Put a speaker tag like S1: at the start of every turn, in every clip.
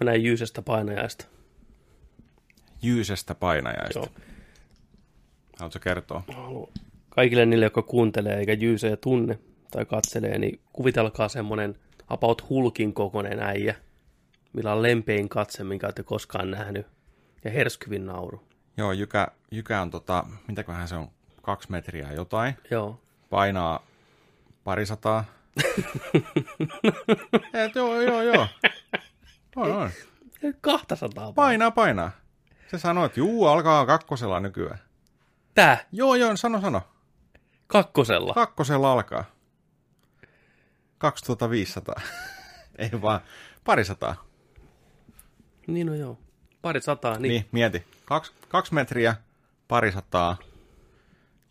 S1: Mä näin Jyysestä painajaista.
S2: Jyysestä painajaista.
S1: Joo.
S2: Joo. Haluatko kertoa?
S1: haluan kaikille niille, jotka kuuntelee eikä Jyyseä tunne tai katselee, niin kuvitelkaa semmoinen about hulkin kokoinen äijä, millä on lempein katse, minkä olette koskaan nähnyt, ja herskyvin nauru.
S2: Joo, Jykä, Jykä on tota, mitäköhän se on, kaksi metriä jotain.
S1: Joo.
S2: painaa parisataa. Et, joo, joo, joo. On, on.
S1: 200 vai?
S2: Painaa, painaa. Se sanoo, että juu, alkaa kakkosella nykyään.
S1: Tää,
S2: Joo, joo, sano, sano.
S1: kakkosella.
S2: Kakkosella alkaa. 2500. Ei vaan, parisataa.
S1: Niin no joo. Pari sataa, niin,
S2: Niin,
S1: niin.
S2: niin mieti. Kaksi, kaksi metriä, parisataa.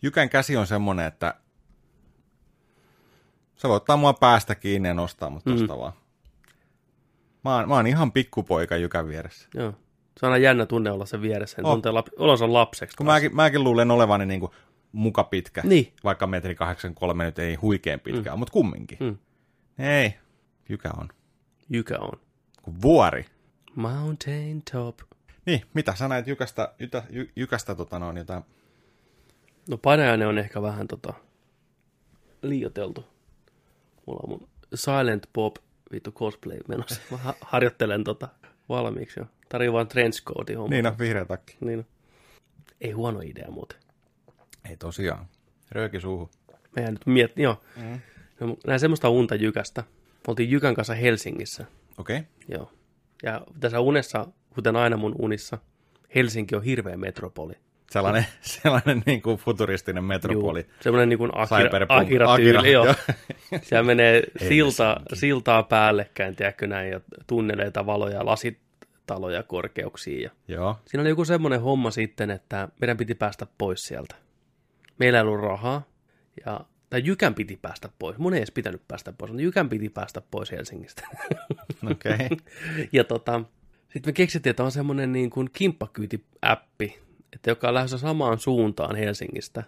S2: Jykän käsi on semmonen, että se voi ottaa mua päästä kiinni ja nostaa mut tosta vaan. Mä oon, mä oon ihan pikkupoika Jykän vieressä.
S1: joo. Se on aina jännä tunne olla sen vieressä, oh.
S2: On.
S1: tuntee lap- olonsa lapseksi.
S2: Kun
S1: taas.
S2: mäkin, mäkin luulen olevani niinku muka pitkä,
S1: Niin.
S2: vaikka metri 83 nyt ei huikeen pitkä mm. mutta kumminkin.
S1: Mm.
S2: Ei, Jykä on
S1: Jykä on.
S2: kuin vuori.
S1: Mountain top.
S2: Niin, mitä sä näet Jykästä, jytä, jy, Jykästä tota noin, jotain
S1: No painajainen on ehkä vähän tota, liioteltu. Mulla on mun Silent Bob vittu cosplay menossa. Mä ha- harjoittelen tota valmiiksi jo. Tarjoan vaan trenchcoati homma.
S2: Niin on vihreä takki.
S1: niin. on. Ei huono idea muuten.
S2: Ei tosiaan. Rööki suuhun.
S1: Mä jään nyt miet... Joo. Mm. No, näin semmoista unta Jykästä. Me oltiin Jykän kanssa Helsingissä.
S2: Okei. Okay.
S1: Joo. Ja tässä unessa, kuten aina mun unissa, Helsinki on hirveä metropoli.
S2: Sellainen, sellainen niin kuin futuristinen metropoli.
S1: Juu, semmoinen niin kuin Akira,
S2: Cyberpunk.
S1: Akira,
S2: Akira,
S1: tyyli, joo.
S2: joo.
S1: Siellä menee silta, siltaa päällekkäin, tiedätkö näin, ja tunneleita, valoja, lasitaloja korkeuksiin. Ja
S2: Joo.
S1: siinä oli joku semmoinen homma sitten, että meidän piti päästä pois sieltä. Meillä ei ollut rahaa, ja, tai Jykän piti päästä pois. Mun ei edes pitänyt päästä pois, mutta Jykän piti päästä pois Helsingistä.
S2: Okei. Okay.
S1: ja tota, sitten me keksittiin, että on semmoinen niin kuin kimppakyyti-appi, että joka on lähdössä samaan suuntaan Helsingistä,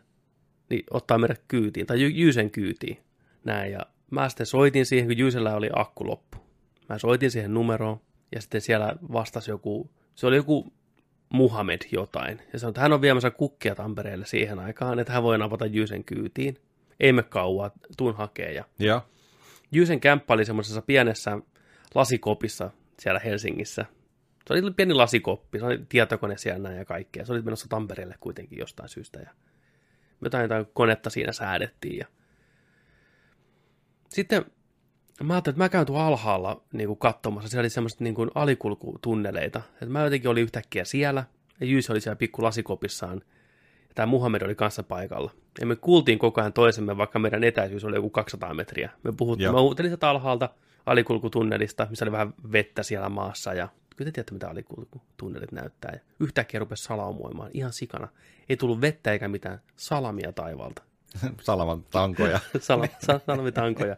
S1: niin ottaa meidät kyytiin, tai Jy- Jyysen kyytiin. Näin, ja mä sitten soitin siihen, kun Jyysellä oli akku loppu. Mä soitin siihen numeroon, ja sitten siellä vastasi joku, se oli joku Muhammed jotain. Ja sanoi, että hän on viemässä kukkia Tampereelle siihen aikaan, että hän voi napata Jyysen kyytiin. Ei me kauaa, tuun hakee. Ja
S2: Joo.
S1: Jyysen kämppä oli semmoisessa pienessä lasikopissa siellä Helsingissä. Se oli pieni lasikoppi, se oli tietokone siellä näin ja kaikkea. Se oli menossa Tampereelle kuitenkin jostain syystä. Ja jotain, jotain konetta siinä säädettiin. Ja... Sitten mä ajattelin, että mä käyn tuolla alhaalla niin kuin katsomassa. Siellä oli semmoiset niin kuin alikulkutunneleita. Et mä jotenkin olin yhtäkkiä siellä. Ja Jyysi oli siellä pikku lasikopissaan. Ja tämä Muhammed oli kanssa paikalla. Ja me kuultiin koko ajan toisemme, vaikka meidän etäisyys oli joku 200 metriä. Me puhuttiin,
S2: Joo.
S1: mä huutelin sieltä alhaalta alikulkutunnelista, missä oli vähän vettä siellä maassa. Ja kyllä te tiedätte, mitä alikulkutunnelit näyttää. Ja yhtäkkiä rupesi salaumoimaan ihan sikana. Ei tullut vettä eikä mitään salamia taivaalta.
S2: Salaman tankoja.
S1: Sal- sal- salmitankoja.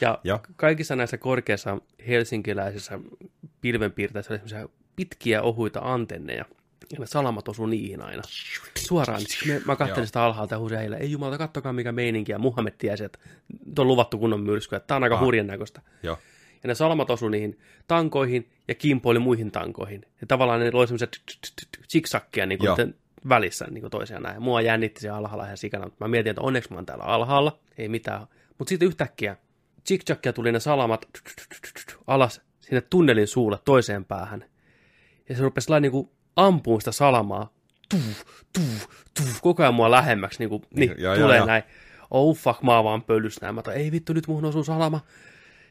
S1: Ja
S2: Joo.
S1: kaikissa näissä korkeissa helsinkiläisissä pilvenpiirteissä oli semmoisia pitkiä ohuita antenneja. Ja ne salamat osu niihin aina. Suoraan. siis Me, mä katselin sitä alhaalta ja huusin heille, ei jumalta, kattokaa mikä meininki. Ja Muhammed tiesi, että nyt on luvattu kunnon myrsky, että tää on aika
S2: Ah.
S1: hurjan näköistä.
S2: Joo.
S1: Ja ne salamat osu niihin tankoihin ja kimpoili muihin tankoihin. Ja tavallaan ne loi semmoisia t- t- t- t- siksakkeja niin
S2: Joo.
S1: kuin välissä niin kuin toisiaan näin. Mua jännitti se alhaalla ihan sikana, mutta mä mietin, että onneksi mä oon täällä alhaalla, ei mitään. Mutta sitten yhtäkkiä siksakkeja tuli ne salamat t- t- t- t- t- alas sinne tunnelin suulle toiseen päähän. Ja se rupesi niin kuin ampuun sitä salamaa. Tuv, tuv, tuv, koko ajan mua lähemmäksi niin kuin, niin,
S2: joo, joo,
S1: tulee
S2: joo.
S1: näin. Oh fuck, mä oon vaan pölys näin. Mä toin, ei vittu, nyt muuhun osuu salama.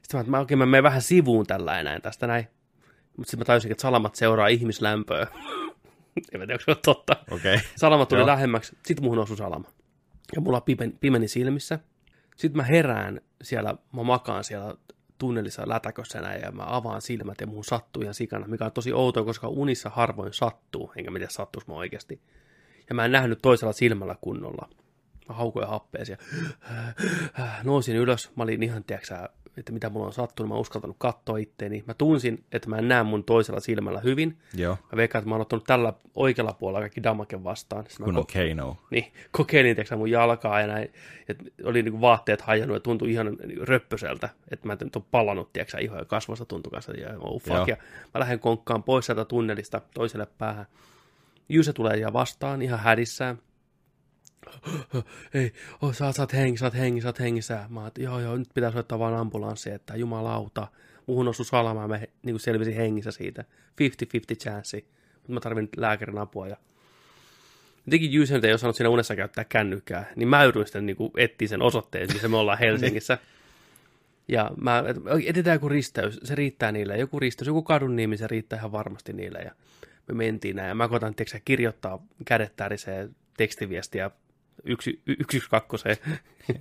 S1: Sitten mä, että mä oikein mä menen vähän sivuun tällä enää tästä näin. Mutta sitten mä tajusin, että salamat seuraa ihmislämpöä. en mä tiedä, onko se on totta.
S2: Okei. Okay.
S1: Salama tuli
S2: Joo.
S1: lähemmäksi, sitten muuhun osui salama. Ja mulla pimen, pimeni silmissä. Sitten mä herään siellä, mä makaan siellä tunnelissa lätäkössä näin ja mä avaan silmät ja muun sattuu ihan sikana, mikä on tosi outoa, koska unissa harvoin sattuu, enkä mä tiedä sattuis mä oikeasti. Ja mä en nähnyt toisella silmällä kunnolla. Mä haukoin happea siellä. Nousin ylös, mä olin ihan, tiedätkö sä, että mitä mulla on sattunut, mä oon uskaltanut katsoa itteeni. Mä tunsin, että mä en näe mun toisella silmällä hyvin.
S2: Joo,
S1: Mä veikkaan, että mä oon ottanut tällä oikealla puolella kaikki damaken vastaan. Sitten mä
S2: kun on Kano.
S1: niin, kokeilin tiiäksä, mun jalkaa ja näin, että oli niin vaatteet hajannut ja tuntui ihan niinku röppöseltä, että mä nyt on palannut, tiedätkö, ihan ja kasvosta tuntui kanssa, ja oh
S2: Joo.
S1: fuck, ja mä lähden konkkaan pois sieltä tunnelista toiselle päähän. Jyse tulee ja vastaan ihan hädissään. Ei, oh, sä, oot- sä oot hengissä, sä oot hengissä, sä oot hengissä. Mä oon, että joo, joo, nyt pitää soittaa vaan ambulanssi, että jumalauta. Muhun osui salama ja mä niin kuin selvisin hengissä siitä. 50-50 chanssi. Mutta mä tarvin nyt lääkärin apua ja jotenkin Jyysen nyt ei osannut siinä unessa käyttää kännykkää, niin mä yritin sitten niin etsiä sen osoitteen, missä me ollaan Helsingissä. ja mä, et, etsitään joku risteys, se riittää niille. Joku risteys, joku kadun nimi, se riittää ihan varmasti niille. Ja me mentiin näin, ja mä koitan tiiäksä, kirjoittaa kädet tärisee tekstiviestiä yksi, y, yksi, yksi kakkoseen.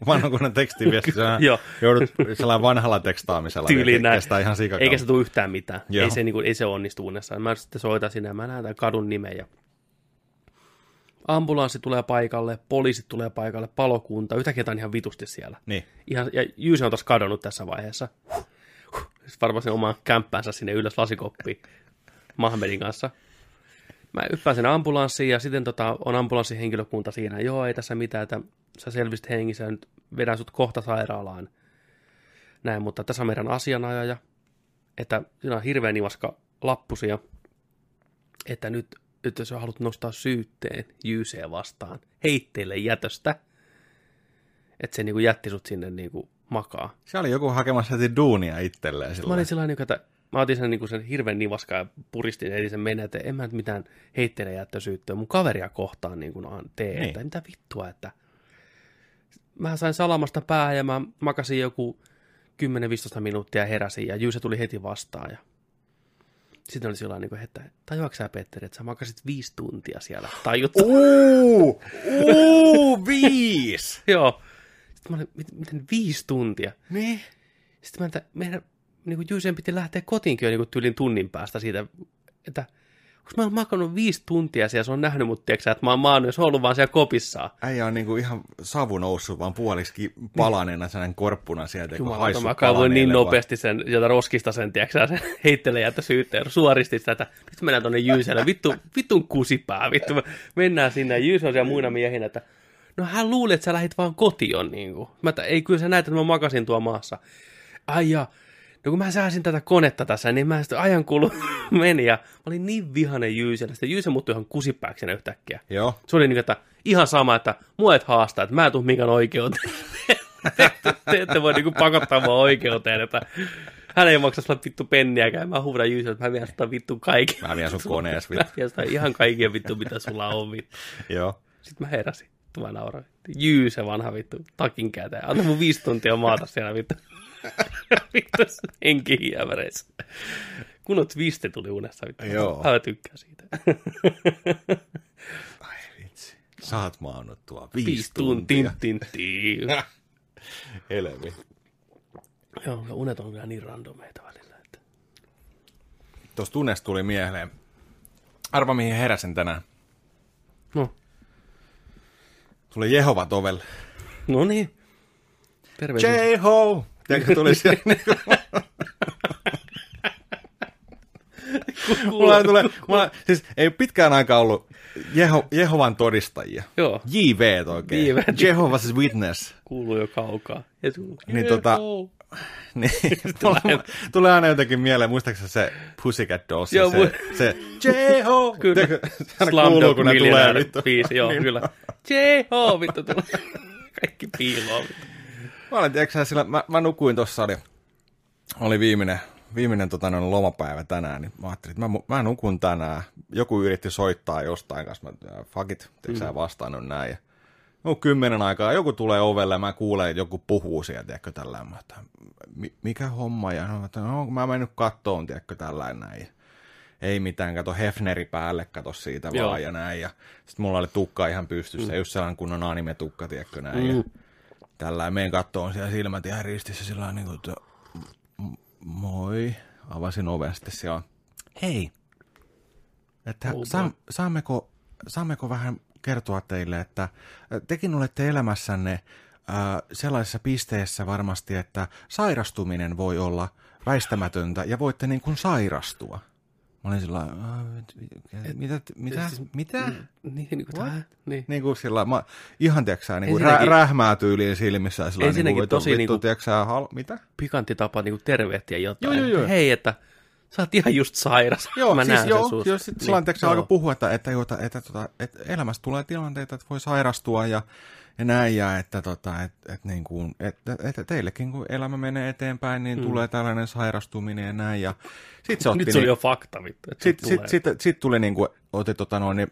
S2: Vanhan kunnon tekstiviesti, sä
S1: Joo.
S2: joudut sellainen vanhalla tekstaamisella.
S1: tyyliin näin.
S2: Kestää ihan sikakauan.
S1: Eikä se tule yhtään mitään.
S2: Joo.
S1: Ei se, niin kuin, ei se onnistu unessa. Mä sitten soitan sinne ja mä näen tämän kadun nimen ja ambulanssi tulee paikalle, poliisit tulee paikalle, palokunta, yhtäkkiä tää on ihan vitusti siellä.
S2: Niin,
S1: Ihan, ja Jyysi on taas kadonnut tässä vaiheessa. Huh, huh. Sitten varmaan sen omaan kämppänsä sinne ylös lasikoppiin Mahmedin kanssa. Mä yppään sen ambulanssiin ja sitten tota, on ambulanssihenkilökunta siinä. Joo, ei tässä mitään, että sä selvisit hengissä ja nyt vedän sut kohta sairaalaan. Näin, mutta tässä on meidän asianajaja, että siinä on hirveän nivaska lappusia, että nyt, nyt jos sä haluat nostaa syytteen JC vastaan, heitteille jätöstä, että se niinku jätti sut sinne niinku makaa.
S2: se oli joku hakemassa heti duunia itselleen
S1: Mä
S2: silloin.
S1: olin sellainen, että mä otin sen, niin sen hirveän nivaskaa ja puristin ja sen mennä, että en mä nyt mitään heitteille jättösyyttöä mun kaveria kohtaan niin kuin tee,
S2: Niin.
S1: niin. että mitä vittua, että mä sain salamasta päähän ja mä makasin joku 10-15 minuuttia ja heräsin ja Jyyse tuli heti vastaan ja sitten oli sellainen, niin kuin, että tajuatko sä Petteri, että sä makasit viisi tuntia siellä, tajut?
S2: Uh. Uu, uu, viis!
S1: Joo. Sitten mä olin, "Mit- miten viisi tuntia?
S2: Niin.
S1: Sitten mä, että meidän niin kuin Jyysen piti lähteä kotiinkin jo niin kuin tyylin tunnin päästä siitä, että kun mä oon makannut viisi tuntia siellä, se on nähnyt mut, tiedätkö, sä, että mä oon maannut, ja se on ollut vaan siellä kopissaan.
S2: Äijä on niinku ihan savu noussut vaan puoliksi palaneena sellainen korppuna sieltä, kun
S1: Jumalauta,
S2: haissut
S1: mä kaivoin niin
S2: palaneelle vaan.
S1: nopeasti sen, sieltä roskista sen, tiedätkö, sä, sen heittelee jättä syytteen, suoristi sitä, että nyt mennään tonne Jyyselle, vittu, vittun kusipää, vittu, me mennään sinne, ja Jyys on siellä muina miehinä, että no hän luuli, että sä lähit vaan kotiin, niin kuin. Mä, että ei kyllä sä näet, että mä makasin tuo maassa. Ai ja, no kun mä sääsin tätä konetta tässä, niin mä sitten ajan kulu meni, ja mä olin niin vihanen Jyyselle, sitten Jyyse muuttui ihan kusipääksi siinä yhtäkkiä.
S2: Joo.
S1: Se oli niin, että ihan sama, että mua et haastaa, että mä en tuu minkään oikeuteen. Te- Te ette voi niin pakottaa mua oikeuteen, että hän ei maksa sulle vittu penniäkään. Mä huudan Jyysiä, että mä vien sitä vittu kaiken.
S2: Mä vien sun konees
S1: Mä
S2: vittu.
S1: vien sitä ihan kaiken vittu, mitä sulla on vittu.
S2: Joo.
S1: Sitten mä heräsin. Vittu mä nauroin. Jyy se vanha vittu takin käteen. Anna mun viisi tuntia maata siellä vittu. vittu henkihiäväreissä. Kun on twiste tuli unessa vittu.
S2: Joo.
S1: Mä tykkään siitä.
S2: Ai vitsi. Sä oot maannut tuo viisi,
S1: Viisi
S2: tuntia.
S1: tuntia. tuntia.
S2: Helvi.
S1: Joo, kyllä unet on kyllä niin randomeita välillä. Että...
S2: Tuosta tunnesta tuli mieleen. Arva mihin heräsin tänään.
S1: No,
S2: Tuli Jehova tovelle.
S1: no niin. Terveisiä.
S2: J-Ho! Tiedätkö, tuli siellä, mulla tulee, mulla, siis ei pitkään aikaa ollut Jeho, Jehovan todistajia.
S1: Joo,
S2: JV oikein.
S1: JV.
S2: Jehovah's Witness.
S1: kuuluu jo kaukaa. Ja tuu,
S2: Niin tota- Niin, mulla- mulla tulee aina jotenkin mieleen, muistaakseni se Pussycat Dolls, ja
S1: Joo,
S2: se,
S1: mu-
S2: se J-Ho,
S1: Kyllä.
S2: Tiedätkö, se aina kuuluu,
S1: Slumdog
S2: kun ne tulee
S1: Millionaire
S2: vittu. Niin.
S1: biisi, joo, kyllä. J-Ho, vittu, tulee. Kaikki piiloon. vittu.
S2: Mä, olen, tiedätkö, sä, sillä, mä, mä nukuin niin tuossa, oli, oli viimeinen, viimeinen tota, noin lomapäivä tänään, niin mä ajattelin, että mä, mu- mä nukun tänään. Joku yritti soittaa jostain kanssa, mä äh, fuck it, tiedätkö, mm. vastannut näin. Ja, no kymmenen aikaa, joku tulee ovelle ja mä kuulen, että joku puhuu siellä, tiedätkö, tällä mä, että, "Mi- mikä homma, ja no, mä, että, no, mä mennyt kattoon, tiedätkö, tällä näin. Ja, ei mitään, kato Hefneri päälle, kato siitä
S1: Joo.
S2: vaan ja näin. Ja sitten mulla oli tukka ihan pystyssä, mm. just sellainen kunnon anime-tukka, tiedätkö näin. Mm. Ja tällä meidän kattoon siellä silmät ihan ristissä sillä niin kuin, että m- moi. Avasin oven sitten siellä. on, Hei. Että saa, saammeko, saammeko vähän kertoa teille, että tekin olette elämässänne äh, sellaisessa pisteessä varmasti, että sairastuminen voi olla väistämätöntä ja voitte niin kuin sairastua. Mä olin sillä lailla, "Ah, mit- mit- mitä, mitä,
S1: siis-
S2: mitä?
S1: Niin, niin kuin tämä. Niin.
S2: Niin kuin sillä lailla, mä, ihan tiedätkö niin kuin rä,
S1: Ensinnäkin-
S2: rähmää tyyliin silmissä ja sillä
S1: Ensinnäkin
S2: niin kuin,
S1: tosi
S2: vittu,
S1: niinku-
S2: vittu, tiedätkö sä, hal, mitä?
S1: Pikantti tapa niin kuin tervehtiä jotain.
S2: Joo, joo, joo.
S1: Hei, että sä oot ihan just sairas.
S2: Joo,
S1: Mä
S2: siis
S1: näen
S2: joo,
S1: sen susta.
S2: joo, sit niin, tiedätkö,
S1: joo.
S2: alkoi puhua, että, että, joo, että, että, tota, että elämässä tulee tilanteita, että voi sairastua ja, ja näin, ja että, tota, että, että, niin kuin, että, että teillekin kun elämä menee eteenpäin, niin mm. tulee tällainen sairastuminen ja näin, ja sit se otti,
S1: Nyt se oli
S2: niin,
S1: jo fakta, vittu. Että
S2: sit,
S1: sit,
S2: sit, sit, sit, tuli niin kuin, otti tota noin, niin,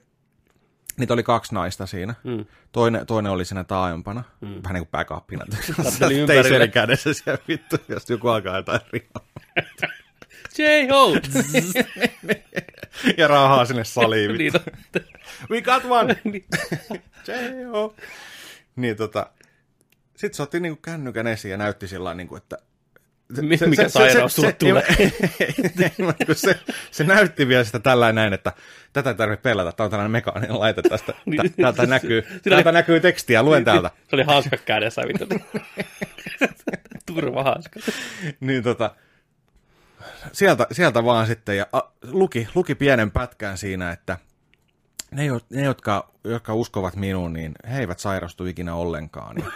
S2: niitä oli kaksi naista siinä.
S1: Mm.
S2: Toinen, toinen oli siinä taajompana, mm. vähän niin kuin backupina.
S1: Katteli ympärille.
S2: Teisellä kädessä siellä vittu, jos joku alkaa jotain rihaa.
S1: J-Ho!
S2: Niin, Ja rahaa sinne saliin. vittu.
S1: niin, totta.
S2: We got one!
S1: Niin.
S2: J-O. Niin tota, sit se otti niinku kännykän esiin ja näytti sillä lailla niinku, että...
S1: Mi- mikä sairaus sulle tulee?
S2: ei, Niin, vaan kun se, se näytti vielä sitä tällä näin, että tätä ei tarvitse pelätä, tämä on tällainen mekaaninen laite tästä,
S1: Niin.
S2: tä- täältä näkyy,
S1: Sillä
S2: täältä
S1: oli-
S2: näkyy tekstiä, luen täältä.
S1: Se oli hauska kädessä, vittu. Turvahauska.
S2: Niin tota, sieltä, sieltä vaan sitten, ja a, luki, luki pienen pätkän siinä, että ne, jo- ne jotka, jotka uskovat minuun, niin he eivät sairastu ikinä ollenkaan. Ja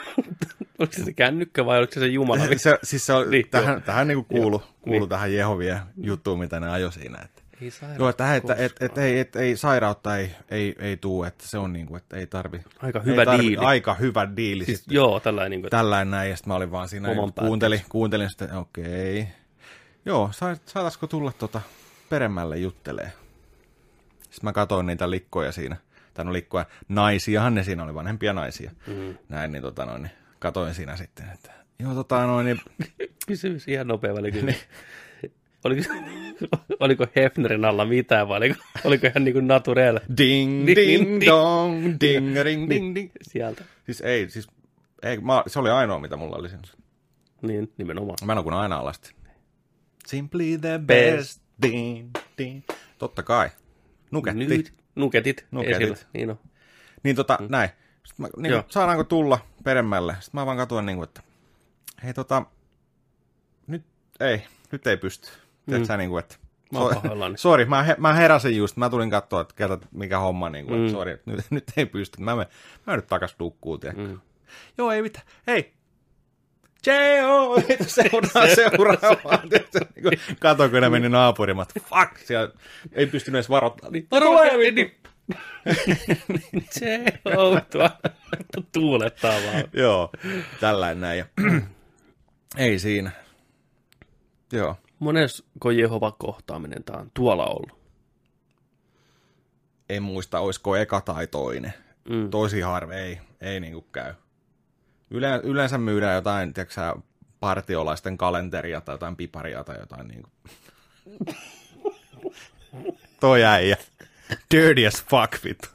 S1: Oliko se se kännykkä vai oliko se se jumala?
S2: se, se, siis se on,
S1: Niin,
S2: niin,
S1: joo.
S2: tähän, tähän niin kuulu, kuulu niin. tähän Jehovien juttuun, mitä ne ajoi siinä. Että,
S1: Ei sairaus
S2: joo, että, että et,
S1: koskaan.
S2: et, ei, et, ei, sairautta ei, ei, ei tuu, että se on niin kuin, että ei tarvi.
S1: Aika
S2: ei
S1: hyvä
S2: tarvi-
S1: diili.
S2: Aika hyvä diili.
S1: Siis,
S2: Siis,
S1: joo, tällainen. Niin kuin,
S2: tällainen näin, ja sitten mä olin vaan siinä,
S1: Oman
S2: niin kuuntelin, kuuntelin sitten, okei. Joo, sai- saataisiko tulla tota peremmälle juttelee. Sitten mä katsoin niitä likkoja siinä, tai no likkoja, naisiahan ne siinä oli, vanhempia naisia. Mm. Näin, niin tota noin, niin katoin siinä sitten, että joo tota noin, niin,
S1: Kysymys ihan nopea välikysymys. Oliko, oliko Hefnerin alla mitään vai oliko, oliko ihan niin kuin naturel
S2: ding,
S1: Niin,
S2: ding,
S1: niin.
S2: dong, ding, ring, ding, ding.
S1: sieltä?
S2: Siis ei, siis ei, mä, se oli ainoa, mitä mulla oli siinä.
S1: Niin, nimenomaan.
S2: Mä en ole kuin aina alasti. Simply the best, ding, ding. Totta kai. Nuketti.
S1: Nyt nuketit, nuketit.
S2: Nuketit.
S1: esillä. Niin on.
S2: Niin tota, mm. näin. Sitten mä, niin
S1: Joo.
S2: kuin, saadaanko tulla peremmälle? Sitten mä vaan katsoin, niin kuin, että hei tota, nyt ei, nyt ei pysty. Tiedätkö sä, niin kuin, että
S1: Mm. Mä oon pahoillani.
S2: Sori, mä, he, mä heräsin just, mä tulin katsoa, että kerta, mikä homma, niin kuin, mm. sori, nyt, nyt ei pysty, mä, men, mä nyt takas tukkuun, tiedätkö. Mm. Joo, ei mitään, hei, J.O. seuraa seuraavaan, tiedätkö, niin kuin, kato, kun ne
S1: Mm.
S2: meni naapurimat, fuck, siellä ei pystynyt edes varoittamaan, niin
S1: Tulee vittu! Se on tuo tuulettaa vaan.
S2: Joo, tällainen näin. Ja... Ei siinä. Joo.
S1: Monesko Jehova kohtaaminen tää on tuolla ollut?
S2: En muista, olisiko eka tai toinen.
S1: Mm.
S2: Mm. Tosi harve, ei, ei niinku käy. Yle, yleensä myydään jotain, tiedätkö sä, partiolaisten kalenteria tai jotain piparia tai jotain niinku. Toi äijä. Dirty as fuck, vittu.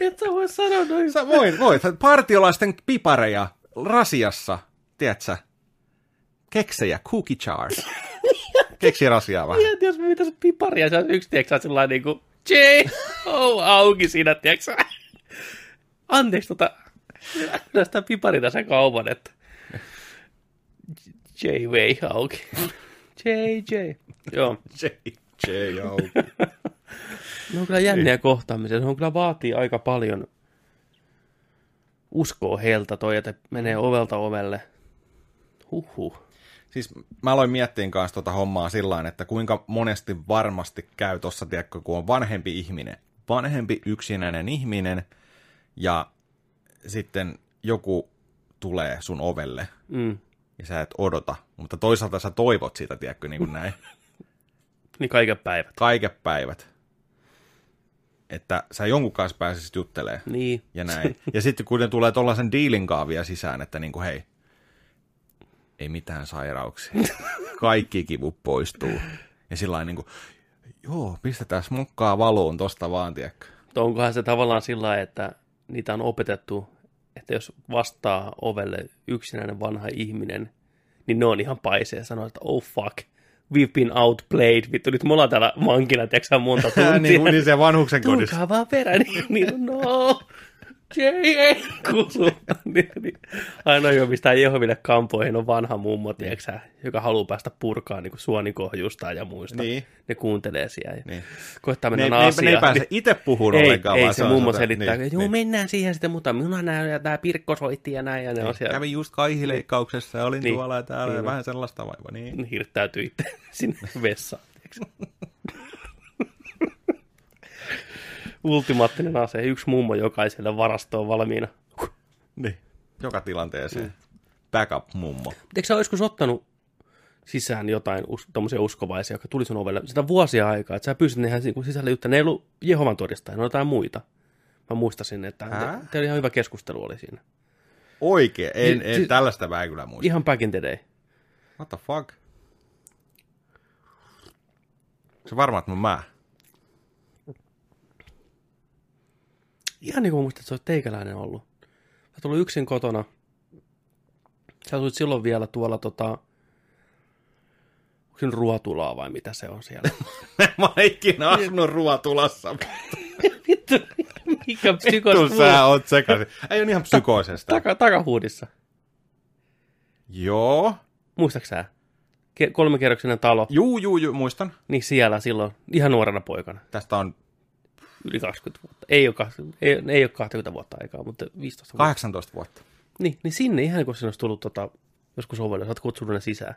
S1: Et sä voi sanoa noin.
S2: Sä voit, voit. Partiolaisten pipareja rasiassa, tiedätkö? Keksejä, cookie jars. Keksi rasiaa vähän.
S1: Tiedät, jos mitä se piparia, se on yksi, tiedätkö, sillä niinku, J, O, auki siinä, tiedätkö Anteeksi, tota, tästä pipari tässä kaupan, että J, way auki. J, J. Joo,
S2: JJ
S1: ne on kyllä jänniä kohtaamisia, se on kyllä vaatii aika paljon uskoa heiltä toi, että menee ovelta ovelle. Huhhuh.
S2: Siis mä aloin miettiä kanssa tota hommaa sillä että kuinka monesti varmasti käy tossa, tiedätkö, kun on vanhempi ihminen. Vanhempi yksinäinen ihminen ja sitten joku tulee sun ovelle
S1: Mm.
S2: ja sä et odota, mutta toisaalta sä toivot sitä, tiedätkö, niin kuin näin.
S1: Niin kaiken päivät.
S2: kaiken päivät. Että sä jonkun kanssa pääsisit juttelemaan
S1: Niin.
S2: ja näin. Ja sitten kun ne tulee tuollaisen diilin kaavia sisään, että niin kuin, hei, ei mitään sairauksia. Kaikki kivu poistuu. Ja sillä niin kuin, joo, pistetään smokkaa valoon tosta vaan, tiedätkö.
S1: Mutta onkohan se tavallaan sillä lailla, että niitä on opetettu, että jos vastaa ovelle yksinäinen vanha ihminen, niin ne on ihan paisee ja sanoo, että oh fuck, we've been outplayed, vittu nyt me ollaan täällä vankina, tiedätkö sä, monta
S2: Tää
S1: tuntia.
S2: niinku, niin, kuin- niin se vanhuksen niin. kodissa.
S1: Tulkaa vaan perään, niin, niin no. Jei, ei kuulu. Niin, niin. Aina ei ole mistään Jehoville kampoihin, on vanha mummo,
S2: Niin.
S1: tieksä, joka haluaa päästä purkaan niin suonikohjusta ja muista.
S2: Niin.
S1: Ne kuuntelee siellä ja niin.
S2: Niin.
S1: koittaa
S2: Ne,
S1: mennä Niin.
S2: ei- ne, ei-
S1: asiaan.
S2: ne ei pääse itse puhumaan
S1: ei,
S2: ollenkaan.
S1: ei
S2: vaan
S1: se, mummo
S2: sitä-
S1: selittää, niin,
S2: niin,
S1: joo,
S2: niin.
S1: mennään siihen sitten, mutta minä näen, ja tämä Pirkko soitti ja näin, ja ne on siellä,
S2: Kävin just kaihileikkauksessa ja olin
S1: Niin.
S2: tuolla ja täällä ja
S1: Niin.
S2: vähän sellaista vaivaa. Niin.
S1: hirttäytyy itse sinne vessaan. tiiäks. Ultimaattinen ase, yksi mummo jokaiselle varastoon valmiina.
S2: niin. Joka tilanteeseen. Backup-mummo.
S1: Eikö sä ole joskus ottanut sisään jotain us- tommosia uskovaisia, jotka tuli sun ovelle sitä vuosia aikaa, että sä pyysit ne ihan niinku sisälle juttu, ne ei ollut Jehovan todistajia, ne oli jotain muita. Mä muistasin, että
S2: Hää?
S1: te, oli ihan hyvä keskustelu oli siinä.
S2: Oikein, en,
S1: Niin,
S2: en,
S1: siis-
S2: tällaista mä en kyllä muista.
S1: Ihan back in the day.
S2: What the fuck? Se varmaan, että mä mä.
S1: Ihan niin kuin muistat, että se olisi teikäläinen ollut. Sä tullut yksin kotona. Sä asuit silloin vielä tuolla tota... Onko se nyt ruotulaa vai mitä se on siellä?
S2: mä oon ikinä
S1: Niin.
S2: asunut ruoatulassa.
S1: Vittu, mikä
S2: Kun
S1: psykos
S2: sä oot sekaisin. Ei on ihan psykoisesta.
S1: Taka, takahuudissa.
S2: Joo.
S1: Muistatko sä? Ke- kolmikerroksinen talo,
S2: Juu, juu, juu, muistan.
S1: niin siellä silloin, ihan nuorena poikana,
S2: Tästä on
S1: yli 20 vuotta. Ei ole, 20, ei, ei ole 20 vuotta aikaa, mutta 15 vuotta.
S2: 18 vuotta.
S1: Niin, niin sinne ihan kun sinä olisi tullut tota, joskus ovelle, sä oot kutsunut ne sisään.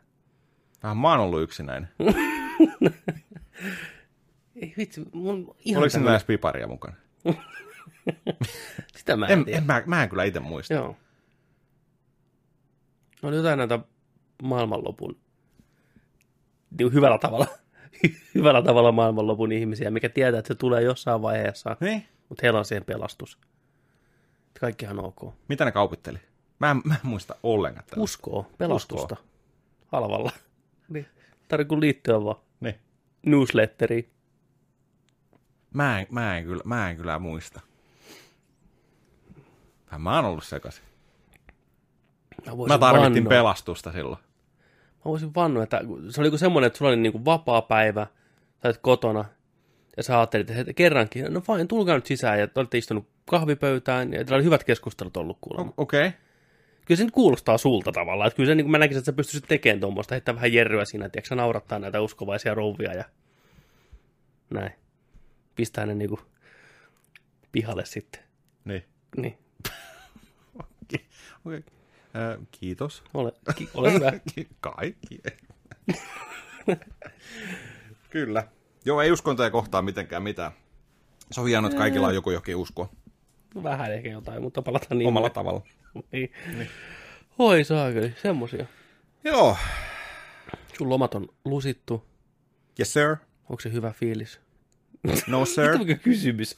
S2: Vähän mä oon ollut yksinäinen.
S1: Ei vitsi, mun ihan
S2: Oliko sinä
S1: tämmönen-
S2: edes piparia mukana?
S1: sitä mä en,
S2: En,
S1: tiedä.
S2: en, mä, mä en kyllä itse muista.
S1: Joo. No oli jotain näitä maailmanlopun, niin hyvällä tavalla, hyvällä tavalla maailmanlopun ihmisiä, mikä tietää, että se tulee jossain vaiheessa,
S2: Niin?
S1: mutta heillä on siihen pelastus. Että Kaikkihan on ok.
S2: Mitä ne kaupitteli? Mä en, mä en muista ollenkaan tätä.
S1: Uskoo, pelastusta. Halvalla. Niin. Tarvii kun liittyä vaan
S2: Niin.
S1: newsletteriin.
S2: Mä en, mä en, kyllä, mä en kyllä muista. Vähän mä oon ollut sekaisin.
S1: Mä, voisin
S2: Mä tarvittiin
S1: vannoa-
S2: pelastusta silloin.
S1: Mä voisin vannoa, että se oli kuin semmoinen, että sulla oli niin kuin vapaa päivä, sä olit kotona, ja sä ajattelit, että kerrankin, no vain, tulkaa nyt sisään, ja te olitte istunut kahvipöytään, ja teillä oli hyvät keskustelut ollut kuulemma.
S2: O- Okei. Okay.
S1: Kyllä se nyt kuulostaa sulta tavallaan, että kyllä se, niin kuin mä näkisin, että sä pystyisit tekemään tuommoista, heittää vähän jerryä siinä, tiedätkö, sä naurattaa näitä uskovaisia rouvia ja näin. Pistää ne niin kuin pihalle sitten.
S2: Niin.
S1: Niin,
S2: Okay. Äh, kiitos.
S1: ole, ki- ole hyvä.
S2: Kaikki. Kyllä. Joo, ei uskontoja kohtaa mitenkään mitään. Se on hienoa, että kaikilla on joku jokin usko
S1: Vähän ehkä jotain, mutta palataan niin.
S2: omalla tavalla.
S1: Niin. Oi saakeli, semmosia.
S2: Joo.
S1: Sun lomat on lusittu.
S2: Yes sir.
S1: Onko se hyvä fiilis?
S2: No sir.
S1: Mikä kysymys?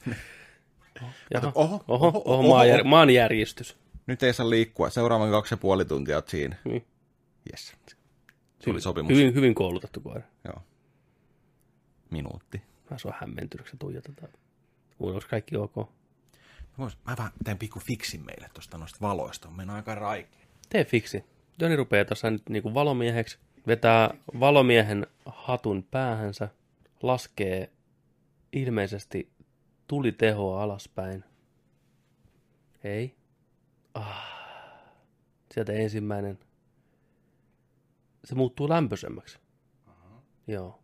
S1: Jaha.
S2: Oho,
S1: oho, oho,
S2: oho,
S1: oho,
S2: oho.
S1: maanjär, maanjärjestys.
S2: Nyt ei saa liikkua. Seuraavan kaksi ja puoli tuntia oot siinä.
S1: Niin.
S2: Yes. Se oli sopimus.
S1: Hyvin, hyvin koulutettu koira.
S2: Joo. Minuutti.
S1: Mä sua hämmentynyt, kun sä tuijotetaan. Onko kaikki ok?
S2: Mä vois- Mä vähän teen pikku fiksin meille tuosta noista valoista. On mennyt aika raikea.
S1: Tee fiksi. Joni rupeaa tässä nyt niinku valomieheksi. Vetää valomiehen hatun päähänsä. Laskee ilmeisesti tulitehoa alaspäin. Hei. Ah. Sieltä ensimmäinen. Se muuttuu lämpöisemmäksi. Joo.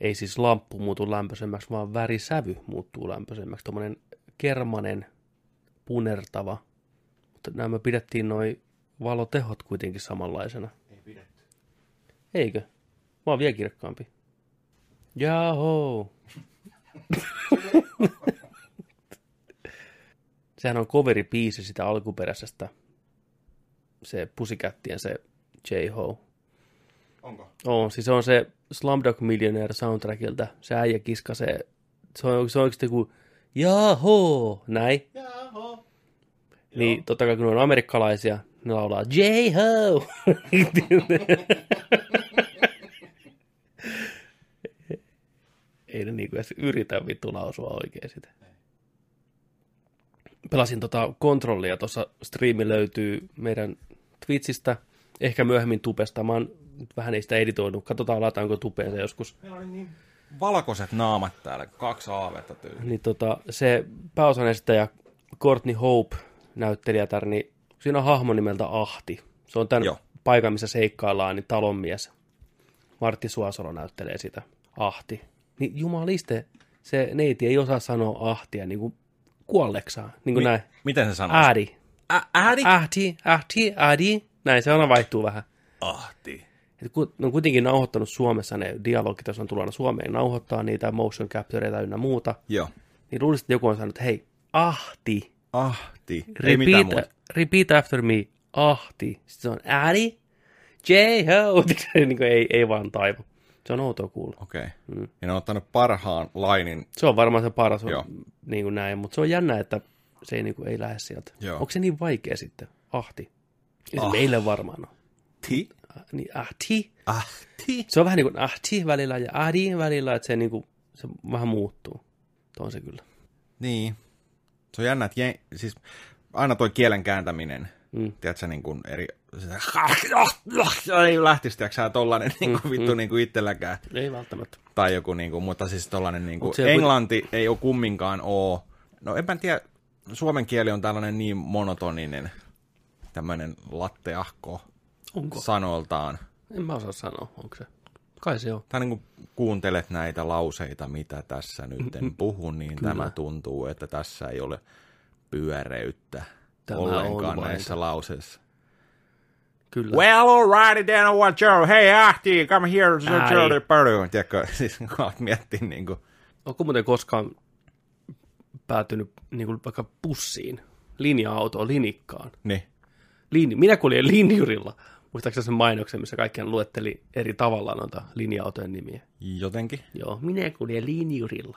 S1: Ei siis lamppu muutu lämpöisemmäksi, vaan värisävy muuttuu lämpöisemmäksi. Tuommoinen kermanen, punertava. Mutta nämä me pidettiin noi valotehot kuitenkin samanlaisena.
S2: Ei pidetty.
S1: Eikö? Mä oon vielä kirkkaampi. Jaho! Sehän on coveripiisi sitä alkuperäisestä. Se pusikättien se J-Ho.
S2: Onko?
S1: On, siis se on se Slumdog Millionaire soundtrackilta. Se äijä kiskasee. Se on, se on oikeasti joku jaho, näin.
S2: Jaho.
S1: Niin totta kai kun ne on amerikkalaisia, ne laulaa J-Ho. Ei ne niinku edes yritä vittu lausua oikein sitä. Pelasin tota kontrollia, tuossa striimi löytyy meidän Twitchistä, ehkä myöhemmin Tupesta, mä oon nyt vähän ei sitä editoinut, katsotaan laitaanko Tupeen se joskus.
S2: Meillä oli niin valkoiset naamat täällä. Kaksi aavetta tyyli.
S1: Niin tota, se pääosan esittäjä Courtney Hope, näyttelijätär, niin siinä on hahmo nimeltä Ahti. Se on tämän
S2: Joo.
S1: paikan, missä seikkaillaan, niin talonmies. Martti Suosalo näyttelee sitä. Ahti. Niin jumaliste, se neiti ei osaa sanoa ahtia niin kuin kuolleksaa. Niin kuin
S2: Mi-
S1: näin.
S2: Miten se sanoo?
S1: Äädi.
S2: Ä- ääri?
S1: Ahti, ahti, ahdi. Näin se aina vaihtuu vähän.
S2: Ahti.
S1: Et ku- ne on kuitenkin nauhoittanut Suomessa ne dialogit, jos on tullut aina Suomeen nauhoittaa niitä motion captureita ynnä muuta.
S2: Joo.
S1: Niin luulisin, että joku on sanonut, että hei, ahti,
S2: Ahti. Ei mitään muuta.
S1: repeat, repeat after me, ahti. Sitten se on ääni, J-ho, niin kuin ei, ei vaan taivu. Se on outoa kuulla.
S2: Okei. Okay. Mm. Ja ne on ottanut parhaan lainin.
S1: Se on varmaan se paras,
S2: Joo.
S1: niin kuin näin, mutta se on jännä, että se ei, niin kuin, ei lähde sieltä.
S2: Joo.
S1: Onko se niin vaikea sitten? Ahti. Ah.
S2: Ah.
S1: Meille varmaan on.
S2: Ti.
S1: Ah, Niin, ahti.
S2: Ahti.
S1: Se on vähän niin kuin ahti välillä ja ahdi välillä, että se, niin kuin, se vähän muuttuu. Tuo on se kyllä.
S2: Niin. Se on jännä, että jen... siis aina toi kielen kääntäminen,
S1: Mm.
S2: mm. tiedätkö, niin kuin eri... Se ei lähtisi, tiedätkö sä, tollanen niin kuin vittu niin kuin itselläkään.
S1: Ei välttämättä.
S2: Tai joku, niin kuin, mutta siis tollanen niin kuin,
S1: Mut se-
S2: englanti ei ole kumminkaan oo. No en mä tiedä, suomen kieli on tällainen niin monotoninen, tämmöinen latteahko
S1: Onko?
S2: sanoiltaan.
S1: En mä osaa sanoa, onko se. Kai se on.
S2: Tai niin kuin kuuntelet näitä lauseita, mitä tässä nyt en puhu, niin Kyllä. tämä tuntuu, että tässä ei ole pyöreyttä
S1: Tämä
S2: tämä
S1: on
S2: ollenkaan
S1: vain-
S2: näissä lauseissa.
S1: Kyllä.
S2: Well, alrighty then, what Joe? Hei, Ahti, come here, so
S1: Ai.
S2: Joe Pardon. Tiedätkö, siis kun alat miettiä niin kuin,
S1: Onko muuten koskaan päätynyt niin kuin vaikka pussiin, linja-autoon, linikkaan?
S2: niin,
S1: Lin... Minä kuljen linjurilla. Muistaakseni sen mainoksen, missä kaikkien luetteli eri tavalla noita linja-autojen nimiä.
S2: jotenkin.
S1: Joo, minä kuljen linjurilla.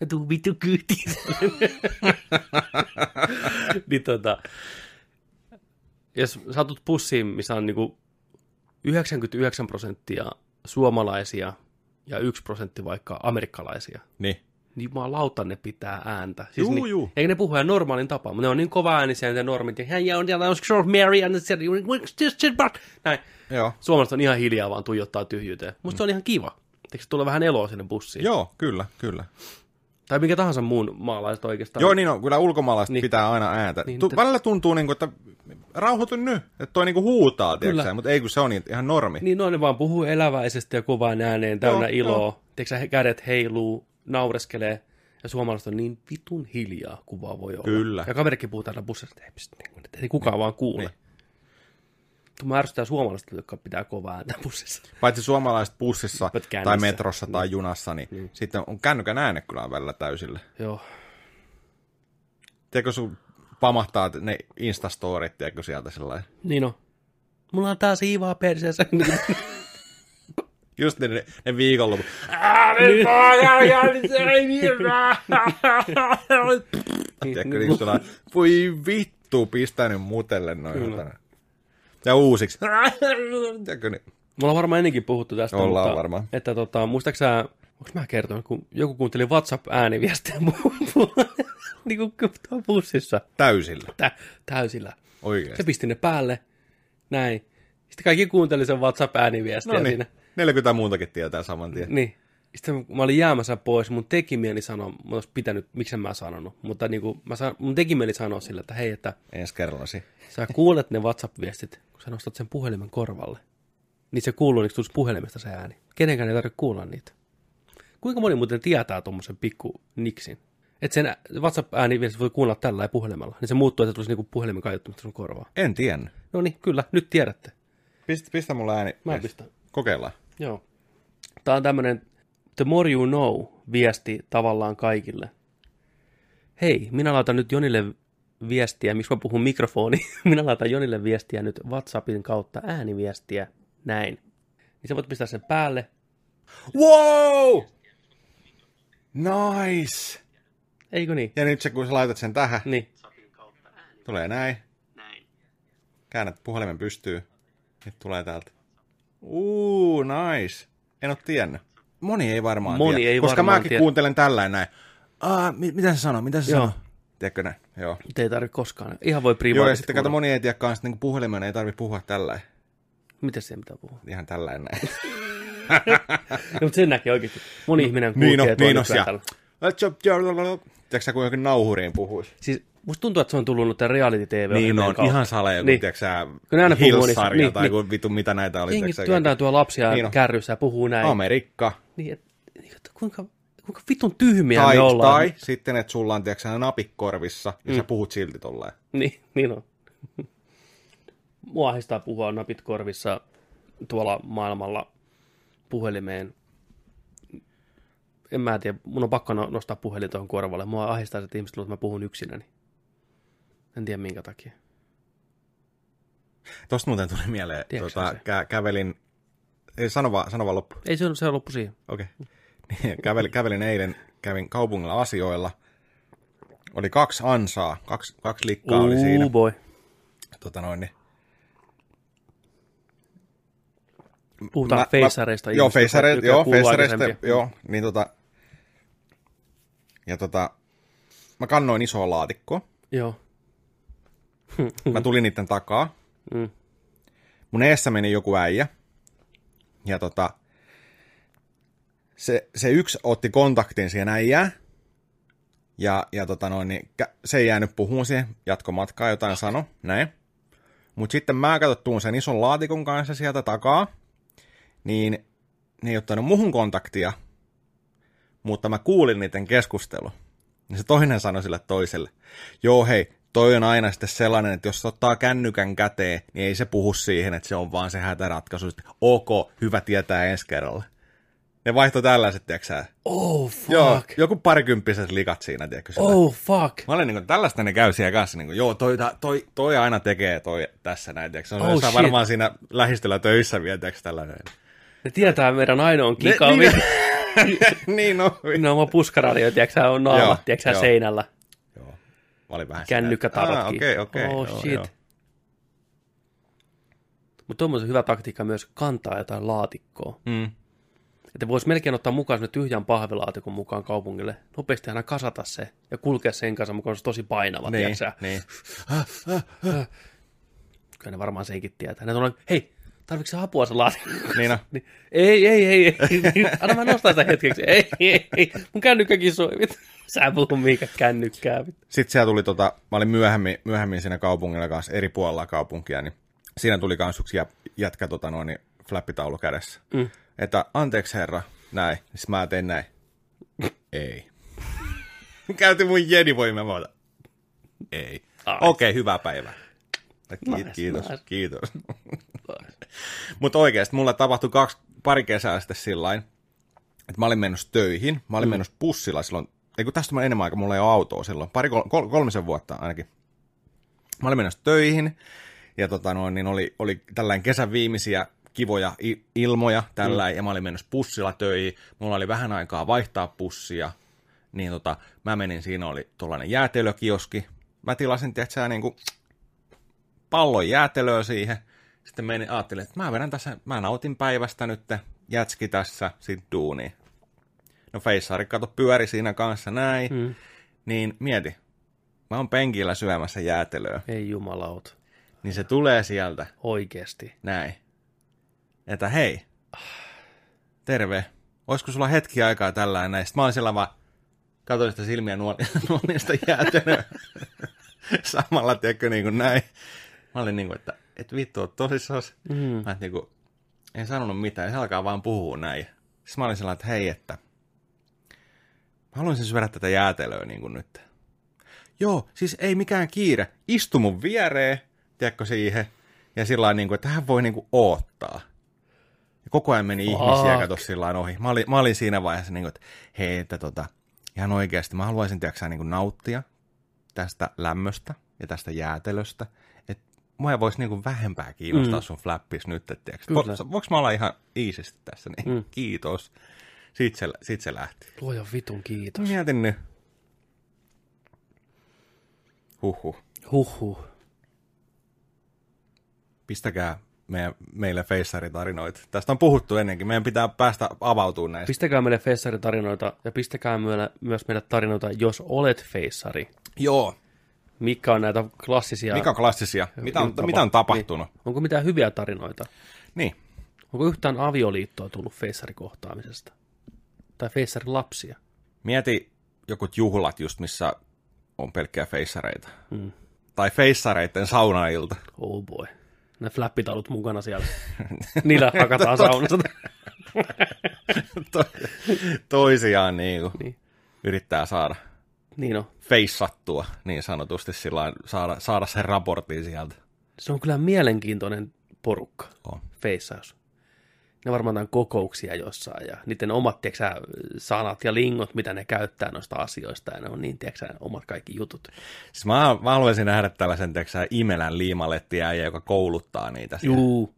S1: Ja tuu vittu kyytiin. niin tota, jos satut pussiin, missä on niinku 99 prosenttia suomalaisia ja 1 prosentti vaikka amerikkalaisia,
S2: Niin,
S1: Jumalauta ne pitää ääntä. Siis
S2: Juu,
S1: niin,
S2: juu.
S1: Eikä ne puhu ihan normaalin tapaan, mutta ne on niin kova äänisiä ne normit. Ja hän ja on siellä, on Short Mary, and it's- it's- it's- but- näin.
S2: joo.
S1: Suomalaiset on ihan hiljaa vaan tuijottaa tyhjyyteen. Musta se on ihan kiva. Eikö se tule vähän eloa sinne bussiin?
S2: Joo, kyllä, kyllä.
S1: Tai mikä tahansa muun maalaiset oikeastaan.
S2: Joo, niin on, kyllä ulkomaalaiset
S1: Niin.
S2: niin. pitää aina ääntä.
S1: Niin,
S2: Niin, tu-
S1: että-
S2: välillä tuntuu, niin kuin, että rauhoitu nyt, että toi niin kuin huutaa,
S1: Kyllä.
S2: tiedätkö, sä, mutta ei kun se on niin- ihan normi.
S1: Niin no, ne vaan puhuu eläväisesti ja kovaan ääneen, täynnä
S2: Joo,
S1: iloa. Joo. Tiedätkö, sä, he- kädet heiluu, naureskelee. Ja suomalaiset on niin vitun hiljaa kuvaa voi olla.
S2: Kyllä.
S1: Ja kaveritkin puhuu täällä bussissa, että ei, pst, niin kuin, että ei kukaan vaan kuule. Niin.
S2: Niin.
S1: Mä ärsytän suomalaiset, jotka pitää kovaa ääntä bussissa.
S2: Paitsi suomalaiset bussissa
S1: But kännissä.
S2: tai metrossa tai junassa, niin, niin. sitten on kännykän ääne kyllä on välillä täysillä.
S1: Joo.
S2: Tiedätkö, sun pamahtaa ne instastorit, tiedätkö sieltä sellainen.
S1: Niin on. Mulla on taas hiivaa perseessä.
S2: Just ne, ne, ne viikonloput. Tiedätkö, niin kuin sellainen, voi vittu, pistänyt mutelle noin. jotain. Ja uusiksi. Tiedätkö, niin,
S1: Me ollaan varmaan ennenkin puhuttu tästä.
S2: Ollaan
S1: mutta,
S2: varmaan.
S1: Että tota, muistaaksä, onko mä kertonut, kun joku kuunteli WhatsApp-ääniviestiä mulla, niin kuin tuolla bussissa
S2: täysillä,
S1: tä, täysillä. Se
S2: oikeasti.
S1: pisti ne päälle, näin. Sitten kaikki kuunteli sen WhatsApp-ääniviestiä
S2: No
S1: siinä.
S2: niin, 40 muutakin tietää saman tien.
S1: Niin. Sitten kun mä olin jäämässä pois, mun teki mieli sanoa, mä olisi pitänyt, miksen mä sanonut, mutta niin kuin, mä san, mun teki mieli sanoa sillä, että hei, että
S2: Ensi kerrallasi.
S1: sä kuulet ne WhatsApp-viestit, kun sä nostat sen puhelimen korvalle, niin se kuuluu, niin tulisi puhelimesta se ääni. Kenenkään ei tarvitse kuulla niitä. Kuinka moni muuten tietää tuommoisen pikku niksin? Että sen ä- WhatsApp-ääni vielä voi kuunnella tällä ja puhelimella, niin se muuttuu, että se tulisi niinku puhelimen kaiuttamista sun korvaa.
S2: En tiennyt.
S1: No niin, kyllä, nyt tiedätte.
S2: Pistä, pistä mulle ääni.
S1: Mä pistän.
S2: Kokeillaan.
S1: Joo. Tämä on tämmöinen The More You Know viesti tavallaan kaikille. Hei, minä laitan nyt Jonille viestiä, miksi mä puhun mikrofoni, minä laitan Jonille viestiä nyt WhatsAppin kautta ääniviestiä, näin. Niin sä voit pistää sen päälle,
S2: Wow! Nice!
S1: eikö niin?
S2: Ja nyt se, kun sä laitat sen tähän,
S1: Niin,
S2: tulee näin. Näin. Käännät puhelimen pystyy. Nyt tulee täältä. Uu, nice. En oo tiennyt. Moni ei varmaan
S1: Moni
S2: tiedä,
S1: ei
S2: koska
S1: varmaan
S2: mäkin
S1: tiedä.
S2: kuuntelen tällainen näin. Aa, mi- mitä se sanoo, mitä se
S1: Joo.
S2: sanoo? Tiedätkö näin? Joo.
S1: nyt ei tarvitse koskaan. Ihan voi privaatisti
S2: Joo, ja sitten kato,
S1: kuunnella.
S2: moni ei tiedä kanssa, niin puhelimen ei tarvi puhua tällä,
S1: Miten se mitä puhuu?
S2: ihan tällainen näin.
S1: no, mutta sen näkee oikeasti. Moni ihminen
S2: Niin on,
S1: kulkee tuolla
S2: niin on
S1: nykyään
S2: siellä.
S1: tällä.
S2: Tiedätkö sä, kun johonkin nauhuriin puhuisi?
S1: Siis Musta tuntuu, että se on tullut nyt reality TV.
S2: Niin on,
S1: kautta.
S2: ihan sale joku,
S1: Niin.
S2: niin. tiiäksä,
S1: Kun ne aina puhuu
S2: Hills-sarja
S1: niistä-
S2: tai
S1: niin,
S2: niin, vitu mitä näitä oli.
S1: Jengi
S2: tiiäksä,
S1: työntää tuo lapsia
S2: Niin on.
S1: kärryssä ja puhuu näin.
S2: Amerikka.
S1: Niin, et, niin, että kuinka, kuinka vitun tyhmiä
S2: Tai,
S1: me ollaan. Mm.
S2: tai sitten, että sulla on tiiäksä, napikkorvissa ja sä puhut silti tolleen.
S1: Niin, niin on. Mua ahdistaa puhua napit korvissa tuolla maailmalla puhelimeen. En mä tiedä, mun on pakko no- nostaa puhelin tuohon korvalle. Mua ahdistaa se, että ihmiset luulee, että mä puhun yksinäni. En tiedä minkä takia.
S2: Tuosta muuten tuli mieleen,
S1: Tiedätkö
S2: tota,
S1: se?
S2: kä- kävelin, ei sano vaan, sano vaan loppu.
S1: Ei se, se on loppu siihen.
S2: Okei. Okay. kävelin, kävelin eilen, kävin kaupungilla asioilla. Oli kaksi ansaa, kaksi, kaksi likkaa oli siinä.
S1: Ooh boy.
S2: Tota noin, niin.
S1: Puhutaan
S2: Mä-
S1: mä,
S2: mä-
S1: feissareista.
S2: Joo,
S1: ihmisistä,
S2: feissareista,
S1: jotka
S2: joo,
S1: kuuluu
S2: feissareista,
S1: aikaisempia.
S2: joo, niin tota, ja tota, mä kannoin isoa laatikkoa,
S1: Joo.
S2: mä tulin niiden takaa,
S1: Mm.
S2: mun eessä meni joku äijä, ja tota, se, se yksi otti kontaktin siihen äijään, ja, ja tota noin, niin kä- se ei jäänyt puhumaan siihen, jatko matkaa, jotain sano, näin. Mutta sitten mä katsottuun sen ison laatikon kanssa sieltä takaa, niin ne ei ottanut muhun kontaktia, mutta mä kuulin niiden keskustelu. Ja se toinen sanoi sille toiselle, joo hei, toi on aina sitten sellainen, että jos se ottaa kännykän käteen, niin ei se puhu siihen, että se on vaan se hätäratkaisu. Sitten, ok, hyvä tietää ensi kerralla. Ne vaihtoi tällaiset, tiedätkö sä?
S1: Oh fuck.
S2: Joo, joku parikymppiset likat siinä, tiedätkö sillä-
S1: Oh fuck.
S2: Mä olin niin kuin, tällaista ne käy siellä kanssa, niin kuin, joo, toi, ta- toi, toi aina tekee toi tässä näin, tiedätkö? Se on
S1: Oh,
S2: jossain
S1: shit.
S2: varmaan siinä lähistöllä töissä vielä, tiedätkö, tällainen.
S1: Ne tietää meidän ainoan
S2: Ne-
S1: kikavin.
S2: niin, niin on.
S1: No oma puskaradio, tiedätkö sä, on naamat,
S2: Joo,
S1: tiedätkö sä,
S2: joo.
S1: seinällä.
S2: Joo, mä olin vähän
S1: Kännykkätarotkin.
S2: Ah, Okei, okei.
S1: Oh
S2: joo,
S1: shit.
S2: joo.
S1: Mutta tuommoisen hyvä taktiikka myös kantaa jotain laatikkoa.
S2: Mm.
S1: Että voisi melkein ottaa mukaan sinne tyhjän pahvilaatikon mukaan kaupungille. Nopeasti aina kasata se ja kulkea sen kanssa mukaan, se on tosi painava,
S2: Niin,
S1: niin. tiedätkö niin.
S2: niin.
S1: Kyllä ne varmaan senkin tietää. Ne tulee, hei, tarvitsetko sä apua se laatikko?
S2: Niin on.
S1: Niin, ei, ei, ei, ei. Anna mä nostaa sitä hetkeksi. Ei, ei, ei. Mun kännykkäkin soi. Vittu. Sä en puhu mihinkä kännykkää. vittu.
S2: Sitten siellä tuli, tota, mä olin myöhemmin, myöhemmin siinä kaupungilla kanssa, eri puolella kaupunkia, niin siinä tuli kans yksi jä- jätkä tota, noin, niin flappitaulu kädessä. Mm. Että anteeksi herra, näin. Siis mä tein näin. Ei. Käytin mun jedivoimia, mä otan. Ei.
S1: Ai.
S2: Okei, okay, hyvää päivää. Kiit,
S1: Nice,
S2: kiitos,
S1: nice.
S2: kiitos. Mutta oikeasti mulla tapahtui kaksi, pari kesää sitten sillain, että mä olin mennyt töihin, mä olin mm. mennyt bussilla silloin, ei kun tästä mä enemmän aikaa, mulla ei ole autoa silloin, pari kol, kol, kolmisen vuotta ainakin. Mä olin mennyt töihin, ja tota noin, niin oli, oli tällainen kesän viimeisiä kivoja i- ilmoja tällä mm. ja mä olin mennyt bussilla töihin, mulla oli vähän aikaa vaihtaa bussia, niin tota, mä menin, siinä oli tuollainen jäätelökioski, mä tilasin, tiedätkö niin kuin pallon jäätelöä siihen. Sitten menin, ajattelin, että mä vedän tässä, mä nautin päivästä nyt, jätski tässä, sit duuni. No feissari, kato, pyöri siinä kanssa näin. Mm. Niin mieti, mä oon penkillä syömässä jäätelöä,
S1: Ei jumalauta.
S2: niin se tulee sieltä
S1: Oikeesti.
S2: näin. Että hei, terve, olisiko sulla hetki aikaa tällainen näin? Sitten mä oon siellä vaan, katsoin sitä silmiä nuoli, nuolista jäätynyt. Samalla, tiedätkö, niin kuin näin. Mä olin niin kuin, että et vittu, oot tosissaan. Mm. Mä et niin kuin, en sanonut mitään, se alkaa vaan puhua näin. Sitten mä olin sellainen, että hei, että mä haluaisin syödä tätä jäätelöä niin kuin nyt. Joo, siis ei mikään kiire. Istu mun viereen, tiedätkö siihen. Ja sillä lailla, niin kuin, että hän voi niin kuin, oottaa. Ja koko ajan meni Fuck. ihmisiä,
S1: Fuck.
S2: kato sillä lailla ohi. Mä olin, mä olin siinä vaiheessa, niin kuin, että hei, että tota, ihan oikeasti mä haluaisin, tiedätkö sä, niin kuin, nauttia tästä lämmöstä ja tästä jäätelöstä. Että mua ei voisi niin kuin, vähempää kiinnostaa mm. sun flappis nyt, että tiedätkö.
S1: Kyllä.
S2: Vo, voinko mä olla ihan iisisti tässä? Niin, mm. Kiitos. Sitten se, sit se lähti.
S1: Luoja vitun kiitos.
S2: Mietin nyt. Huhhuh.
S1: Huhhuh.
S2: Pistäkää meidän, meille feissaritarinoita. Tästä on puhuttu ennenkin. Meidän pitää päästä avautumaan näistä.
S1: Pistäkää meille feissaritarinoita ja pistäkää meille, myös meille tarinoita, jos olet feissari.
S2: Joo.
S1: Mikä on näitä klassisia...
S2: Mikä on klassisia? Mitä on,
S1: Tapa-
S2: mitä on tapahtunut?
S1: Niin. Onko mitään hyviä tarinoita?
S2: Niin.
S1: Onko yhtään avioliittoa tullut feissarikohtaamisesta? Tai feissarilapsia?
S2: Mieti jokut juhlat just, missä on pelkkää feissareita. Mm. Tai feissareiden saunailta.
S1: Oh boy. Ne flappitaulut mukana siellä. Niillä hakataan saunasta.
S2: To- toisiaan niin kuin
S1: Niin.
S2: yrittää saada
S1: niin on.
S2: feissattua niin sanotusti sillä lailla, saada, saada sen raportin sieltä.
S1: Se on kyllä mielenkiintoinen porukka,
S2: On.
S1: feissaus. Ne varmaan on kokouksia jossain ja niiden omat tiiäksä, sanat ja lingot, mitä ne käyttää noista asioista ja ne on niin tiiäksä, omat kaikki jutut.
S2: Siis mä, mä haluaisin nähdä tällaisen teksää Imelän liimalettiäjä, joka kouluttaa niitä. siellä.
S1: Juu,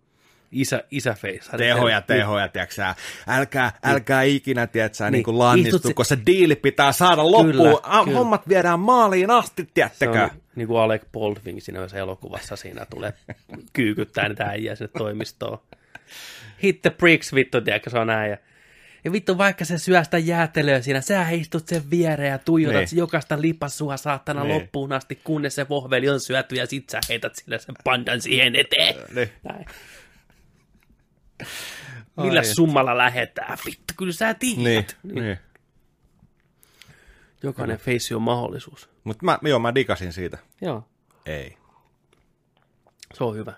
S1: isä, Niin, isä feissa.
S2: Tehoja, tehoja, tiiäksä. Älkää, älkää ikinä, tiiäksä, niin,
S1: Niin.
S2: niin kuin lannistu,
S1: Istut
S2: kun se diili pitää saada loppuun. A,
S1: kyllä.
S2: Hommat viedään maaliin asti,
S1: Se
S2: tiedättekö?
S1: on niin kuin Alec Baldwin siinä yhdessä elokuvassa siinä tulee kyykyttää niitä äijää sinne toimistoon. Hit the pricks, vittu, tiedätkö, se on näin. Ja, ja vittu, vaikka se syö sitä jäätelöä siinä, sä istut sen viereen ja tuijotat
S2: Niin.
S1: niin. jokaista lipassua saattana
S2: Niin.
S1: niin. loppuun asti, kunnes se vohveli on syöty ja sit sä heität sille sen pandan siihen eteen.
S2: Niin.
S1: Näin. Millä
S2: Ai.
S1: summalla lähetään? Vittu, kyllä sä tiedät.
S2: Niin, niin.
S1: Jokainen feissi on mahdollisuus.
S2: Mutta mä, joo, mä digasin siitä.
S1: Joo,
S2: Ei.
S1: se on hyvä.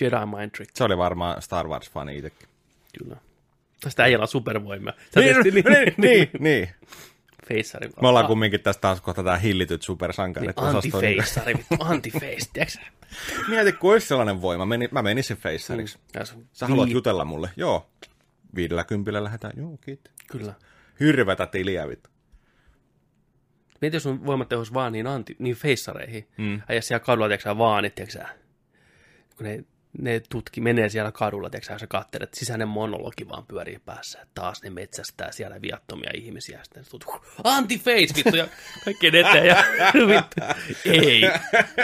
S1: Jedi mind trick.
S2: Se oli varmaan Star Wars-fani itsekin.
S1: Kyllä. Tästä ei ole supervoimia. Sä
S2: Niin,
S1: tietysti-
S2: niin, niin, niin.
S1: Feissari.
S2: Me ollaan kumminkin tässä taas kohta tämä hillityt supersankarit.
S1: Niin,
S2: osasto.
S1: Antifeissari, vittu, antifeis, tiiäksä?
S2: Mieti, kun olisi sellainen voima. Meni, mä menisin feissariksi. Mm.
S1: Ja sun-
S2: Sä haluat jutella mulle? Joo. Viidellä kympillä lähdetään. Joo, kiitos.
S1: Kyllä.
S2: Hyrvätä tiliä, vittu.
S1: Mieti, jos sun voimat tehois vaan niin, anti, niin feissareihin. Mm. Ja siellä kadulla, tiiäksä, vaanit, tiiäksä? Kun ne, ne tutki, menee siellä kadulla, tiiäksä, sä katselet, sisäinen monologi vaan pyörii päässä. että Taas ne metsästää siellä viattomia ihmisiä. ja Sitten tut, antifeis, vittu, ja kaikkien eteen. Ja, vittu, ei,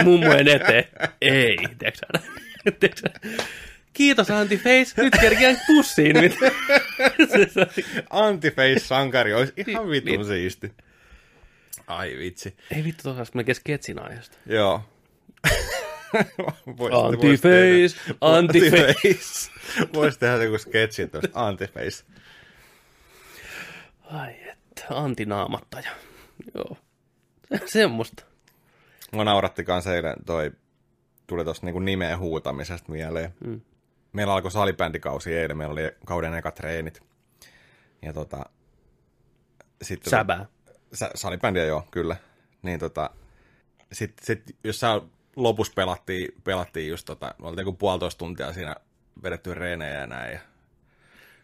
S1: mummojen eteen, ei, tiiäksä? tiiäksä? Kiitos antifeis, nyt kerkeän pussiin. vittu.
S2: Antiface-sankari olisi ihan
S1: Niin,
S2: vitun
S1: niin.
S2: siisti. Ai vitsi.
S1: ei vittu, tuossa olisi melkein sketsin aiheesta.
S2: Joo. Vois- vois tehdä-
S1: Antiface, antiface.
S2: Antiface. Voisi tehdä joku sketsin tuosta. Antiface.
S1: Ai että, antinaamattaja. Joo. Semmosta.
S2: Mua nauratti kanssa eilen toi, tuli tuosta niinku nimeen huutamisesta mieleen. Mm. Meillä alkoi salibändikausi eilen, meillä oli kauden eka treenit. Ja tota, sitten
S1: Säbää.
S2: Sä, salibändiä joo, kyllä. Niin tota, sit, sit jos sä lopussa pelattiin, pelattiin just tota, me oltiin joku puolitoista tuntia siinä vedetty reenejä ja näin. Ja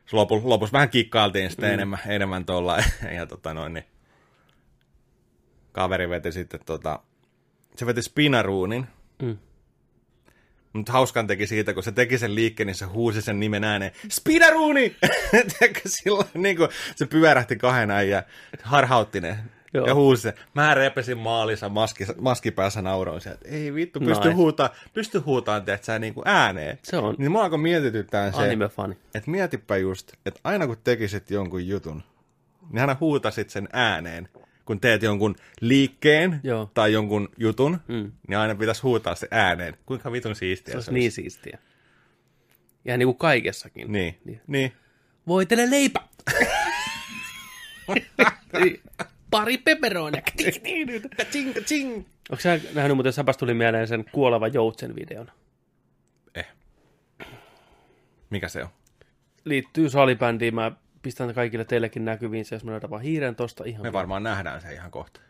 S2: sit lopu, lopussa vähän kikkailtiin sitten mm. enemmän, enemmän tuolla ja tota noin, niin kaveri veti sitten tota, se veti spinaruunin.
S1: Mm.
S2: Mutta hauskan teki siitä, kun se teki sen liikkeen, niin se huusi sen nimen ääneen, Spinaruuni! Tiedätkö, Silloin niin kuin, se pyörähti kahden ja harhautti ne. Joo.
S1: Joo.
S2: Ja huusi se. Mä repesin maalissa maski, maskipäässä nauroin sieltä. Ei vittu, pysty nice.
S1: Nice.
S2: huutaan, pysty huutaan, tiedät sä, niin kuin ääneen.
S1: Se on
S2: Niin mä alkoi mietityttää se,
S1: anime-fani.
S2: että mietipä just, että aina kun tekisit jonkun jutun, niin aina huutasit sen ääneen. Kun teet jonkun liikkeen
S1: Joo.
S2: tai jonkun jutun, mm. niin aina pitäisi huutaa se ääneen. Kuinka vitun siistiä
S1: Se
S2: se,
S1: olisi
S2: olisi.
S1: niin siistiä. Ja niin kuin kaikessakin.
S2: Niin, niin. niin.
S1: Voitele leipä! Pari peperonia.
S2: Kaching, kaching.
S1: Onko sä nähnyt muuten Säpäs tuli mieleen sen kuoleva joutsen videon?
S2: Eh. Mikä se on?
S1: Liittyy salibändiin. Mä pistän kaikille teillekin näkyviin se, jos mä löydän vaan hiiren tosta ihan.
S2: Me varmaan nähdään se ihan kohta.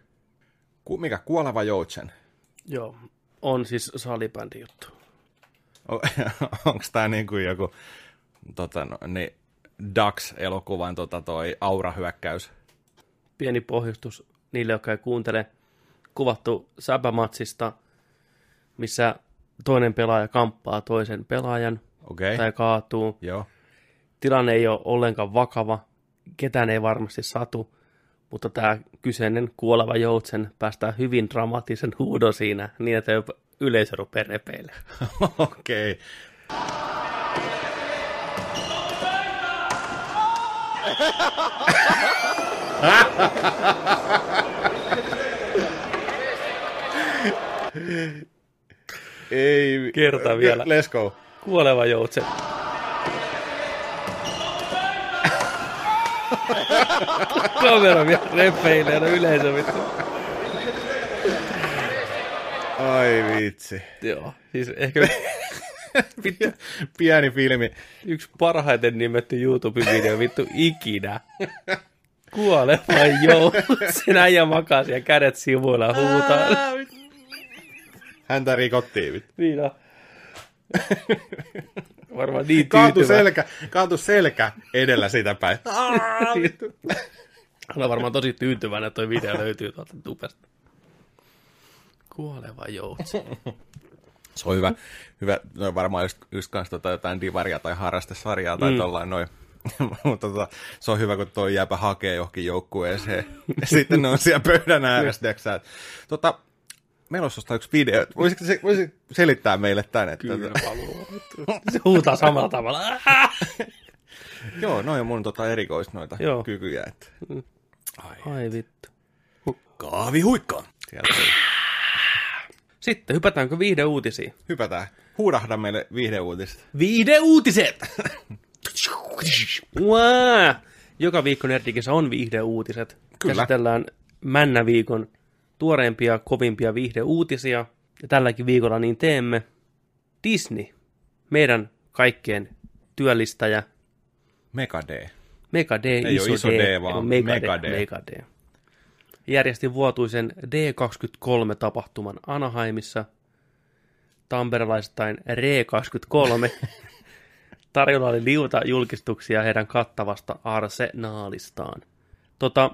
S2: Ku, mikä? Kuoleva joutsen?
S1: Joo. On siis salibändi juttu.
S2: Onko tämä niin kuin joku tota, no, niin, Dax-elokuvan tota, toi aurahyökkäys?
S1: pieni pohjustus niille, jotka ei kuuntele, kuvattu säpämatsista, missä toinen pelaaja kamppaa toisen pelaajan
S2: Okei. Okay.
S1: tai kaatuu.
S2: Joo.
S1: Tilanne ei ole ollenkaan vakava, ketään ei varmasti satu, mutta tämä kyseinen kuoleva joutsen päästää hyvin dramaattisen huudon siinä, niin että jopa yleisö rupeaa repeille.
S2: Okei. Okay. Ei.
S1: Kerta vielä.
S2: Let's go.
S1: Kuoleva joutsen. Kamera vielä repeilee, no yleisö vittu.
S2: Ai vitsi.
S1: Joo, siis ehkä
S2: Vittu. Pieni filmi.
S1: yksi parhaiten nimetty YouTube-video vittu ikinä. Kuole vai joo? Sen äijä makaa siellä kädet sivuilla ja huutaa.
S2: Häntä rikottiin. vittu.
S1: Niin on. Varmaan niin
S2: Kaatu
S1: tyytyvä.
S2: selkä, kaatu selkä edellä sitä päin. Aa, vittu.
S1: Hän on varmaan tosi tyytyväinen, että toi video löytyy tuolta tubesta. Kuoleva joutsi.
S2: Se on hyvä. hyvä. No varmaan just, just kanssa tota jotain divaria tai harrastesarjaa tai mm. tollain noin. Mutta tota, se on hyvä, kun toi jääpä hakee johonkin joukkueeseen. Ja sitten ne on siellä pöydän ääressä, tiiäksä, että, tota, meillä on susta yksi video. Voisitko se, voisit selittää meille tän? Että, tota,
S1: Se huutaa samalla tavalla. Ah!
S2: joo, noi on mun tota, erikois noita joo. Mm.
S1: Joo.
S2: kykyjä. Että.
S1: Ai vittu.
S2: Kaavi huikkaan. Sieltä
S1: Sitten hypätäänkö viihde uutisiin?
S2: hypätään. Huudahda meille viihdeuutiset.
S1: Viihde uutiset! Uää! Joka viikko Nerdikissä on viihde uutiset.
S2: Kyllä.
S1: Käsitellään männä viikon tuoreimpia, kovimpia viihde uutisia. Ja tälläkin viikolla niin teemme. Disney, meidän kaikkien työllistäjä,
S2: Mega D.
S1: Mega D,
S2: Ei
S1: iso,
S2: oo iso D, vaan
S1: on Mega,
S2: Mega
S1: Mega
S2: D.
S1: D. Mega D. Järjesti vuotuisen D23-tapahtuman Anaheimissa, tamperelaisittain R23. Tarjolla oli liuta julkistuksia heidän kattavasta arsenaalistaan. Tota,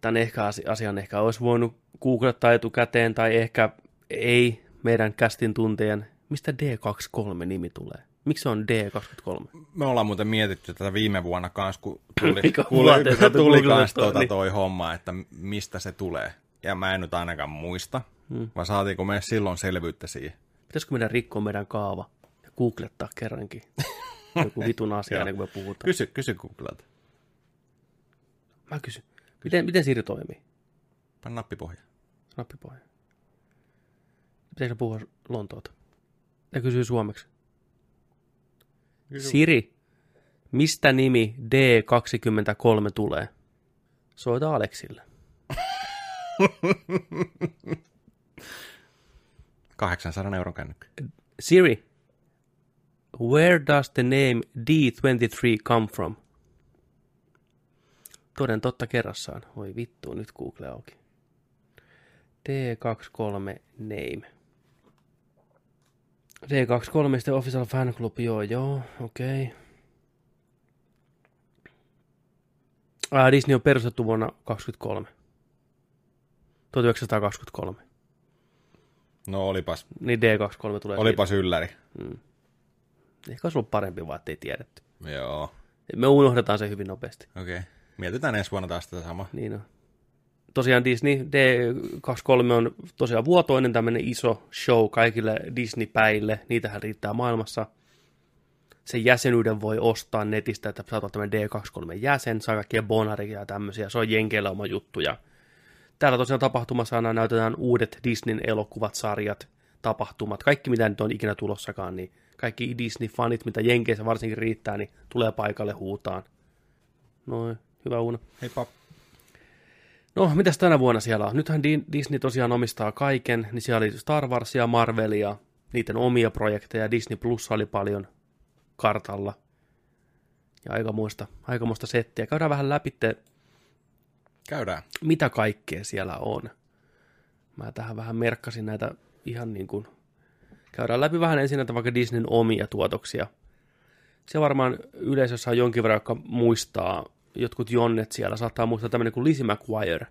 S1: tämän ehkä asi- asian ehkä olisi voinut googlettaa etukäteen, tai ehkä ei meidän kästin tuntejan. Mistä D23-nimi tulee? Miksi se on D23?
S2: Me ollaan muuten mietitty tätä viime vuonna kanssa, kun tuli,
S1: Mikä
S2: kuule,
S1: vuoteen saatu
S2: tuli
S1: googlettua,
S2: kanssa tuota
S1: niin.
S2: toi homma, että mistä se tulee. Ja mä en nyt ainakaan muista, hmm. vaan saatiinko me silloin selvyyttä siihen.
S1: Pitäisikö meidän rikkoa meidän kaava ja googlettaa kerrankin joku vitun asia,
S2: Joo.
S1: ennen kuin me puhutaan?
S2: Kysy, kysy Googlelta.
S1: Mä kysyn. Miten, miten Siri toimii?
S2: Panna nappipohja.
S1: Nappipohja. Pitäisikö puhua Lontoota? Ja kysyy suomeksi. Siri, mistä nimi D23 tulee? Soita Aleksille.
S2: 800 euron kännykkä.
S1: Siri, where does the name D23 come from? Toden totta kerrassaan. Voi vittu, nyt Google auki. D23 name. D23 sitten official fan club, joo joo, okei. Okay. Ah, Disney on perustettu vuonna 23. 1923.
S2: No olipas,
S1: Niin D23 tulee.
S2: olipas ylläri.
S1: siitä. Ehkä olisi ollut parempi vaan, ettei tiedetty.
S2: Joo,
S1: Me unohdetaan se hyvin nopeasti.
S2: okei. Okay. Mietitään ensi vuonna taas tätä samaa.
S1: Niin on. Tosiaan Disney D23 on tosiaan vuotoinen tämmöinen iso show kaikille Disney-päille. Niitähän riittää maailmassa. Sen jäsenyyden voi ostaa netistä, että saat olla tämmöinen D23-jäsen, saa kaikkia bonarikia ja tämmöisiä. Se on Jenkeillä oma juttu. Ja täällä tosiaan tapahtumassa aina näytetään uudet Disneyn elokuvat, sarjat, tapahtumat. Kaikki mitä nyt on ikinä tulossakaan, niin kaikki Disney-fanit, mitä Jenkeissä varsinkin riittää, niin tulee paikalle huutaan. Noin, hyvä Uno.
S2: Heippa.
S1: No, mitäs tänä vuonna siellä on? Nythän Di- Disney tosiaan omistaa kaiken, niin siellä oli Star Warsia, Marvelia, niiden omia projekteja, Disney Plus oli paljon kartalla. Ja aikamoista, aikamoista settiä. Käydään vähän läpi,
S2: Käydään.
S1: mitä kaikkea siellä on. Mä tähän vähän merkkasin näitä ihan niin kuin... Käydään läpi vähän ensin näitä vaikka Disneyn omia tuotoksia. Se varmaan yleisössä on jonkin verran, joka muistaa jotkut jonnet siellä. Saattaa muistaa tämmöinen kuin Lizzie McGuire.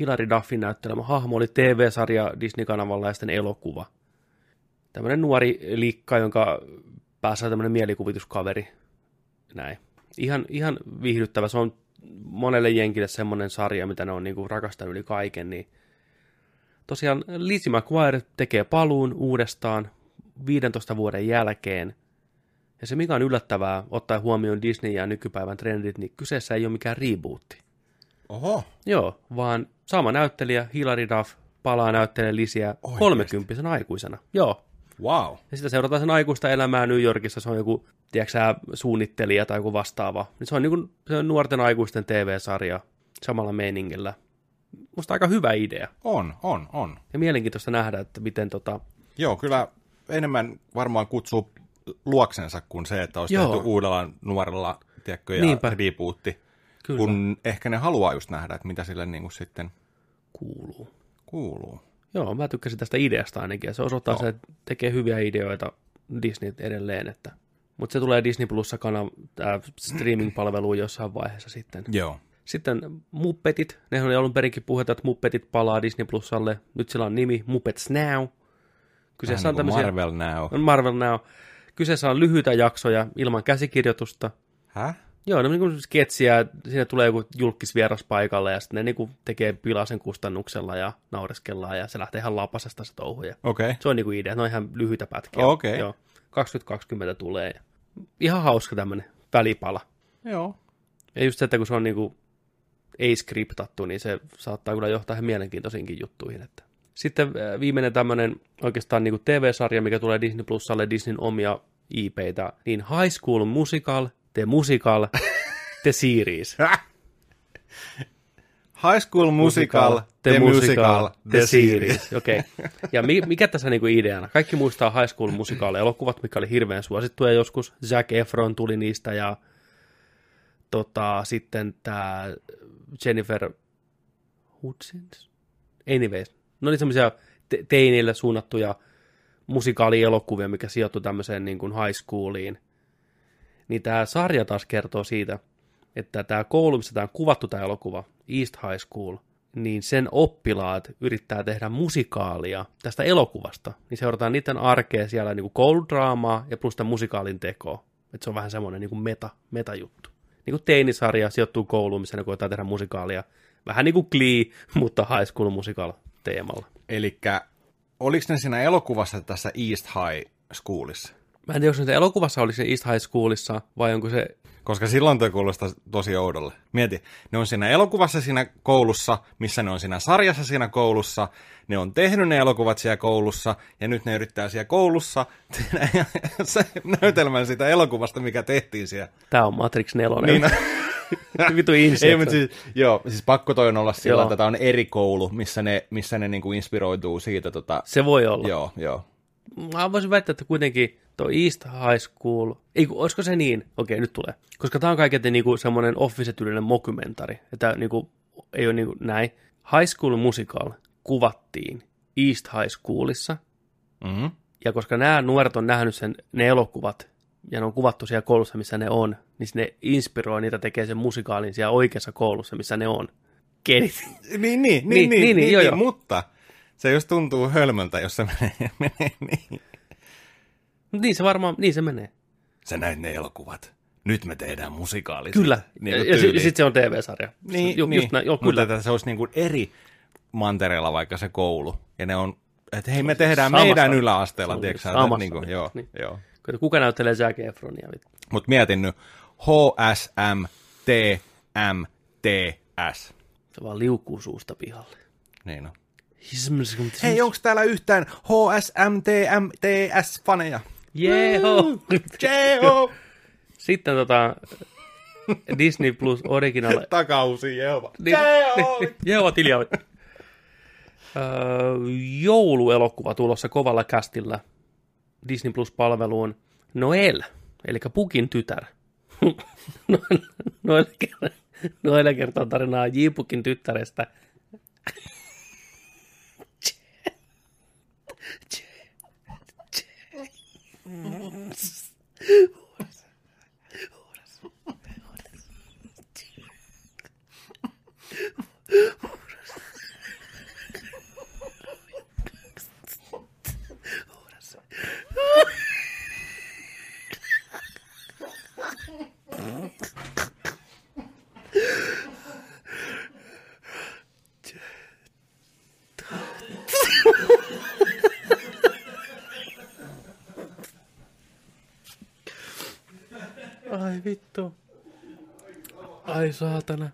S1: Hilary Duffin näyttelemä hahmo oli TV-sarja Disney-kanavalla ja sitten elokuva. Tämmöinen nuori likka, jonka päässä on tämmöinen mielikuvituskaveri. Näin. Ihan, ihan viihdyttävä. Se on monelle jenkille semmoinen sarja, mitä ne on niinku rakastanut yli kaiken. Niin tosiaan Lizzie McGuire tekee paluun uudestaan 15 vuoden jälkeen. Ja se mikä on yllättävää, ottaen huomioon Disney ja nykypäivän trendit, niin kyseessä ei ole mikään rebootti.
S2: Oho,
S1: Joo, vaan sama näyttelijä, Hilary Duff, palaa näyttelemään Lisiä kolmekymppisenä aikuisena. Joo.
S2: wow.
S1: Ja sitä seurataan sen aikuista elämää New Yorkissa, se on joku, tiedätkö sä, suunnittelija tai joku niinku, vastaava. Niin Se on, niin kuin, se on nuorten aikuisten TV-sarja samalla meiningillä. musta aika hyvä idea.
S2: On, on, on.
S1: Ja mielenkiintoista nähdä, että miten tota...
S2: Joo, kyllä enemmän varmaan kutsuu luoksensa kuin se, että olisi
S1: Joo.
S2: Joo. tehty uudella nuorella tiedätkö, ja
S1: Niinpä.
S2: rebootti.
S1: Kyllä.
S2: Kun ehkä ne haluaa just nähdä, että mitä sille niin kuin sitten
S1: Kuuluu.
S2: kuuluu.
S1: Joo, mä tykkäsin tästä ideasta ainakin, ja se osoittaa se, että tekee hyviä ideoita Disney edelleen, että... Mutta se tulee Disney Plussa kanav- äh, streaming-palveluun jossain vaiheessa sitten.
S2: Joo.
S1: Sitten Muppetit, ne oli alun perinkin puhetta, että Muppetit palaa Disney Plusalle. Nyt sillä on nimi Muppets Now. Kyseessä on
S2: Vähän niin
S1: tämmöisiä...
S2: kuin Marvel Now.
S1: On Marvel Now. Kyseessä on lyhyitä jaksoja ilman käsikirjoitusta.
S2: Häh?
S1: Joo, ne on niin sketsiä, siinä tulee joku julkisvieras paikalle ja sitten ne niin tekee pilasen kustannuksella ja naureskellaan ja se lähtee ihan lapasesta se touhu. Ja
S2: Okei. Okay.
S1: se on niin kuin idea, ne on ihan lyhyitä pätkiä.
S2: Okei.
S1: Joo, 2020 tulee. ja Ihan hauska tämmöinen välipala.
S2: Joo.
S1: Ja just se, että kun se on niinku ei skriptattu, niin se saattaa kyllä johtaa ihan mielenkiintoisiinkin juttuihin. Että. Sitten äh, viimeinen tämmöinen oikeastaan niinku TV-sarja, mikä tulee Disney Plusalle, Disneyn omia IPitä, niin High School Musical, The Musical, The Series.
S2: High School Musical, The, Musical,
S1: The Series. Okei. Okay. Ja mi- mikä tässä niinku ideana? Kaikki muistaa High School Musical elokuvat, mikä oli hirveän suosittuja joskus. Zac Efron tuli niistä ja tota, sitten tämä Jennifer Hudsons? Anyways. No niin semmoisia te- teinille suunnattuja musikaalielokuvia, mikä sijoittui tämmöiseen niin kuin high schooliin. Niin tämä sarja taas kertoo siitä, että tämä koulu, missä tämä on kuvattu tämä elokuva, East High School, niin sen oppilaat yrittää tehdä musikaalia tästä elokuvasta. Niin seurataan niiden arkea siellä niin kuin kouludraamaa ja plus tämän musikaalin tekoa. Et se on vähän semmoinen niin kuin meta, metajuttu. Niin kuin teinisarja sijoittuu kouluun, missä ne koetaan tehdä musikaalia. Vähän niin kuin Glee, mutta high school musical teemalla.
S2: Eli oliko ne siinä elokuvassa tässä East High Schoolissa?
S1: Mä en tiedä, onko se elokuvassa oliko se East High Schoolissa vai onko se...
S2: Koska silloin toi kuulostaa tosi oudolle. Mieti, ne on siinä elokuvassa siinä koulussa, missä ne on siinä sarjassa siinä koulussa, ne on tehnyt ne elokuvat siellä koulussa, ja nyt ne yrittää siellä koulussa tehdä se näytelmän siitä elokuvasta, mikä tehtiin siellä.
S1: Tämä on Matrix 4. Niin. Vitu
S2: Ei,
S1: Inception.
S2: mutta siis, joo, siis pakko toi on olla sillä,
S1: Joo.
S2: että tämä on eri koulu, missä ne, missä ne niinku inspiroituu siitä. Tota,
S1: Se voi olla.
S2: joo, joo.
S1: mä voisin väittää, että kuitenkin toi East High School, ei kun, olisiko se niin? Okei, nyt tulee. Koska tämä on kaiketi niinku semmoinen office-tyylinen mokumentari. Että niinku, ei ole niinku näin. High School Musical kuvattiin East High Schoolissa.
S2: Mm-hmm.
S1: Ja koska nämä nuoret on nähnyt sen, ne elokuvat, ja ne on kuvattu siellä koulussa, missä ne on, niin ne inspiroi niitä tekee sen musikaalin siellä oikeassa koulussa, missä ne on. Kedit.
S2: Niin, niin, niin,
S1: niin,
S2: niin, niin,
S1: niin,
S2: niin,
S1: joo,
S2: niin,
S1: joo.
S2: mutta se just tuntuu hölmöltä, jos se menee, menee niin.
S1: Mut Niin se varmaan, niin se menee.
S2: Sä näit ne elokuvat. Nyt me tehdään musikaalit.
S1: Kyllä.
S2: Niin,
S1: ja ja sitten se on TV-sarja.
S2: niin,
S1: Ju,
S2: niin.
S1: Just näin, joo,
S2: Mutta
S1: kyllä.
S2: että se olisi niin kuin eri mantereella vaikka se koulu. Ja ne on, että hei me tehdään
S1: samassa-
S2: meidän yläasteella,
S1: Samassa-
S2: tiedätkö sä,
S1: samassa-
S2: että niin kuin, joo,
S1: niin.
S2: niin. joo.
S1: Kato, Kuka näyttelee Jack Efronia? vittu?
S2: Mutta mietin nyt, HSM, TM, TS.
S1: Se vaan liukuu suusta pihalle.
S2: Niin on. onko täällä yhtään TS-faneja?
S1: Jeho!
S2: Jeho!
S1: Sitten tota, Disney Plus Original.
S2: Takausi, Jehova.
S1: Niin- Jeho tiljaa. Öö, jouluelokuva tulossa kovalla kästillä Disney Plus-palveluun. Noel, eli Pukin tytär. Noel, Noel kertoo tarinaa J. Pukin tyttärestä. Ai vittu. Ai saatana.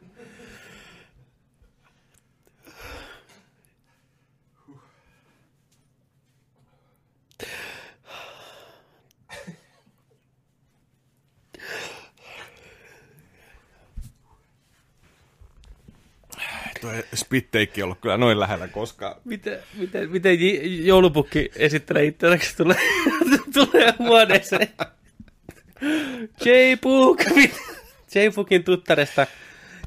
S2: Toi spitteikki ollut kyllä noin lähellä koskaan.
S1: Miten, miten, miten j- joulupukki esittelee itseään, kun se tulee, tulee huoneeseen? J-Book! J-Bookin tuttaresta,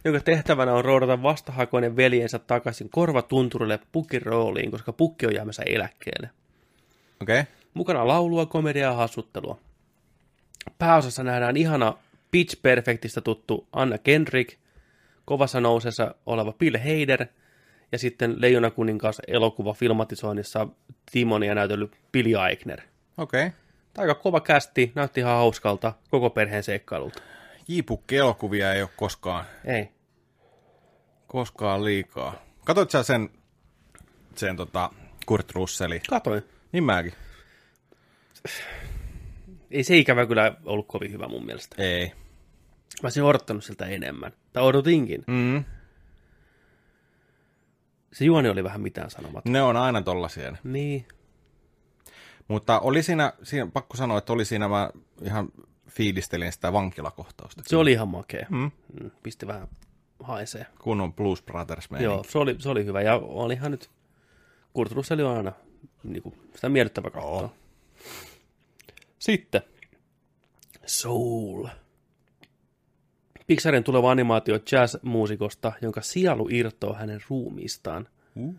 S1: jonka tehtävänä on roudata vastahakoinen veljensä takaisin korvatunturille pukin rooliin, koska pukki on jäämässä eläkkeelle.
S2: Okei. Okay.
S1: Mukana laulua, komediaa ja hassuttelua. Pääosassa nähdään ihana Pitch Perfectistä tuttu Anna Kendrick, kovassa nousessa oleva Bill Hader ja sitten Leijonakuningas elokuva filmatisoinnissa Timonia näytellyt Billy Eichner.
S2: Okei. Okay.
S1: Aika kova kästi, näytti ihan hauskalta koko perheen seikkailulta.
S2: Jiipukki-elokuvia ei ole koskaan,
S1: Ei.
S2: koskaan liikaa. Katoit sä sen, sen tota, Kurt Russeli?
S1: Katoin.
S2: Niin mäkin.
S1: Ei se ikävä kyllä ollut kovin hyvä mun mielestä.
S2: Ei.
S1: Mä olisin odottanut siltä enemmän. Tai odotinkin.
S2: Mm.
S1: Se juoni oli vähän mitään sanomatta.
S2: Ne on aina tollasia. ne.
S1: Niin.
S2: Mutta oli siinä, siinä, pakko sanoa, että oli siinä mä ihan fiilistelin sitä vankilakohtausta.
S1: Se oli ihan makea.
S2: Mm.
S1: Mm, Pisti vähän haisee.
S2: Kun on Blues Brothers meininki.
S1: Joo, se oli, se oli hyvä. Ja olihan nyt, Kurt Russell on aina niin kuin, sitä miellyttävä katsoa.
S2: Joo.
S1: Sitten Soul. Pixarin tuleva animaatio jazz-muusikosta, jonka sielu irtoaa hänen ruumiistaan.
S2: Uh.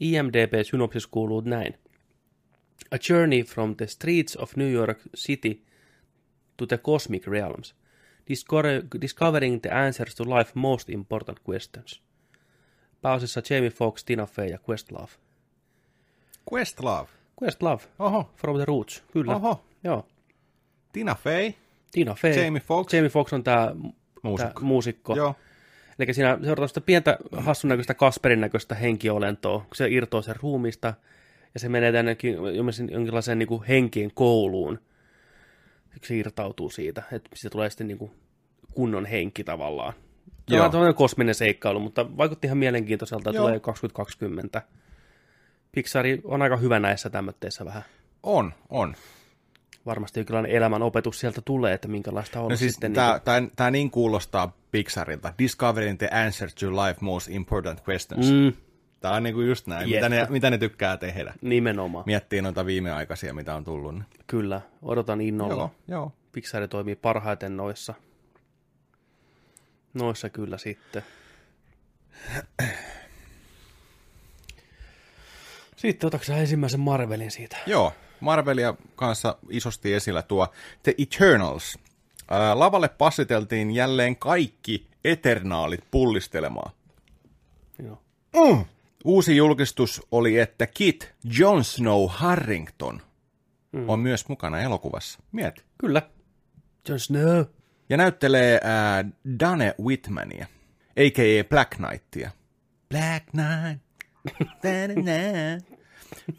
S1: IMDb-synopsis kuuluu näin. A journey from the streets of New York City to the cosmic realms, discover- discovering the answers to life's most important questions. Pääosissa Jamie Foxx, Tina Fey ja Questlove.
S2: Questlove.
S1: Questlove,
S2: Oho.
S1: From the Roots, kyllä.
S2: Oho.
S1: Joo.
S2: Tina Fey.
S1: Tina Fey.
S2: Jamie Foxx.
S1: Jamie Foxx on tämä
S2: Muusikko.
S1: muusikko.
S2: Joo.
S1: Eli siinä seurataan sitä pientä hassun näköistä Kasperin näköistä henkiolentoa, kun se irtoaa sen ruumista ja se menee tänne jonkin- jonkin- jonkinlaiseen niin kuin henkien kouluun. Se irtautuu siitä, että se tulee sitten niin kuin kunnon henki tavallaan. Tämä
S2: Joo.
S1: on tämmöinen kosminen seikkailu, mutta vaikutti ihan mielenkiintoiselta, että
S2: Joo.
S1: tulee 2020. Pixar on aika hyvä näissä tämmöitteissä vähän.
S2: On, on.
S1: Varmasti jonkinlainen elämän opetus sieltä tulee, että minkälaista on
S2: No siis
S1: sitten. niinku
S2: tämä, niin tämä niin kuulostaa Pixarilta. Discovering the answer to life most important questions. Mm.
S1: niin kuin,
S2: Tämä on niinku just näin,
S1: Jep.
S2: mitä ne, mitä ne tykkää tehdä.
S1: mm, nimenomaan,
S2: Miettii noita viimeaikaisia, mitä on tullut. Niin.
S1: kyllä. Odotan innolla.
S2: Joo, joo.
S1: Pixar toimii parhaiten noissa. Noissa kyllä sitten. Sitten otatko sä ensimmäisen Marvelin siitä?
S2: Joo, Marvelia kanssa isosti esillä tuo The Eternals. Ää, lavalle passiteltiin jälleen kaikki Eternaalit pullistelemaan.
S1: Joo.
S2: Mm. Uusi julkistus oli, että Kit Jon Snow Harrington mm. on myös mukana elokuvassa. Mieti.
S1: Kyllä. Jon Snow.
S2: Ja näyttelee ää, Dane Whitmania, a.k.a. Black Knightia. Black Knight. Da-da-da.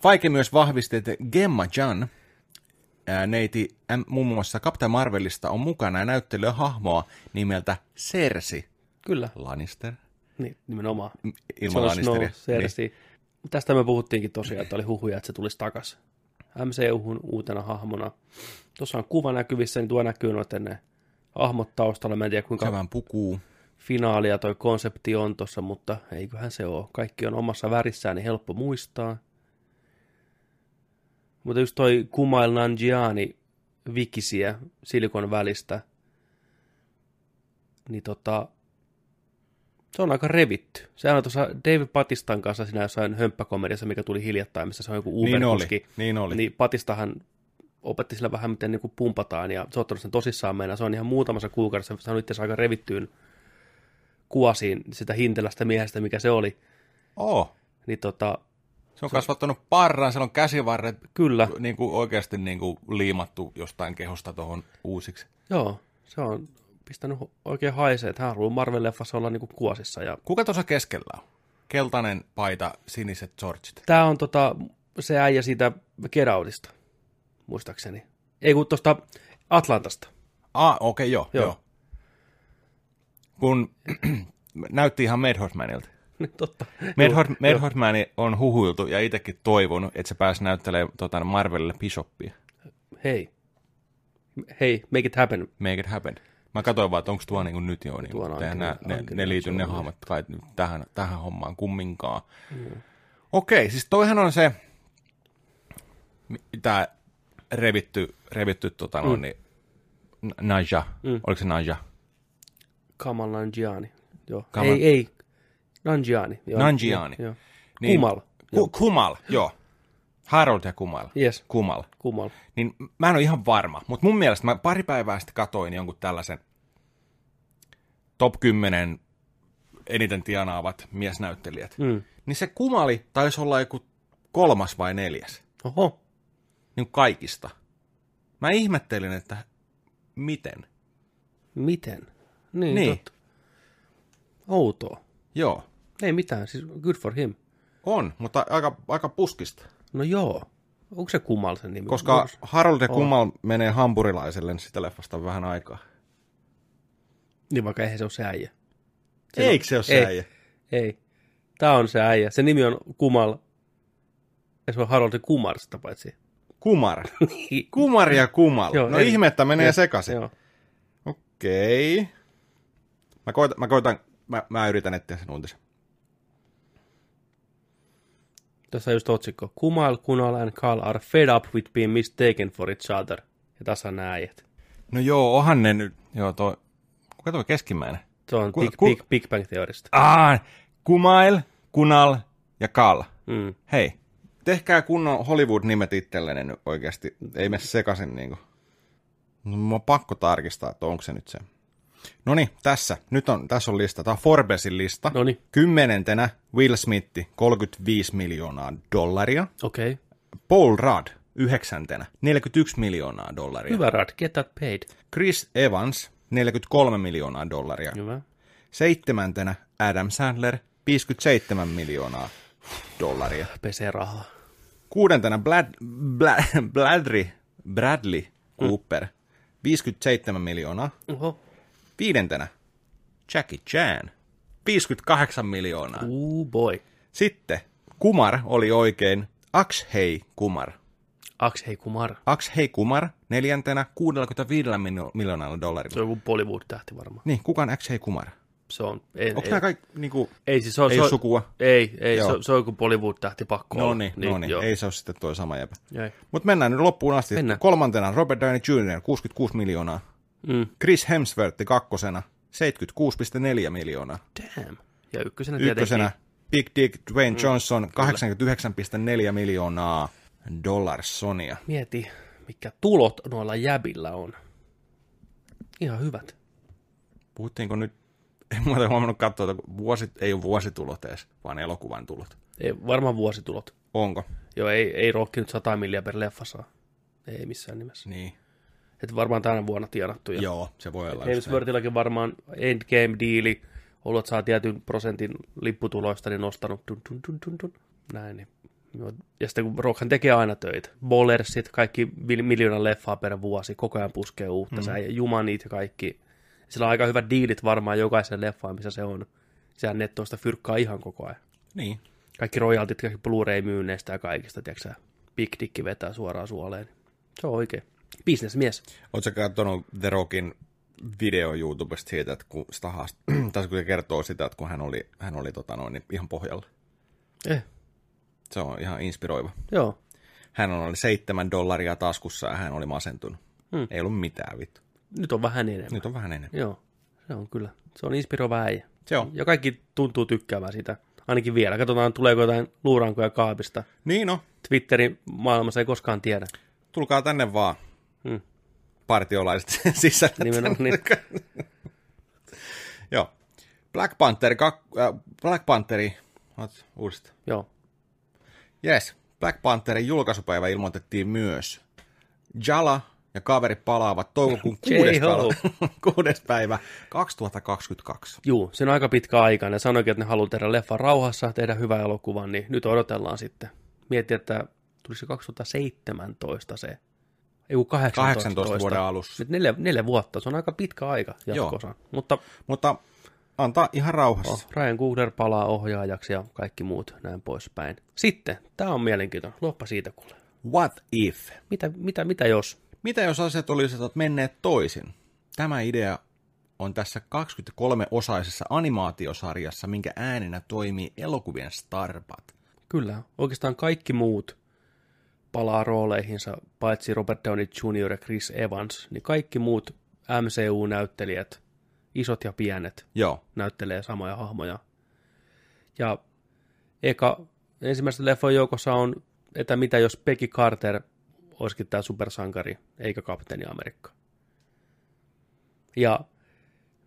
S2: Faike myös vahvisti, että Gemma Jan, ää, neiti äm, muun muassa Captain Marvelista, on mukana ja näyttelee hahmoa nimeltä Sersi
S1: Kyllä.
S2: Lannister.
S1: Niin, nimenomaan.
S2: Mm, Ilman
S1: Jon Snow, no,
S2: Lannisteria. Niin.
S1: Cersei. Tästä me puhuttiinkin tosiaan, että oli huhuja, että se tulisi takas. MCUhun uutena hahmona. Tuossa on kuva näkyvissä, niin tuo näkyy noiden ne hahmot taustalla. Mä en tiedä, kuinka
S2: Kävän Niin, pukuu.
S1: finaalia toi konsepti on tuossa, mutta eiköhän se ole. Kaikki on omassa värissään, niin helppo muistaa. Mutta just toi Kumail Nanjiani vikisiä silikon välistä, niin tota, se on aika revitty. Sehän on tuossa David Patistan kanssa siinä jossain hömppäkomediassa, mikä tuli hiljattain, missä se on joku uber
S2: Niin oli, niin oli.
S1: niin Patistahan opetti sillä vähän, miten niin kuin pumpataan, ja se on ottanut sen tosissaan meidän. Se on ihan muutamassa kuukaudessa saanut itse asiassa aika revittyyn kuosiin sitä hintelästä miehestä, mikä se oli.
S2: Oh,
S1: Niin tota,
S2: se on kasvattanut parran, se on käsivarret
S1: kyllä,
S2: niin kuin oikeasti niin kuin liimattu jostain kehosta tuohon uusiksi.
S1: joo, se on pistänyt ho- oikein haisee, että hän haluaa Marvel-leffassa olla niin kuin kuosissa. Ja
S2: Kuka tuossa keskellä on? Keltainen paita, siniset shortsit.
S1: tämä on tota, se äijä siitä Kedaudista, muistaakseni. Ei kun tuosta Atlantasta.
S2: Ah, okei, okay, joo,
S1: Joo.
S2: joo. joo. Kun näytti ihan Medhormanilta.
S1: Niin, Totta.
S2: Medhor- Medhorman on huhuiltu ja itsekin toivonut, että se pääsi näyttelemään tota, Marvelille Bishoppia.
S1: Hei. Hei, make it happen.
S2: Make it happen. Mä katsoin vaan, että onko tuo niinku nyt jo, niin
S1: Tuo on
S2: nää,
S1: Ankerin-
S2: ne, ne,
S1: Ankerin
S2: ne liity
S1: sulla.
S2: ne hahmot kai nyt tähän, tähän hommaan kumminkaan. Okei, siis toihan on se, tämä revitty, revitty tota
S1: Mm.
S2: noin, niin, N- Naja, oliko se Naja?
S1: Kamal Nanjiani. Joo.
S2: Kamal-
S1: Ei, ei. Nanjiani. Joo.
S2: Nanjiani.
S1: Joo.
S2: Niin-
S1: Kumal.
S2: Ku, Kumal, joo. Harold ja Kumal.
S1: Yes.
S2: Kumal.
S1: Kumal.
S2: Niin mä en ole ihan varma, mutta mun mielestä mä pari päivää sitten katoin jonkun tällaisen top 10 eniten tienaavat miesnäyttelijät.
S1: Mm.
S2: Niin se Kumali taisi olla joku kolmas vai neljäs.
S1: Oho.
S2: Niin kuin kaikista. Mä ihmettelin, että miten.
S1: Miten? Niin,
S2: Niin.
S1: niin. totta. Outoa.
S2: Joo,
S1: Ei mitään, siis good for him.
S2: on, mutta aika, aika puskista.
S1: No joo. Onko se Kumal sen nimi?
S2: Koska
S1: Onks-
S2: Harold ja Kumal menee hampurilaiselle niin sitä leffasta vähän aikaa.
S1: Niin vaikka eihän se ole se äijä. Se
S2: Eikö se ole se
S1: ei.
S2: äijä?
S1: Ei. Tämä on se äijä. Se nimi on Kumal. Ja se on Harold Kumarsta paitsi.
S2: Kumar. Kumar ja Kumal.
S1: Joo,
S2: no
S1: ei.
S2: ihme, että menee sekaisin.
S1: Joo.
S2: Okei. Mä koitan, mä, koitan mä, mä yritän etsiä sen uutisen.
S1: Tässä on just otsikko. Kumal, Kunal and Kal are fed up with being mistaken for each other. Ja tässä on nämä äijät.
S2: No joo, onhan ne nyt. Joo, toi, kuka toi keskimmäinen?
S1: Se on
S2: Ku-
S1: Big,
S2: ku-
S1: Big, Big Bang teorista.
S2: Ah, Kumail, Kunal ja Kal.
S1: Mm.
S2: Hei, tehkää kunnon Hollywood-nimet itsellenne nyt oikeasti. Ei mene sekaisin niinku. No, mun on pakko tarkistaa, että onko se nyt se. No niin, tässä. Nyt on, tässä on lista. Tämä on Forbesin lista.
S1: Noniin.
S2: Kymmenentenä Will Smith, 35 miljoonaa dollaria.
S1: Okei. Okay.
S2: Paul Rudd yhdeksäntenä, 41 miljoonaa dollaria.
S1: Hyvä Rad, get that paid.
S2: Chris Evans, 43 miljoonaa dollaria.
S1: Hyvä.
S2: Seitsemäntenä Adam Sandler, 57 miljoonaa dollaria.
S1: Pesee rahaa.
S2: Kuudentena Blad, Blad, Bladry, Bradley Cooper, 57 miljoonaa.
S1: Oho.
S2: Viidentenä Jackie Chan, 58 miljoonaa.
S1: Ooh boy.
S2: Sitten Kumar oli oikein Akshei Kumar,
S1: Akshay Kumar.
S2: Akshei Kumar neljäntenä 65 miljo- miljoonalla
S1: Se
S2: dollarilla.
S1: on joku Bollywood-tähti varmaan.
S2: Niin, kuka on Akshei Kumar?
S1: Se on. Ei,
S2: Onko
S1: ei,
S2: nämä kaikki niinku,
S1: ei siis se on,
S2: ei
S1: se
S2: ole
S1: on,
S2: sukua?
S1: Ei, ei, se,
S2: Joo.
S1: on- se on joku Bollywood-tähti pakko
S2: No
S1: olla.
S2: niin, no niin,
S1: joo.
S2: ei se ole sitten tuo sama jäpä.
S1: Ei.
S2: Mutta mennään nyt loppuun asti.
S1: Mennään.
S2: Kolmantena Robert Downey Jr. 66 miljoonaa.
S1: Mm.
S2: Chris Hemsworth kakkosena 76,4 miljoonaa.
S1: Damn. Ja ykkösenä
S2: Ykkösenä
S1: tietenkin. Mm,
S2: Big Dick Dwayne Johnson 89,4 miljoonaa dollarsonia.
S1: Mieti, mikä tulot noilla jäbillä on. Ihan hyvät.
S2: Puhuttiinko nyt, en muuten huomannut katsoa, että vuosit, ei ole vuositulot edes, vaan elokuvan tulot.
S1: Ei, varmaan vuositulot.
S2: Onko?
S1: Joo, ei, ei rokki nyt 100 milliä per leffa saa. Ei missään nimessä.
S2: Niin.
S1: Et varmaan tänä vuonna tienattu. Ja
S2: Joo, se voi olla. just näin.
S1: Hemsworthillakin varmaan endgame-diili. Ollut saa tietyn prosentin lipputuloista, niin nostanut dun, dun, dun, dun, dun. Näin, niin. Joo. Ja sitten kun Rockhan tekee aina töitä. Bolersit, kaikki mil- miljoona leffaa per vuosi, koko ajan puskee uutta. Mm. Sä jumanit ja kaikki. Sillä on aika hyvät diilit varmaan jokaisen leffaan, missä se on. Sehän nettoista fyrkkaa ihan koko ajan
S2: Niin.
S1: kaikki royaltit kaikki Blu-ray-myynneistä ja kaikista, tiedätkö sä, Big Dick vetää suoraan suoleen. Se on oikein. Bisnesmies.
S2: Oletko katsonut The Rockin video YouTubesta siitä, että kun, sitä haast- tai kun se kertoo sitä, että kun hän oli, hän oli tota noin, niin ihan pohjalla.
S1: Eh,
S2: Se on ihan inspiroiva.
S1: joo.
S2: Hän oli seitsemän dollaria taskussa ja hän oli masentunut. Hmm. Ei ollut mitään vittu.
S1: Nyt on vähän enemmän.
S2: Nyt on vähän enemmän.
S1: Joo. Se on kyllä. Se on inspiroiva äijä.
S2: Se on.
S1: Ja kaikki tuntuu tykkäämään sitä. Ainakin vielä. Katsotaan, tuleeko jotain luurankoja kaapista.
S2: Niin no,
S1: Twitterin maailmassa ei koskaan tiedä.
S2: tulkaa tänne vaan.
S1: Hmm.
S2: Partiolaiset sisällä.
S1: Nimenomaan
S2: niin. Joo. Black Panther, kak- äh, Black Pantheri, oot uudestaan.
S1: Joo.
S2: Yes, Black Pantherin julkaisupäivä ilmoitettiin myös. Jala ja kaveri palaavat toukokuun kuudes
S1: J-Ho.
S2: päivä, kuudes päivä 2022.
S1: Juu, se on aika pitkä aika. Ne sanoikin, että ne haluaa tehdä leffa rauhassa, tehdä hyvä elokuvan, niin nyt odotellaan sitten. Mietti, että tulisi 2017 se, ei kun 18,
S2: 18 vuoden alussa.
S1: Nyt neljä, neljä vuotta, se on aika pitkä aika jatkossa. Mutta
S2: Mutta antaa ihan rauhassa.
S1: oh, Ryan Coogler palaa ohjaajaksi ja kaikki muut näin poispäin. Sitten, tämä on mielenkiintoinen, luoppa siitä kuule.
S2: What if?
S1: Mitä, mitä, mitä jos?
S2: Mitä jos asiat olisivat menneet toisin? Tämä idea on tässä 23-osaisessa animaatiosarjassa, minkä äänenä toimii elokuvien starpat.
S1: Kyllä, oikeastaan kaikki muut palaa rooleihinsa, paitsi Robert Downey Jr. ja Chris Evans, niin kaikki muut MCU-näyttelijät, isot ja pienet,
S2: Joo,
S1: näyttelee samoja hahmoja. Ja eka, ensimmäisten leffojen joukossa on, että mitä jos Peggy Carter olisikin tämä supersankari, eikä kapteeni Amerikka. Ja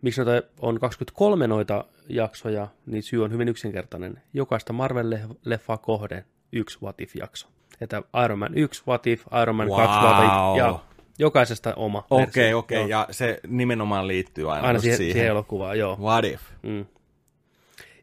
S1: miksi noita on 23 noita jaksoja, niin syy on hyvin yksinkertainen. Jokaista Marvel-leffaa kohden yksi What If-jakso. Että Iron Man 1 What If, Iron Man 2
S2: Wow.
S1: What If, ja jokaisesta oma
S2: okei, okei,
S1: versio.
S2: okay,
S1: Oh. Joo.
S2: ja se nimenomaan liittyy aina,
S1: Aina
S2: just
S1: siihen,
S2: siihen.
S1: siihen elokuvaan, joo.
S2: What if?
S1: Mm.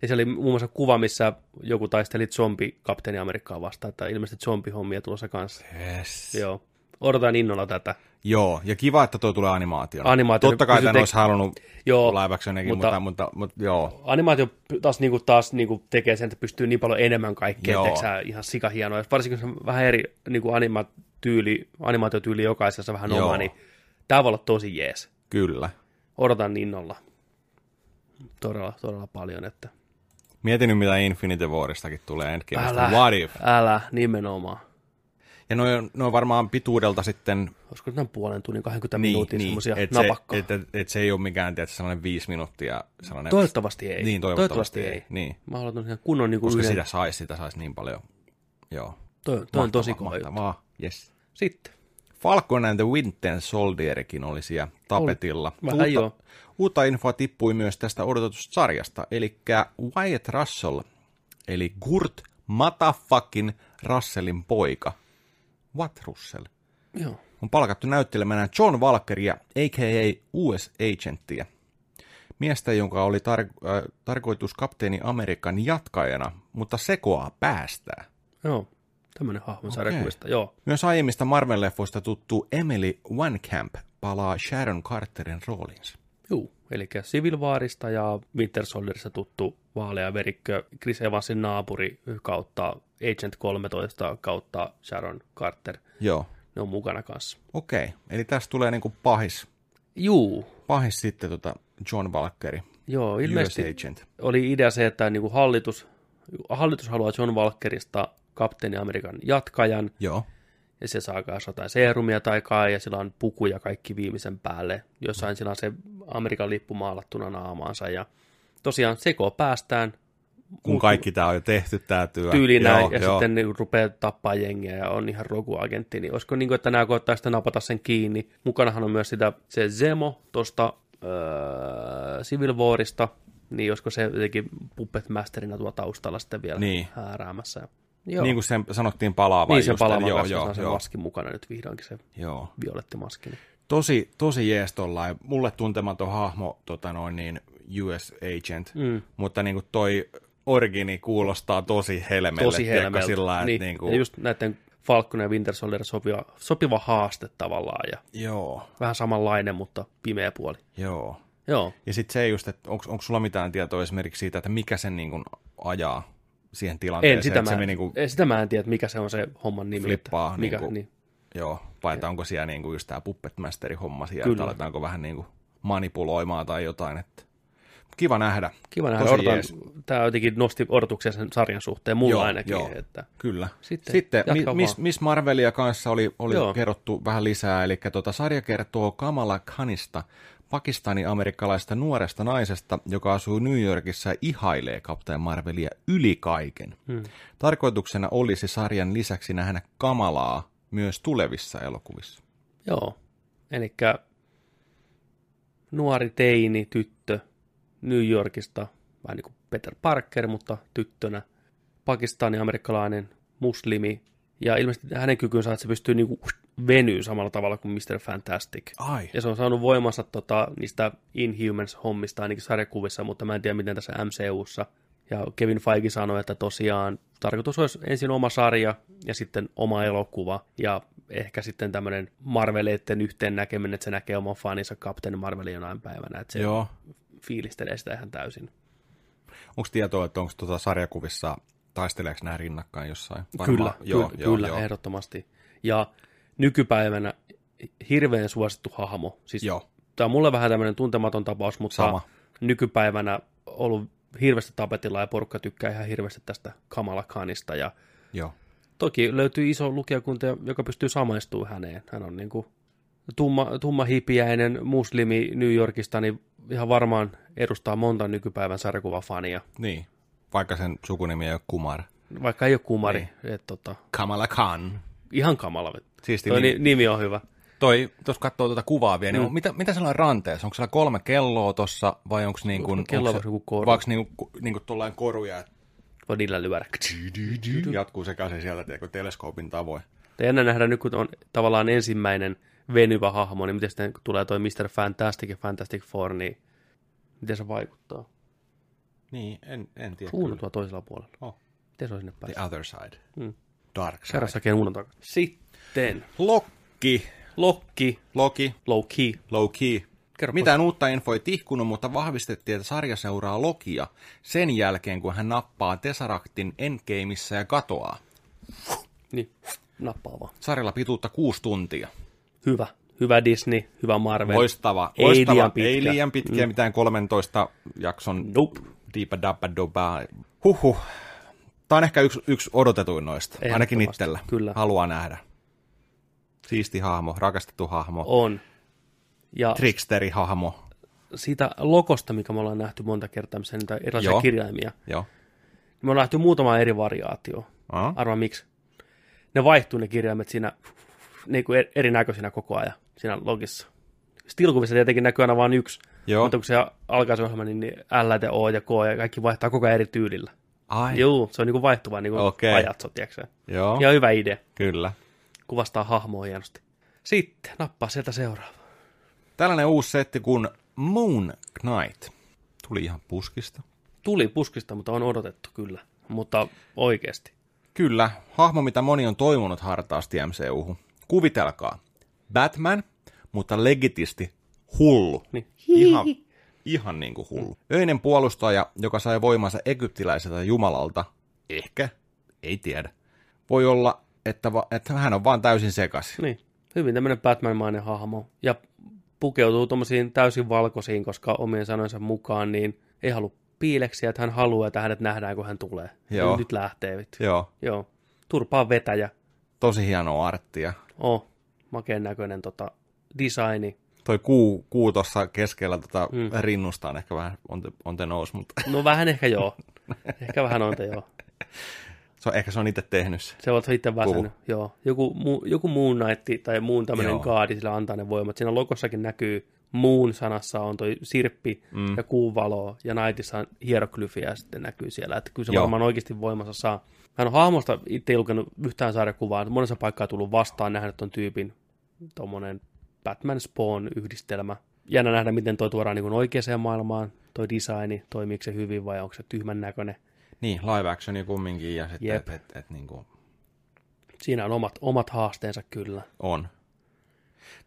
S1: Ja se oli muun muassa kuva, missä joku taisteli zombi kapteeni Amerikkaa vastaan, että ilmeisesti zombihommia tulossa kanssa.
S2: Yes.
S1: Joo. Odotan innolla tätä.
S2: Joo, ja kiva, että tuo tulee animaationa.
S1: Animaationa.
S2: Totta kai
S1: Pysy
S2: tämän
S1: tek-
S2: olisi halunnut
S1: Joo.
S2: live actioninenkin, mutta,
S1: Mutta-
S2: mutta, mutta, mutta joo.
S1: Animaatio taas, niin kuin, taas niin kuin tekee sen, että pystyy niin paljon enemmän kaikkea,
S2: Joo.
S1: teksää ihan sikahienoa. Ja Varsinkin kun se on vähän eri niin kuin animatyyli, animaatiotyyli jokaisessa vähän
S2: Joo.
S1: oma, niin tämä voi olla tosi jees.
S2: Kyllä.
S1: Odotan innolla. Todella, todella paljon, että
S2: Mietin nyt, mitä Infinity Waristakin tulee Endgameista.
S1: älä,
S2: What if?
S1: älä nimenomaan.
S2: Ja ne on, ne on varmaan pituudelta sitten
S1: Olisiko tämän puolen tunnin, 20 niin, minuutin niin, semmoisia
S2: et se,
S1: napakkoja.
S2: et, et, et se ei ole mikään tietysti sellainen viisi minuuttia. Sellainen,
S1: Toivottavasti ei.
S2: Niin, toivottavasti, ei. Niin,
S1: Mä haluan tommosen ihan kunnon niin kuin
S2: koska
S1: yhden.
S2: sitä saisi, sitä saisi niin paljon. Joo.
S1: Toi, toi on tosi kova juttu.
S2: mahtavaa. Yes.
S1: Sitten.
S2: Falcon and the Winter Soldierikin oli siellä tapetilla.
S1: Vähän joo.
S2: uutta infoa tippui myös tästä odotetusta sarjasta, eli Wyatt Russell, eli Gurt Matafakin Russellin poika. What Russell?
S1: Joo.
S2: on palkattu näyttelemään John Walkeria, a.k.a. US Agenttia. Miestä, jonka oli tar- äh, tarkoitus kapteeni Amerikan jatkajana, mutta sekoaa päästää.
S1: Joo. Tämmönen hahmo sarjakuvista. Joo.
S2: Myös aiemmista Marvel-leffoista tuttu Emily Wankamp palaa Sharon Carterin rooliinsa.
S1: Juu. Eli Civil Warista ja Winter Soldierissa tuttu vaalea verikkö Chris Evansin naapuri kautta Agent 13 kautta Sharon Carter.
S2: Joo,
S1: Ne on mukana kanssa.
S2: okei. Okay. Eli tässä tulee niinku pahis,
S1: Juu.
S2: pahis sitten tota John Walkeri,
S1: Joo,
S2: US
S1: ilmeisesti
S2: Agent.
S1: oli idea se, että niin kuin hallitus, hallitus haluaa John Walkerista kapteeni Amerikan jatkajan,
S2: Joo,
S1: ja se saa kanssa jotain seerumia tai kai, ja sillä on pukuja kaikki viimeisen päälle. Jossain sillä on se Amerikan lippu maalattuna naamaansa, ja tosiaan seko päästään
S2: kun kaikki tämä on jo tehty, tämä työ.
S1: tyyliin
S2: Joo,
S1: näin, ja
S2: joo.
S1: sitten niin rupeaa tappaa jengiä ja on ihan roguagentti, niin olisiko niin kuin, että nämä koettaa sitä napata sen kiinni. Mukanahan on myös sitä, se Zemo tuosta öö, Civil Warista, niin olisiko se jotenkin Puppet Masterina tuolla taustalla sitten vielä
S2: Niin.
S1: niin. hääräämässä. Joo.
S2: Niin kuin sen sanottiin palaavan.
S1: niin se
S2: just,
S1: palaavan
S2: eli
S1: kanssa, se on sen maskin mukana nyt vihdoinkin se
S2: Joo.
S1: violetti maski. Niin.
S2: Tosi, tosi jees tollain. Mulle tuntematon hahmo, tota noin niin, US Agent, mm. mutta niin kuin toi origini kuulostaa tosi helmelle.
S1: Tosi
S2: tiedätkö,
S1: helmeltä.
S2: Sillä lailla,
S1: niin,
S2: että niin
S1: ja
S2: kuin, just...
S1: just näiden Falcon ja Winter Soldier sopiva, sopiva haaste tavallaan ja
S2: Joo,
S1: vähän samanlainen, mutta pimeä puoli.
S2: joo.
S1: Joo.
S2: Ja sitten se just, että onko sulla mitään tietoa esimerkiksi siitä, että mikä sen niin kuin ajaa siihen tilanteeseen.
S1: En, sitä
S2: että
S1: mä,
S2: se
S1: en,
S2: meni niin kuin,
S1: ei, sitä mä en tiedä, että mikä se on se homman nimi.
S2: Flippaa
S1: että, mikä,
S2: niinku-
S1: niin,
S2: joo, vai että onko siellä niin kuin just tämä puppetmästeri homma siellä,
S1: Kyllä.
S2: että aletaanko vähän niin kuin manipuloimaan tai jotain. Että... Kiva nähdä.
S1: kiva nähdä,
S2: Tosi
S1: odotan,
S2: jees.
S1: tämä jotenkin nosti odotuksia sen sarjan suhteen, mulla
S2: Joo,
S1: ainakin.
S2: joo.
S1: Että,
S2: Kyllä. Sitten,
S1: Sitten
S2: Sitten
S1: jatka
S2: mi-
S1: vaan.
S2: Miss, Miss Marvelia kanssa oli, oli
S1: Joo.
S2: kerrottu vähän lisää, eli tota, sarja kertoo Kamala Khanista, pakistani-amerikkalaista nuoresta naisesta, joka asuu New Yorkissa ja ihailee Captain Marvelia yli kaiken. Hmm. Tarkoituksena olisi sarjan lisäksi nähdä Kamalaa myös tulevissa elokuvissa.
S1: joo, eli nuori teini, tyttö New Yorkista, vähän niin kuin Peter Parker, mutta tyttönä, pakistani amerikkalainen muslimi, ja ilmeisesti hänen kykynsä, on, että se pystyy niin kuin venyy samalla tavalla kuin Mr. Fantastic.
S2: Ai.
S1: Ja se on saanut voimansa tota, niistä Inhumans-hommista ainakin sarjakuvissa, mutta mä en tiedä miten tässä MCUssa. Ja Kevin Feige sanoi, että tosiaan tarkoitus olisi ensin oma sarja ja sitten oma elokuva ja ehkä sitten tämmöinen Marveleiden yhteen näkeminen, että se näkee oman faninsa Captain Marvelin jonain päivänä, että se Joo.
S2: Joo.
S1: fiilistelee sitä ihan täysin.
S2: Onko tietoa, että onko tuota sarjakuvissa, taisteleeko nämä rinnakkain jossain?
S1: kyllä,
S2: joo,
S1: kyllä,
S2: joo,
S1: kyllä
S2: joo.
S1: ehdottomasti. Ja nykypäivänä hirveän suosittu hahmo, siis
S2: Joo.
S1: tämä on mulle vähän tämmöinen tuntematon tapaus, mutta
S2: Sama.
S1: nykypäivänä ollut hirveästi tapetilla ja porukka tykkää ihan hirveästi tästä Kamala Khanista ja
S2: Joo.
S1: toki löytyy iso lukijakunta, joka pystyy samaistumaan häneen. Hän on niin kuin tumma, tumma hipiäinen muslimi New Yorkista, niin ihan varmaan edustaa monta nykypäivän sarjakuvafania,
S2: Niin. Vaikka sen sukunimi ei ole Kumar.
S1: vaikka ei ole kumari. Et, tota,
S2: Kamala Khan.
S1: ihan kamala.
S2: Siisti
S1: Toi
S2: nimi.
S1: ni- nimi on hyvä.
S2: Toi, tuossa katsoo tuota kuvaa vielä, niin on- mitä, mitä siellä on ranteessa? Onko siellä kolme kelloa tuossa vai onko niin kuin,
S1: kello
S2: onko
S1: vai joku koru?
S2: Vaikka niin kuin, niin kuin tuollainen koruja, että
S1: Voi niillä lyödä.
S2: jatkuu se käsi sieltä, tiedätkö, teleskoopin tavoin.
S1: Tai jännä nähdä nyt, kun on tavallaan ensimmäinen venyvä hahmo, niin miten sitten kun tulee toi Mr. Fantastic ja Fantastic Four, niin miten se vaikuttaa?
S2: Niin, en, en tiedä.
S1: Kuulun tuo toisella puolella.
S2: Oh.
S1: Miten se on sinne päässyt?
S2: The other side. Mm. Dark side.
S1: Käydä sakeen uunon takaa. Sitten.
S2: Lokki.
S1: Lokki.
S2: Loki.
S1: Low-key.
S2: Low key.
S1: Kerro
S2: Mitään uutta info ei tihkunut, mutta vahvistettiin, että sarja seuraa Lokia sen jälkeen, kun hän nappaa Tesseractin Endgameissa ja katoaa.
S1: Niin, nappaa vaan.
S2: Sarjalla pituutta kuusi tuntia.
S1: Hyvä. Hyvä Disney, hyvä Marvel.
S2: Loistava.
S1: Ei
S2: loistava.
S1: liian pitkä.
S2: Ei liian pitkä, mm. mitään 13 jakson
S1: Nope.
S2: diipa dabba doba. Huhhuh. Tämä on ehkä yksi, yksi odotetuin noista, ainakin
S1: Ehdottomasti,
S2: itsellä.
S1: kyllä.
S2: Haluaa nähdä. Siisti hahmo, rakastettu hahmo,
S1: On. Ja
S2: tricksteri hahmo.
S1: siitä lokosta, mikä me ollaan nähty monta kertaa, missä niitä erilaisia
S2: Joo.
S1: kirjaimia.
S2: Joo. Ah.
S1: Me ollaan nähty muutama eri variaatio.
S2: Aa.
S1: Arvaa miksi. Ne vaihtuu ne kirjaimet siinä niin kuin er- erinäköisinä koko ajan siinä logissa. Stilkuvissa tietenkin näkyy aina vain yksi,
S2: Joo.
S1: mutta kun se alkaa se ohjelma, niin L, T, O ja K ja kaikki vaihtaa koko ajan eri tyylillä.
S2: Ai.
S1: Joo, se on niin kuin vaihtuva niin kuin
S2: Okei.
S1: ajatso, tiedätkö
S2: Joo.
S1: Ja hyvä idea.
S2: Kyllä.
S1: Kuvastaa hahmoa hienosti. Sitten nappaa sieltä seuraava.
S2: Tällainen uusi setti kuin Moon Knight. Tuli ihan puskista.
S1: Tuli puskista, mutta on odotettu kyllä. Mutta oikeasti.
S2: Kyllä, hahmo mitä moni on toivonut hartaasti MCU-hu. Kuvitelkaa, Batman, mutta legitisti hullu.
S1: Niin.
S2: Ihan, ihan niin kuin hullu. Öinen puolustaja, joka sai voimansa egyptiläiseltä jumalalta. Ehkä, ei tiedä. Voi olla, että, va- että hän on vaan täysin sekaisin.
S1: Niin, hyvin tämmöinen Batman-mainen hahmo. Ja pukeutuu tuommoisiin täysin valkoisiin, koska omien sanojensa mukaan niin ei halua piileksiä, että hän haluaa, että hänet nähdään, kun hän tulee.
S2: Joo.
S1: Nyt- Nyt lähtee, vittu.
S2: Joo,
S1: Joo. Turpaa vetäjä.
S2: tosi hienoa arttia.
S1: Oh, makeen näköinen tota, designi.
S2: Toi kuu, kuu tuossa keskellä tota mm. rinnusta on ehkä vähän on the, on the nose, mutta
S1: No vähän ehkä joo. ehkä vähän on te joo.
S2: se on, ehkä se on itse tehnyt se.
S1: Se on itse väsynyt. Joo. Joku, muu, joku muun naitti tai muun tämmöinen
S2: Joo.
S1: kaadi, sillä antaa ne voimat. Siinä lokossakin näkyy muun sanassa on toi sirppi mm. ja kuun valo, ja naitissa on hieroglyfiä sitten näkyy siellä. Että kyllä se
S2: Joo.
S1: Joo. varmaan oikeasti voimansa saa. Mä en ole hahmosta itse lukenut yhtään sarjakuvaa, mutta monessa paikkaa tullut vastaan, nähnyt ton tyypin tommonen Batman Spawn yhdistelmä. Jännä nähdä, miten toi tuodaan niin oikeaan maailmaan, toi designi, toimiiko se hyvin vai onko se tyhmän näköinen.
S2: Niin, live actioni kumminkin ja sitten,
S1: Jep.
S2: että et, et, et, niin kuin
S1: Siinä on omat, omat haasteensa kyllä.
S2: on.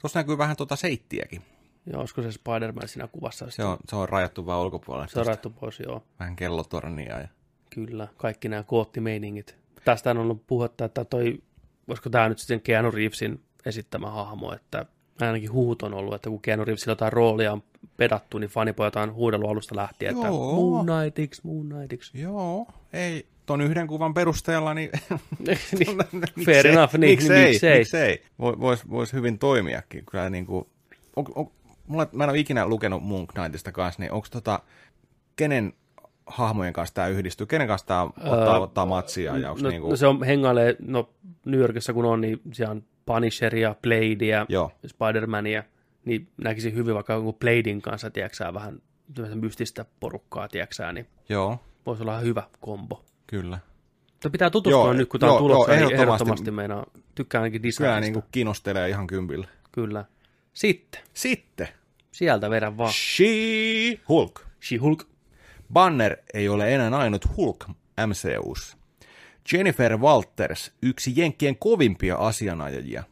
S2: Tuossa näkyy vähän tuota seittiäkin.
S1: Ja olisiko se Spider-Man siinä kuvassa?
S2: Se on, se on rajattu vaan ulkopuolelle.
S1: Se on rajattu pois, joo.
S2: Vähän kellotornia. Ja...
S1: Kyllä, kaikki nämä koottimeiningit. Tästä on ollut puhetta, että toi, olisiko tämä nyt sitten Keanu Reevesin esittämä hahmo, että ainakin huhut on ollut, että kun Keanu Reevesillä jotain roolia on pedattu, niin fanipojat on huudellut alusta lähtien, että
S2: Joo.
S1: Moon Knightiksi, Moon Knightiksi.
S2: Joo, ei. Ton yhden kuvan perusteella, niin
S1: Niin, Fair enough, niin,
S2: no, miksei,
S1: niin miksei.
S2: miksei. Voi, vois, vois hyvin toimiakin. Kyllä niin kuin, on, on, mulla, mä en ole ikinä lukenut Moon Knightista kanssa, niin onko tota, kenen hahmojen kanssa tämä yhdistyy? Kenen kanssa tämä ottaa, ottaa matsia? Ja onks
S1: No,
S2: niin
S1: no,
S2: kuin,
S1: se on hengailee, no New Yorkissa kun on, niin siellä on Punisheria, Bladea,
S2: Joo.
S1: Spider-Mania, niin näkisin hyvin vaikka jonkun Bladein kanssa, tiedäksää, vähän tämmöistä mystistä porukkaa, tiedäksää, niin
S2: Joo,
S1: voisi olla ihan hyvä kombo.
S2: kyllä.
S1: Mutta pitää tutustua
S2: Joo,
S1: nyt, kun tämä on
S2: joo,
S1: tulossa,
S2: joo,
S1: niin
S2: ehdottomasti.
S1: ehdottomasti meinaa, tykkää ainakin
S2: Kyllä
S1: designista.
S2: niin kuin kiinnostelee ihan kympillä.
S1: Kyllä. Sitten,
S2: Sitten
S1: sieltä vedän vaan.
S2: She-Hulk.
S1: She-Hulk.
S2: Banner ei ole enää ainut Hulk MCUssa. Jennifer Walters, yksi Jenkkien kovimpia asianajajia,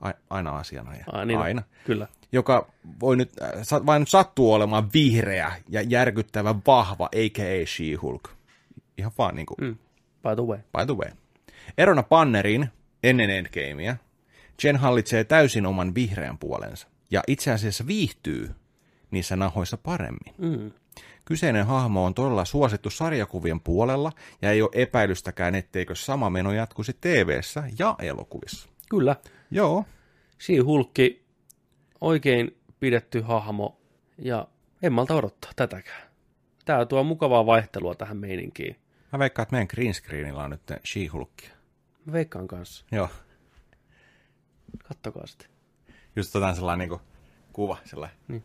S2: A- aina asianajaja,
S1: Ah, niin,
S2: aina,
S1: Kyllä.
S2: joka voi nyt, äh, sa- vain nyt sattuu olemaan vihreä ja järkyttävän vahva, eikä ei She-Hulk. Ihan vaan niin kuin, mm.
S1: By the way.
S2: by the way. Erona Bannerin ennen Endgamea, Jen hallitsee täysin oman vihreän puolensa ja itse asiassa viihtyy niissä nahoissa paremmin.
S1: Mm.
S2: Kyseinen hahmo on todella suosittu sarjakuvien puolella ja ei ole epäilystäkään, etteikö sama meno jatkuisi tv ja elokuvissa.
S1: Kyllä.
S2: Joo,
S1: She-Hulkki, oikein pidetty hahmo, ja en malta odottaa tätäkään. Tää tuo mukavaa vaihtelua tähän meininkiin.
S2: mä veikkaan, että meidän green screenillä on nyt she
S1: Mä veikkaan kanssa.
S2: Joo,
S1: Kattokaa sitten.
S2: just otetaan sellainen niin kuva, sellainen.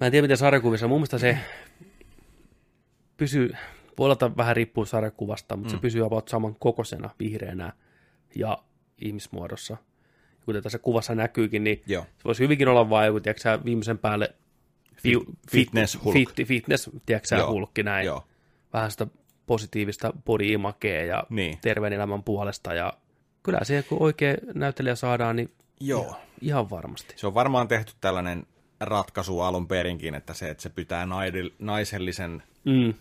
S1: Mä en tiedä, miten sarjakuvissa. Mun mielestä se pysyy, voi olla, että vähän riippuu sarjakuvasta, mutta mm. se pysyy about saman kokoisena vihreänä ja ihmismuodossa. Kuten tässä kuvassa näkyykin, niin
S2: Joo.
S1: se voisi hyvinkin olla vaan joku, tiedätkö, sä, viimeisen päälle fiu,
S2: fitness hulk.
S1: Fit, fitness, tiedätkö, sä,
S2: Joo.
S1: hulkki näin.
S2: Joo.
S1: Vähän sitä positiivista body imagea ja
S2: Niin.
S1: terveen elämän puolesta. Ja kyllä se, kun oikea näyttelijä saadaan, niin
S2: Joo.
S1: ihan varmasti.
S2: Se on varmaan tehty tällainen ratkaisu alun perinkin, että se, että se pitää naidel- naisellisen
S1: Mm.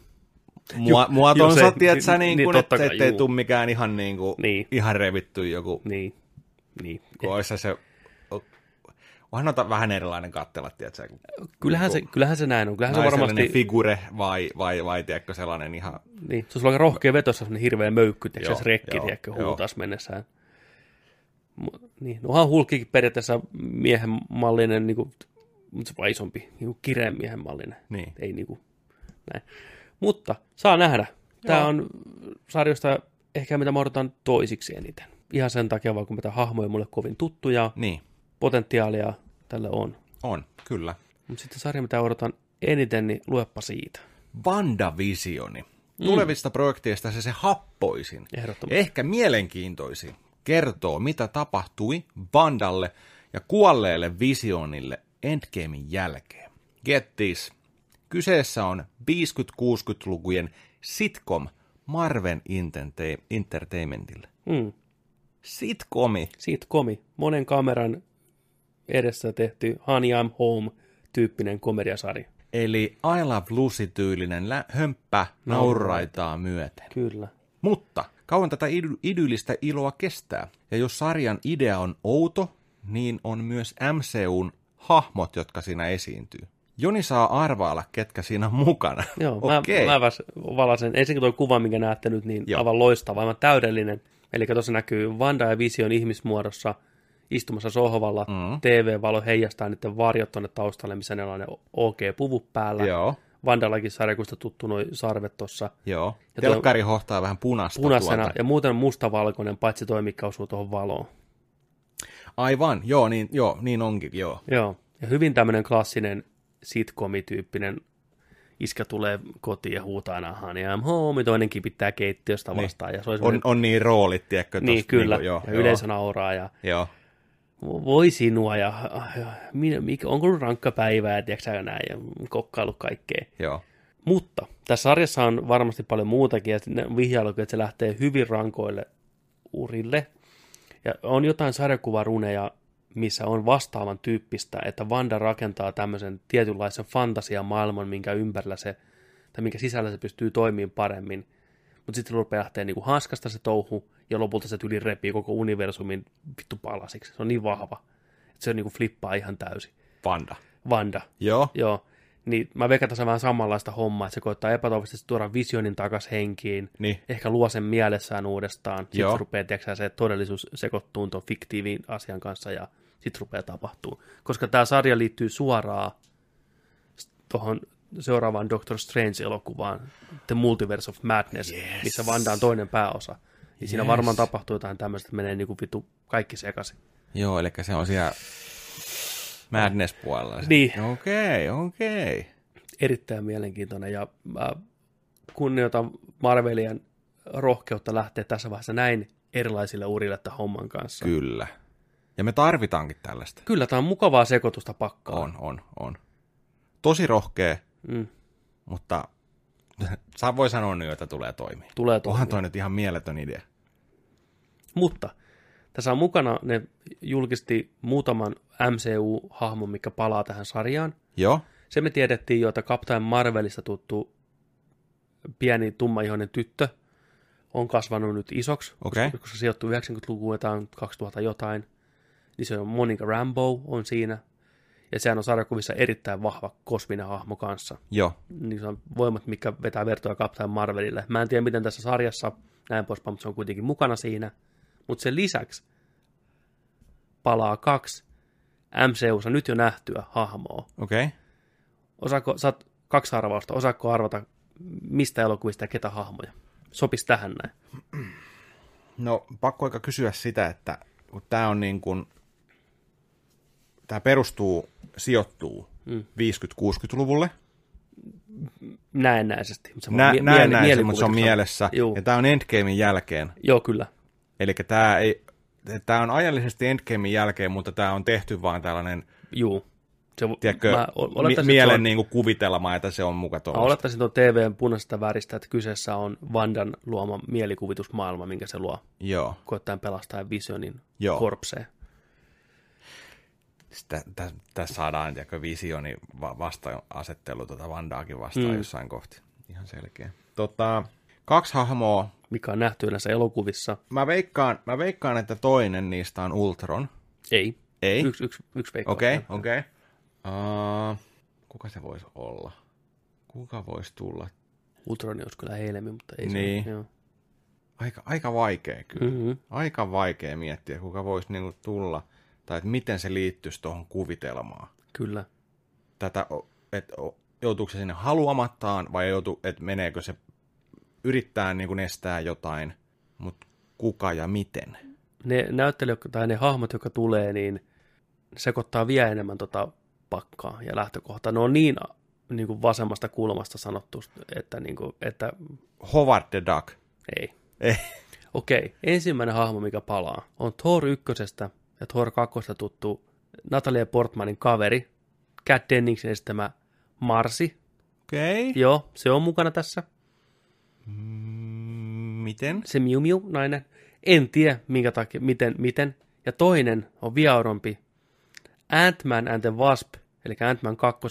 S2: mua,
S1: joo,
S2: muotonsa,
S1: se-
S2: tiedätkö,
S1: niin-
S2: niin,
S1: niin,
S2: niin,
S1: totta
S2: että
S1: kai,
S2: ettei
S1: juu.
S2: tule mikään ihan, niin kuin,
S1: Niin.
S2: ihan revitty joku,
S1: Niin, niin.
S2: kun olisi se- se, onhan noita vähän erilainen kattella, tiedätkö, kun
S1: Kyllähän se, kyllähän se näin on. Kyllähän se
S2: Niinku naisellinen
S1: varmasti,
S2: figure vai, vai, vai tiedätkö, sellainen ihan,
S1: niin, se olisi aika rohkea veto, jos on hirveä möykky, tiedätkö,
S2: Joo,
S1: jos rekki,
S2: joo,
S1: tiedätkö,
S2: joo.
S1: huutaisi mennessään. Mu- Niin, no onhan hulkkikin periaatteessa miehen mallinen, niin kuin, mutta se on vaan isompi, niin kuin kireen miehen mallinen.
S2: Niin.
S1: Ei niin kuin, näin. Mutta saa nähdä. Tämä
S2: Joo.
S1: on sarjosta ehkä mitä mä odotan toisiksi eniten. Ihan sen takia, vaan kun mitä hahmoja mulle kovin tuttuja,
S2: niin,
S1: potentiaalia tälle on.
S2: on, kyllä.
S1: Mutta sitten sarja, mitä odotan eniten, niin luepa siitä.
S2: Vandavisioni. Tulevista projekteista se se happoisin,
S1: Mm. Ehdottomasti.
S2: ehkä mielenkiintoisin, kertoo mitä tapahtui Vandalle ja kuolleelle visionille Endgamein jälkeen. Get this. Kyseessä on 50-60-lukujen sitcom Marven Intente- Entertainmentille.
S1: Mm.
S2: Sitcomi.
S1: Siitä komi. Monen kameran edessä tehty Honey I'm Home-tyyppinen komediasarja.
S2: Eli I Love Lucy-tyylinen lä- hömppä nauraitaa myöten.
S1: Kyllä.
S2: Mutta kauan tätä idy- idyllistä iloa kestää. Ja jos sarjan idea on outo, niin on myös MCUn hahmot, jotka siinä esiintyy. Joni saa arvailla, ketkä siinä on mukana.
S1: Joo,
S2: Okei.
S1: mä, mä väs, valasen. Ensinnäkin tuo kuva, minkä näette nyt, niin
S2: Joo.
S1: Joo. aivan loistava, aivan täydellinen. Eli tuossa näkyy Vanda ja Vision ihmismuodossa istumassa sohvalla.
S2: Mm.
S1: TV-valo heijastaa niiden varjot tuonne taustalle, missä ne on ne OK puvut päällä.
S2: Joo,
S1: Vandallakin sarjakusta tuttu noi sarvet tuossa
S2: joo.
S1: Ja tuo-
S2: Telkkari hohtaa vähän punaista
S1: punaisena
S2: tuolta.
S1: ja muuten mustavalkoinen, paitsi toi, mikä osuu tuohon valoon.
S2: Aivan, joo niin, joo, niin onkin, joo.
S1: Joo, ja hyvin tämmöinen klassinen sitcomi-tyyppinen iskä tulee kotiin ja huutaa aina honey I'm home, ja toinen kipittää keittiöstä vastaan. Ja se olisi
S2: Niin. On, on niin roolit, tiedätkö?
S1: niin,
S2: tosta
S1: kyllä,
S2: niinku, joo,
S1: ja
S2: joo,
S1: yleisö nauraa ja
S2: joo.
S1: voi sinua ja, "Ah, ja minä- mikä, onko ollut rankka päivä ja tiedätkö sä, näin ja kokkailu kaikkea.
S2: joo.
S1: Mutta tässä sarjassa on varmasti paljon muutakin, ja ne vihjailukin, että se lähtee hyvin rankoille urille. Ja on jotain sarjakuvaruneja, missä on vastaavan tyyppistä, että Vanda rakentaa tämmöisen tietynlaisen fantasiamaailman, minkä ympärillä se, tai minkä sisällä se pystyy toimimaan paremmin. Mutta sitten rupeaa lähteä niinku hanskasta se touhu, ja lopulta se tyli repii koko universumin vittu palasiksi. Se on niin vahva, että se niinku flippaa ihan täysin.
S2: Panda.
S1: Vanda.
S2: Joo,
S1: Joo. Niin mä veikkaan tässä on vähän samanlaista hommaa, että se koittaa epätoivoisesti tuoda visionin takaisin henkiin.
S2: niin,
S1: Ehkä luo sen mielessään uudestaan. Sitten
S2: Joo.
S1: Joo. se rupeaa, tiedätkö, sä, se todellisuus sekoittuu tuon fiktiivin asian kanssa ja sitten rupeaa tapahtuu. Koska tämä sarja liittyy suoraan tuohon seuraavaan Doctor Strange-elokuvaan, The Multiverse of Madness,
S2: Yes.
S1: yes. missä Vanda on toinen pääosa. Niin siinä
S2: Yes.
S1: varmaan tapahtuu jotain tämmöistä, että menee niinku vitu kaikki sekaisin.
S2: joo, eli se on siellä Madness-puolella. se.
S1: Niin.
S2: Okei, okei.
S1: erittäin mielenkiintoinen ja mä kunnioitan Marvelien rohkeutta lähteä tässä vaiheessa näin erilaisille urille tämän homman kanssa. Ky-
S2: Kyllä. Ja me tarvitaankin tällaista.
S1: Kyllä tämä on mukavaa sekoitusta pakkaan.
S2: On, on, on. Tosi rohkea,
S1: Mm,
S2: mutta saa voi sanoa nyt, että tulee toimia.
S1: tulee tuohon.
S2: Onhan toi nyt ihan mieletön idea.
S1: Mutta tässä on mukana, ne julkisti muutaman MCU-hahmon, mikä palaa tähän sarjaan.
S2: Joo,
S1: Se me tiedettiin jo, että Captain Marvelista tuttu pieni tummaihoinen tyttö on kasvanut nyt isoksi,
S2: okei. Okay.
S1: koska se sijoittuu 90-lukuun, tämä on 2000 jotain, niin se on Monica Rambo on siinä. Ja sehän on sarjakuvissa erittäin vahva kosminen hahmo kanssa.
S2: Joo.
S1: Niin se on voimat, mikä vetää vertoja Captain Marvelille. Mä en tiedä, miten tässä sarjassa näin poispäin, mutta se on kuitenkin mukana siinä. Mutta sen lisäksi palaa kaksi MCUssa nyt jo nähtyä hahmoa.
S2: Okei. Okay.
S1: Osaako, saat kaksi arvausta. Osaako arvata, mistä elokuvista ja ketä hahmoja? Sopis tähän näin.
S2: No, pakko aika kysyä sitä, että kun tämä on niin kuin, tämä perustuu, sijoittuu
S1: Mm.
S2: 50-60-luvulle.
S1: Näennäisesti. mutta se on
S2: Nä,
S1: mie-
S2: näin,
S1: mieli-
S2: näin, se, mutta se on
S1: mielikuvituksella.
S2: mielessä.
S1: Juu.
S2: Ja tämä on Endgamein jälkeen.
S1: Joo, kyllä.
S2: Eli tämä ei, tämä on ajallisesti Endgamein jälkeen, mutta tämä on tehty vaan tällainen,
S1: Juu. Se, vo-
S2: tiedätkö,
S1: mä o-
S2: mi-
S1: olettaisin, että se
S2: mielen
S1: on-
S2: niin kuin kuvitelma, että se on muka
S1: Mä
S2: tuolla.
S1: olettaisin tuon TVn punaisesta väristä, että kyseessä on Vandan luoma mielikuvitusmaailma, minkä se luo
S2: Joo.
S1: koettaen pelastaa Visionin
S2: Joo.
S1: korpseen.
S2: Sitä, tässä, tässä saadaan tiedätkö, visioni va- vastaan-asettelu tuota Vandaakin vastaan
S1: Mm.
S2: mm. jossain kohti. Ihan selkeä. Tota, kaksi hahmoa.
S1: Mikä on nähty yleensä elokuvissa.
S2: Mä veikkaan, mä veikkaan, että toinen niistä on Ultron.
S1: Ei.
S2: Ei?
S1: Yksi, yksi, yksi veikkaus.
S2: Okei, okei. Uh, Kuka se voisi olla? Kuka voisi tulla?
S1: Ultroni olisi kyllä helmi, mutta ei
S2: Niin.
S1: se. Joo.
S2: Aika, aika vaikea kyllä.
S1: Mm-hmm.
S2: aika vaikea miettiä, kuka voisi niinku tulla, tai että miten se liittyisi tuohon kuvitelmaan.
S1: Kyllä.
S2: Tätä, että joutuuko se sinne haluamattaan, vai joutu, että meneekö se yrittää niinku estää jotain, mutta kuka ja miten.
S1: Ne näyttelijät tai ne hahmot, jotka tulee, niin sekoittaa vielä enemmän tota pakkaa ja lähtökohtaa. Ne on niin, niin kuin vasemmasta kulmasta sanottu, että, niin kuin, että
S2: Howard the Duck.
S1: ei.
S2: Ei.
S1: Okei, ensimmäinen hahmo, mikä palaa, on Thor 1 ja Thor 2 tuttu Natalia Portmanin kaveri, Kat Denningsin esittämä Marsi.
S2: Okei. Okay.
S1: Joo, se on mukana tässä.
S2: Mm, Miten?
S1: Se Miu Miu nainen. En tiedä, minkä takia, miten, miten. Ja toinen on viaurompi. Ant-Man and the Wasp, eli Ant-Man 2.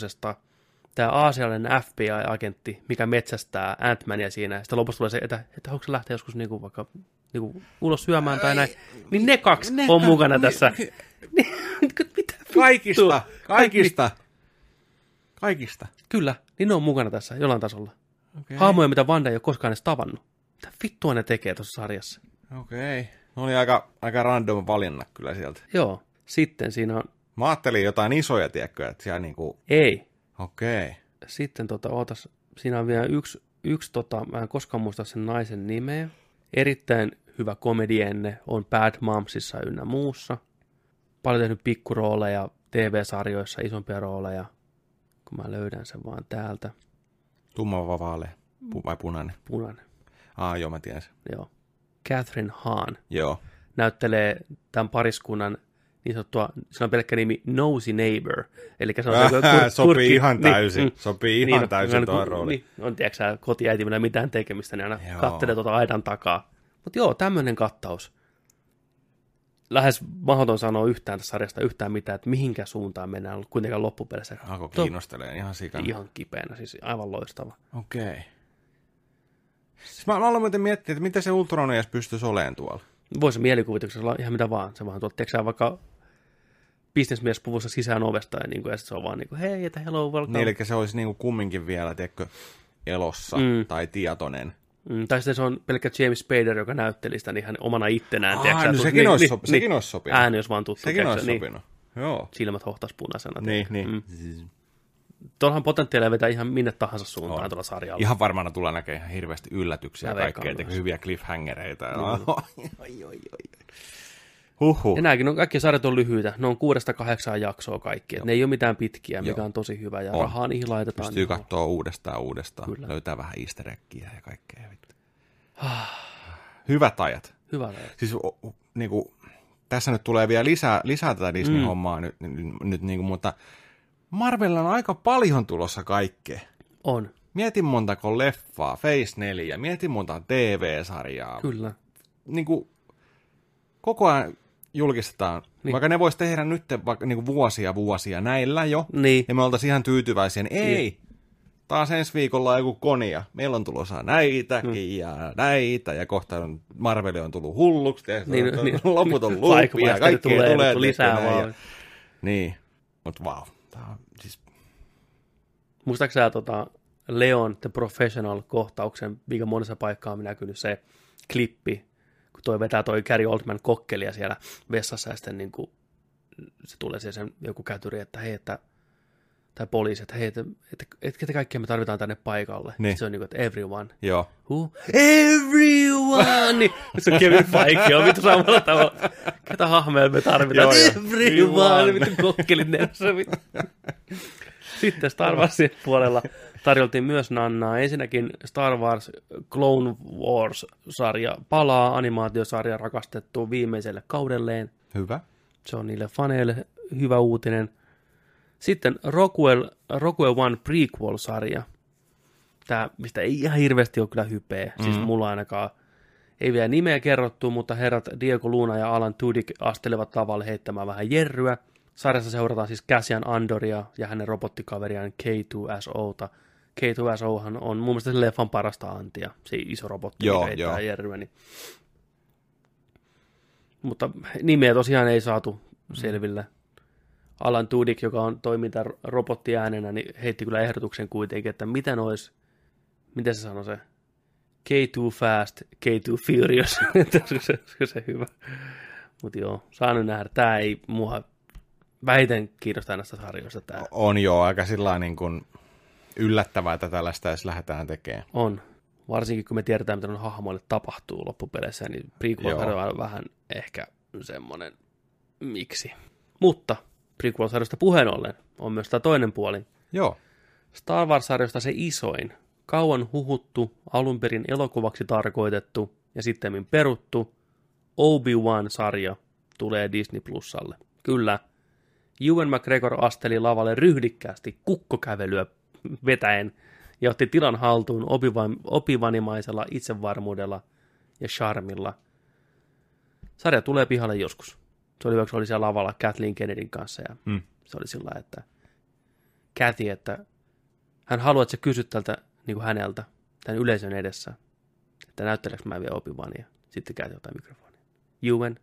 S1: Tämä aasialainen FBI-agentti, mikä metsästää Ant-Mania siinä. Sitten lopussa tulee se, että, että onko se lähtee joskus niinku vaikka niinku ulos syömään tai näin. Niin ne kaksi ne niin, on mukana tässä. Niin, Mitä
S2: Kaikista,
S1: vittua?
S2: kaikista, kaikista.
S1: Kyllä, niin ne on mukana tässä jollain tasolla.
S2: Okei.
S1: Haamoja, mitä Vanda ei ole koskaan edes tavannut. Mitä vittua ne tekee tuossa sarjassa?
S2: Okei. Okay. Ne oli aika, aika random valinnat kyllä sieltä.
S1: Joo, sitten siinä on...
S2: Mä ajattelin jotain isoja, tiedätkö, että siellä niinku,
S1: Ei,
S2: okei. Okay.
S1: sitten tota, ootas, siinä on vielä yksi, yksi tota, mä en koskaan muista sen naisen nimeä. Erittäin hyvä komedienne, on Bad Momsissa ynnä muussa. Paljon tehnyt pikkurooleja, TV-sarjoissa isompia rooleja, kun mä löydän sen vaan täältä.
S2: Tumma vai vaalea? Pu- vai punainen?
S1: Punainen,
S2: Ah, joo, mä tiedän sen.
S1: joo. Catherine Hahn
S2: Joo.
S1: näyttelee tämän pariskunnan niin sanottua, sillä on pelkkä nimi Nosy Neighbor. Eli se on No, se, kun kur-
S2: sopii
S1: kurkki-
S2: ihan
S1: niin,
S2: täysin.
S1: mm.
S2: Sopii ihan
S1: no,
S2: täysin
S1: aina
S2: tuo
S1: kun-
S2: rooli.
S1: Niin, on tiedätkö sä, kotiäiti millä ei mitään tekemistä, niin aina
S2: Joo.
S1: kattelee tuota aidan takaa. Mutta joo, tämmöinen kattaus. Lähes mahdoton sanoa yhtään tästä sarjasta yhtään mitään, että mihinkä suuntaan mennään kuitenkaan loppupeleissä.
S2: Alkoi
S1: Tuo-
S2: kiinnostelee ihan sikana.
S1: Ihan kipeänä, siis aivan loistava.
S2: Okei. Okay. Mä, mä aloin muuten miettiä, että mitä se Ultron edes pystyisi olemaan tuolla.
S1: Voisi mielikuvituksella olla ihan mitä vaan. Se vaan tuolta, tiedätkö sä, vaikka bisnesmiespuvussa sisään ovesta ja, niin kuin, ja sit se on vaan niin kuin, hei, että hello, welcome.
S2: Niin, eli se olisi niinku kumminkin vielä, tiedätkö, elossa
S1: Mm.
S2: mm. tai tietoinen.
S1: Mm, tai sitten se on pelkkä James Spader, joka näytteli sitä niin hän omana ittenään.
S2: Aa,
S1: tiedätkö sä, tuota, tu-
S2: no sekin olisi sopi- sekin olisi sopinut.
S1: niin. Ääni olisi vaan tuttu.
S2: Sekin
S1: tiedätkö
S2: olisi
S1: sä, niin.
S2: sopinut. Joo.
S1: silmät hohtas punaisena.
S2: Niin, niin.
S1: Mm.
S2: Mm.
S1: Tuollahan potentiaalia vetää ihan minne tahansa suuntaan tuolla sarjalla.
S2: Ihan varmana tulee näkemään ihan hirveästi yllätyksiä
S1: Mä
S2: ja
S1: veikkaan
S2: kaikkea, tiedätkö,
S1: myös.
S2: hyviä cliffhangereita. Ja... Oi, oi, oi, oi. Huhhuh.
S1: Ja nämäkin, on, kaikki sarjat on lyhyitä. Ne on kuudesta kahdeksaan jaksoa kaikki. Et ne ei ole mitään pitkiä, mikä
S2: Joo.
S1: on tosi hyvä. Ja
S2: On.
S1: rahaa niihin laitetaan.
S2: Pystyy
S1: niin kuin-
S2: katsoa uudestaan ja uudestaan.
S1: Kyllä.
S2: Kyllä. Löytää vähän easter eggia ja kaikkea. vittu.
S1: Ah.
S2: Hyvät ajat.
S1: Hyvä raja.
S2: Siis o- o- niinku, tässä nyt tulee vielä lisää, lisää tätä
S1: Mm.
S2: Disney-hommaa nyt, nyt, nyt niinku, mutta Marvelilla on aika paljon tulossa kaikkea.
S1: On,
S2: Mietin montako leffaa, Phase 4, mietin monta TV-sarjaa.
S1: kyllä.
S2: Niinku, koko ajan julkistetaan.
S1: Niin.
S2: Niin. Vaikka ne voisi tehdä nyt vaikka niinku vuosia vuosia näillä jo,
S1: Niin,
S2: ja me oltaisiin ihan tyytyväisiä, niin ei. Taas ensi viikolla on joku konia. Meillä on tulossa näitäkin mm. ja näitä, ja kohta on, Marveli on tullut hulluksi, ja
S1: Niin,
S2: niin,
S1: niin.
S2: on, niin. loput on
S1: Vaikka
S2: luupia, ja
S1: vasta nyt
S2: kaikkea
S1: tulee,
S2: tulee,
S1: nyt lisää
S2: tehty näin
S1: vaan.
S2: Niin, mutta vau. Wow. Tää on siis...
S1: Muistaaksä sä tota Leon The Professional-kohtauksen, mikä monessa paikkaa on näkynyt se klippi, kun toi vetää toi Gary Oldman kokkelia siellä vessassa ja sitten niin kuin, se tulee siihen sen joku kätyri, että hei, että tai poliisi, että hei, että, että, että ketä kaikkia me tarvitaan tänne paikalle.
S2: Niin.
S1: Niin. Se on niin kuin, että everyone.
S2: Joo.
S1: Who? Everyone! Niin, se on Kevin Feige on vittu samalla tavalla. Ketä hahmoja me tarvitaan?
S2: Joo, joo.
S1: Everyone! Vittu kokkelin nenässä. vittu. Sitten Star Warsin puolella tarjoltiin myös nannaa. Ensinnäkin Star Wars Clone Wars-sarja palaa animaatiosarja rakastettu viimeiselle kaudelleen.
S2: Hyvä.
S1: Se on niille faneille hyvä uutinen. Sitten Rockwell, Rockwell One prequel-sarja. Tämä, mistä ei ihan hirveästi ole kyllä hypeä. Mm.
S2: Mm-hmm.
S1: Siis mulla ainakaan ei vielä nimeä kerrottu, mutta herrat Diego Luna ja Alan Tudyk astelevat tavalle heittämään vähän jerryä. Sarjassa seurataan siis Cassian Andoria ja hänen robottikaveriaan K2SOta. K2SOhan on mun mielestä sen leffan parasta antia. Se iso robotti,
S2: Joo,
S1: mikä heittää
S2: joo.
S1: jerryä. Niin mutta nimeä tosiaan ei saatu
S2: Mm-hmm.
S1: selville. Alan Tudyk, joka on toiminta robottiäänenä, niin heitti kyllä ehdotuksen kuitenkin, että miten olisi, miten se sanoi se, K2 Fast, K2 Furious, Että olisiko se, olisiko se hyvä. Mutta joo, saa nyt nähdä. Tämä ei mua vähiten kiinnostaa näistä sarjoista tämä.
S2: On joo, aika sillä niin kuin yllättävää, että tällaista edes lähdetään tekemään.
S1: On. Varsinkin kun me tiedetään, mitä noille hahmoille tapahtuu loppupeleissä, niin prequel
S2: Joo.
S1: on aina vähän ehkä semmoinen miksi. Mutta prequel-sarjasta puheen ollen on myös tämä toinen puoli.
S2: Joo.
S1: Star Wars-sarjasta se isoin, kauan huhuttu, alun perin elokuvaksi tarkoitettu ja sittemmin peruttu Obi-Wan-sarja tulee Disney Plusalle. Kyllä, Ewan McGregor asteli lavalle ryhdikkäästi kukkokävelyä vetäen ja otti tilan haltuun opivan, opivanimaisella itsevarmuudella ja charmilla. Sarja tulee pihalle joskus. Se oli, hyvä, kun se oli siellä lavalla Kathleen Kennedyn kanssa ja
S2: Mm.
S1: se oli sillä lailla, että Kathy, että hän haluaa, että sä kysyt tältä niin kuin häneltä, tämän yleisön edessä, että näytteleekö mä vielä opivania. Sitten käytä jotain mikrofonia. Juen,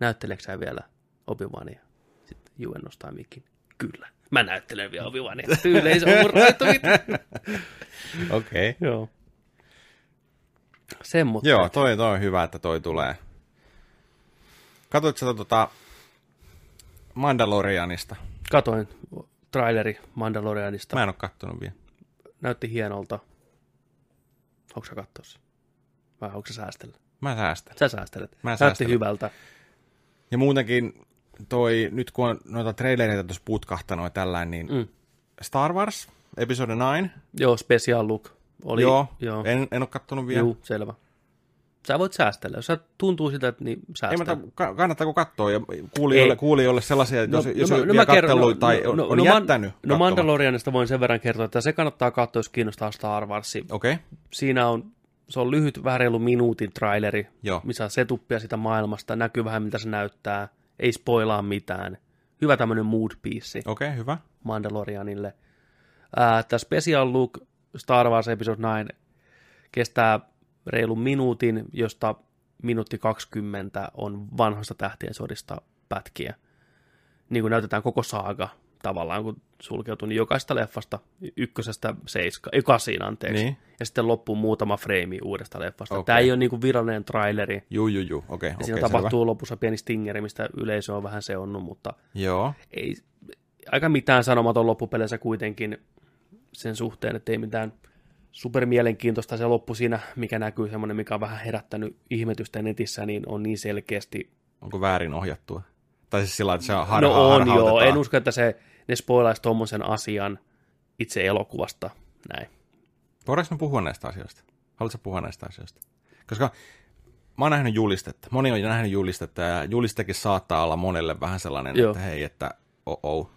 S1: näytteleekö sä vielä opivania? Sitten Juen nostaa mikin. Kyllä. Mä näyttelen vielä opivania. Yleisö on murraittu.
S2: Okei. Okay.
S1: Joo. Semmoista.
S2: Joo, toi, toi on hyvä, että toi tulee. Katoitko sä tota Mandalorianista?
S1: Katoin traileri Mandalorianista.
S2: Mä en oo kattonut vielä.
S1: Näytti hienolta. Onko sä katsoa se? Vai onko sä säästellä?
S2: Mä säästän.
S1: Sä säästelet.
S2: Mä
S1: Näytti
S2: säästelen.
S1: hyvältä.
S2: Ja muutenkin toi, nyt kun on noita trailereita tuossa putkahtanut tällään, niin mm.
S1: Mm.
S2: Star Wars, episode 9.
S1: Joo, special look. Oli,
S2: joo,
S1: joo.
S2: En, en oo kattonut vielä.
S1: Juu, selvä. Sä voit säästellä. Jos sä tuntuu siltä, että niin
S2: Ei,
S1: säästää.
S2: mutta ka- kannattaako katsoa ja kuulijoille,
S1: Ei. No,
S2: kuulijoille sellaisia, että jos, jos
S1: mä-
S2: on vielä
S1: mä kerron-
S2: kattellut tai on, on
S1: Man-
S2: jättänyt
S1: No
S2: katsomatta.
S1: Mandalorianista voin sen verran kertoa, että se kannattaa katsoa, jos kiinnostaa Star Warsia.
S2: Okei, okay.
S1: Siinä on, se on lyhyt, vähän reilu minuutin traileri,
S2: joo.
S1: missä on setuppia sitä maailmasta, näkyy vähän miltä se näyttää, ei spoilaa mitään. Hyvä tämmönen mood piece.
S2: Okei, okay, hyvä.
S1: Mandalorianille. Ää, Tämä Special Look Star Wars Episode 9 kestää reilun minuutin, josta minuutti 20 on vanhasta tähtien sodista pätkiä. Niin kuin näytetään koko saaga tavallaan, kun sulkeutuu, niin jokaisesta leffasta y- ykkösestä seiska, ei kasiin anteeksi.
S2: Niin.
S1: Niin. Ja sitten loppuu muutama freimi uudesta leffasta.
S2: Okei.
S1: Okay. Tämä ei ole niin kuin virallinen traileri. Ja
S2: Juu, juu, juu. Okei, okay,
S1: siinä
S2: okei,
S1: tapahtuu lopussa pieni stingeri, mistä yleisö on vähän seonnut, mutta
S2: selvä. Joo,
S1: ei, aika mitään sanomaton loppupeleissä kuitenkin sen suhteen, että ei mitään supermielenkiintoista se loppu siinä, mikä näkyy semmoinen, mikä on vähän herättänyt ihmetystä netissä, niin on niin selkeästi.
S2: onko väärin ohjattua? Tai siis sillä lailla, että se harha,
S1: no on joo,
S2: harhautetaan.
S1: en usko, että se, ne spoilaisi tuommoisen asian itse elokuvasta, näin.
S2: Voidaanko me puhua näistä asioista? Haluatko sä puhua näistä asioista? Koska mä oon nähnyt julistetta. Moni on nähnyt julistetta ja julistekin saattaa olla monelle vähän sellainen, Joo.
S1: Joo.
S2: että hei, että oh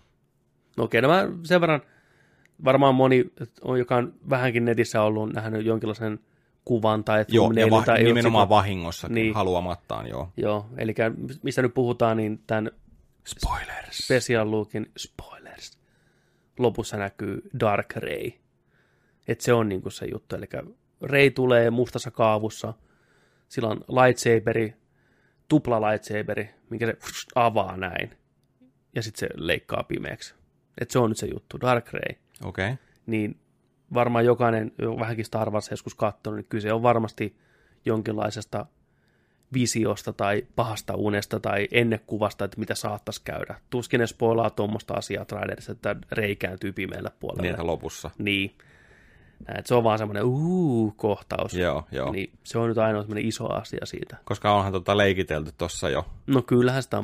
S1: No okei, no mä sen verran, varmaan moni, on, joka on vähänkin netissä ollut, nähnyt jonkinlaisen kuvan tai
S2: Joo, ja
S1: thumbnailin
S2: va-
S1: tai
S2: nimenomaan
S1: otsikon.
S2: vahingossa niin.
S1: Niin.
S2: haluamattaan, joo.
S1: Joo, eli mistä nyt puhutaan, niin tämän
S2: Spoilers.
S1: Special Lookin spoilers. Lopussa näkyy Dark Ray. Et se on niinku se juttu. Eli Ray tulee mustassa kaavussa. Sillä on lightsaberi, tupla lightsaberi, minkä se avaa näin. Ja sitten se leikkaa pimeäksi. että se on nyt se juttu, Dark Ray,
S2: Okei. Okay.
S1: niin varmaan jokainen, jo vähänkin Star Wars joskus katsonut, niin kyse on varmasti jonkinlaisesta visiosta tai pahasta unesta tai ennekuvasta, että mitä saattaisi käydä. Tuskin ne spoilaa tuommoista asiaa trailerissa, että Rei kääntyy pimeällä puolella.
S2: Niitä lopussa.
S1: Niin. Näin, että se on vaan semmoinen uu-kohtaus.
S2: Joo, joo. Niin.
S1: Niin se on nyt ainoa semmoinen iso asia siitä.
S2: Koska onhan tota leikitelty tuossa jo
S1: No kyllähän sitä on.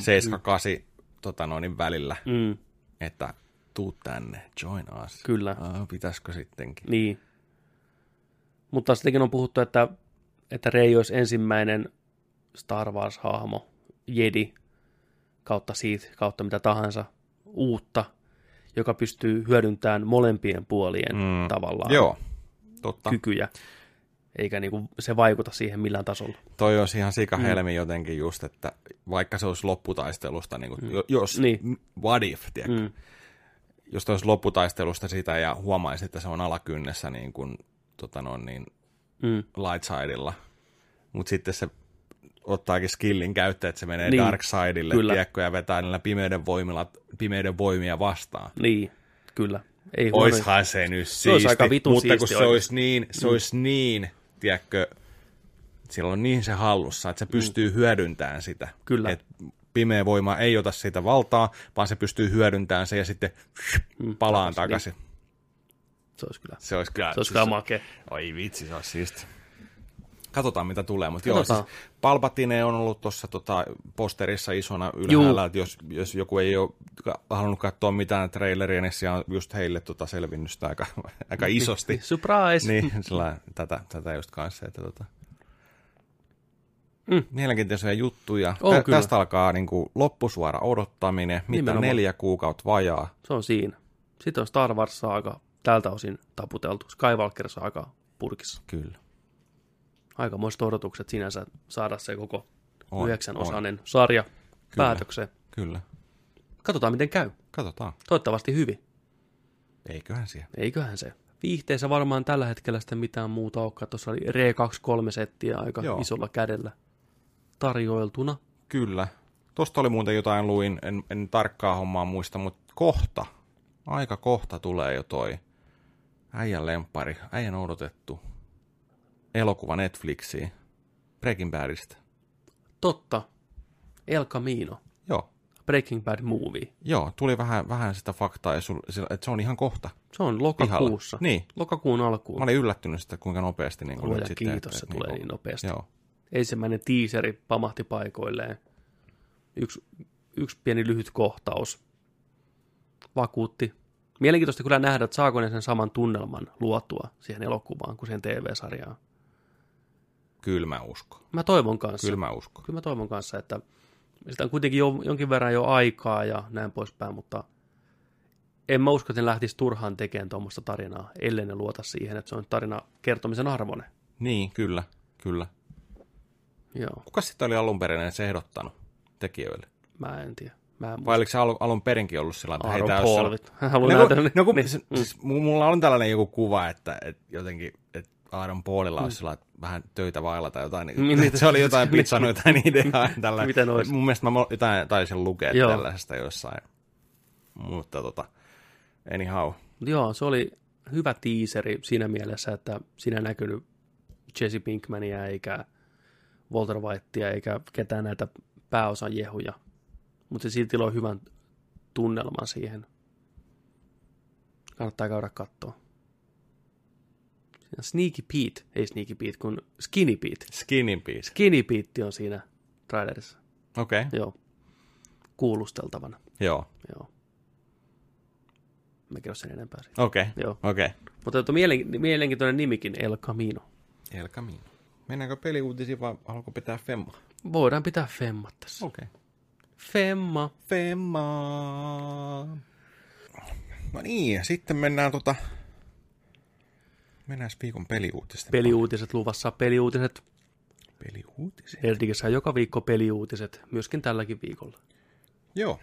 S2: 7-8 tota noin, välillä,
S1: Mm,
S2: että tuu tänne, join us.
S1: kyllä,
S2: Ah, pitäisikö sittenkin?
S1: niin. Mutta sittenkin on puhuttu, että, että Rey olisi ensimmäinen Star Wars-hahmo, Jedi, kautta Sith, kautta mitä tahansa, uutta, joka pystyy hyödyntämään molempien puolien mm. tavallaan
S2: Joo, totta.
S1: kykyjä. Eikä niinku se vaikuta siihen millään tasolla.
S2: Toi olisi ihan sikahelmi mm. jotenkin just, että vaikka se olisi lopputaistelusta, niin kuin, mm. jos,
S1: Niin.
S2: niin. what if, tiedätkö?
S1: Mm.
S2: Mm. Jos toi olisi lopputaistelusta sitä ja huomaisi, että se on alakynnessä niin kuin, tota noin, niin
S1: Mm.
S2: light sidella, mutta sitten se ottaakin skillin käyttöön, että se menee
S1: Niin,
S2: niin. dark sidelle,
S1: kyllä.
S2: tiedätkö, ja vetää niillä pimeyden, voimilla, pimeyden voimia vastaan.
S1: Niin, kyllä. Ei huono-
S2: Oishan se nyt siisti,
S1: olisi aika vitun
S2: mutta kun
S1: siisti Mm.
S2: se
S1: oikeasti.
S2: olisi niin, se olisi niin, tiedätkö, sillä on niin se hallussa, että se pystyy hyödyntämään sitä.
S1: Mm. Kyllä.
S2: Et pimeä voima ei ota siitä valtaa, vaan se pystyy hyödyntämään se ja sitten
S1: Mm.
S2: palaan takaisin. Niin.
S1: Se olisi kyllä,
S2: Se olisi kyllä, siis
S1: se olisi kyllä makea.
S2: Oi vitsi, se olisi siisti. Katsotaan, mitä tulee, mutta joo, siis
S1: Katsotaan.
S2: Palpatine on ollut tuossa tota, posterissa isona ylhäällä, että jos, jos joku ei ole ka- halunnut katsoa mitään traileria, niin siellä on just heille tota, selvinnyt sitä aika, aika isosti.
S1: Surprise!
S2: niin, sillä tätä, tätä just kanssa, että tota. mm. Mielenkiintoisia juttuja.
S1: On
S2: Tä,
S1: kyllä.
S2: tästä alkaa niin kuin, loppusuora odottaminen, mitä
S1: Nimenomaan.
S2: neljä kuukautta vajaa.
S1: Se on siinä. Sitten on Star Wars saaga tältä osin taputeltu. Skywalker saaga purkissa.
S2: Kyllä.
S1: Aikamoiset odotukset sinänsä saada se koko
S2: On,
S1: yhdeksän osainen sarja päätökseen.
S2: Kyllä,
S1: Katsotaan miten käy.
S2: katsotaan.
S1: Toivottavasti hyvin.
S2: Eiköhän siellä.
S1: Eiköhän se. Viihteessä varmaan tällä hetkellä sitä mitään muuta olekaan. Tuossa oli Re 23 settiä aika Joo.
S2: Joo.
S1: isolla kädellä tarjoiltuna.
S2: Kyllä. Tosta oli muuten jotain luin, en, en tarkkaa hommaa muista, mutta kohta, aika kohta tulee jo toi äijän lempari, äijän odotettu elokuva Netflixiin, Breaking Badista.
S1: Totta. El Camino.
S2: Joo,
S1: Breaking Bad movie.
S2: joo, tuli vähän, vähän sitä faktaa, ja sul- sillä- että se on ihan kohta
S1: Se on
S2: pihalla.
S1: lokakuussa.
S2: Niin,
S1: Lokakuun alkuun.
S2: mä olin yllättynyt sitä, kuinka nopeasti. Niin kuin
S1: Luoja
S2: nyt sitten,
S1: kiitos, se tulee
S2: niinku-
S1: niin nopeasti.
S2: Joo,
S1: ensimmäinen tiiseri pamahti paikoilleen. Yksi, yksi pieni lyhyt kohtaus vakuutti. Mielenkiintoista kyllä nähdä, että saako ne sen saman tunnelman luotua siihen elokuvaan kuin siihen TV-sarjaan.
S2: kyllä mä uskon,
S1: Mä toivon kanssa.
S2: kyllä mä uskon.
S1: kyllä mä toivon kanssa, että sitä on kuitenkin jo, jonkin verran jo aikaa ja näin poispäin, mutta en mä usko, että ne lähtisi turhaan tekemään tuommoista tarinaa, ellei ne luota siihen, että se on tarina kertomisen arvoinen.
S2: Niin, kyllä, kyllä.
S1: Joo,
S2: Kuka sitä oli alun perin edes ehdottanut tekijöille?
S1: mä en tiedä. Mä en
S2: Vai oliko se alun, alun perinkin ollut sillä tavalla,
S1: Aaron
S2: että hei,
S1: Paul,
S2: tää
S1: vittu. Hän haluaa
S2: no,
S1: näytellä
S2: kun,
S1: ne-
S2: no, kun,
S1: niin.
S2: niin. siis, mu- mulla on tällainen joku kuva, että, että jotenkin, että Aaron Paulilla olisi sillä vähän töitä vailla tai jotain.
S1: Niin,
S2: Mm. Niin,
S1: niin.
S2: että se oli jotain pitsannut jotain ideaa. Tällä.
S1: Miten olisi?
S2: Mun mielestä mä mo- jotain taisin lukea
S1: Joo.
S2: Joo. tällaisesta jossain. Mutta tota, anyhow.
S1: Mut Mm. Joo, se oli hyvä tiiseri siinä mielessä, että siinä ei näkynyt Jesse Pinkmania eikä Walter Whitea eikä ketään näitä pääosan jehuja. Mutta se silti loi hyvän tunnelman siihen. Kannattaa käydä katsoa. Siinä on Sneaky Pete, ei Sneaky Pete, kun Skinny Pete.
S2: Skinny piece.
S1: Skinny Pete on siinä trailerissa,
S2: Okei, okay.
S1: joo, kuulusteltavana,
S2: joo.
S1: joo. Mä kerron sen enempää siitä.
S2: Okei,
S1: Joo.
S2: okei.
S1: Mutta tuo mielen, mielenkiintoinen nimikin, El Camino.
S2: Elka Miina. Mennäänkö peliuutisiin vai haluatko pitää femma?
S1: Voidaan pitää femmat tässä.
S2: Okei. Okay.
S1: Femma.
S2: Femma. No niin, sitten mennään tota... Mennään viikon peliuutisten.
S1: Peliuutiset luvassa. Peliuutiset.
S2: peliuutisiin.
S1: Heldikissä on joka viikko peliuutiset. Myöskin tälläkin viikolla.
S2: Joo.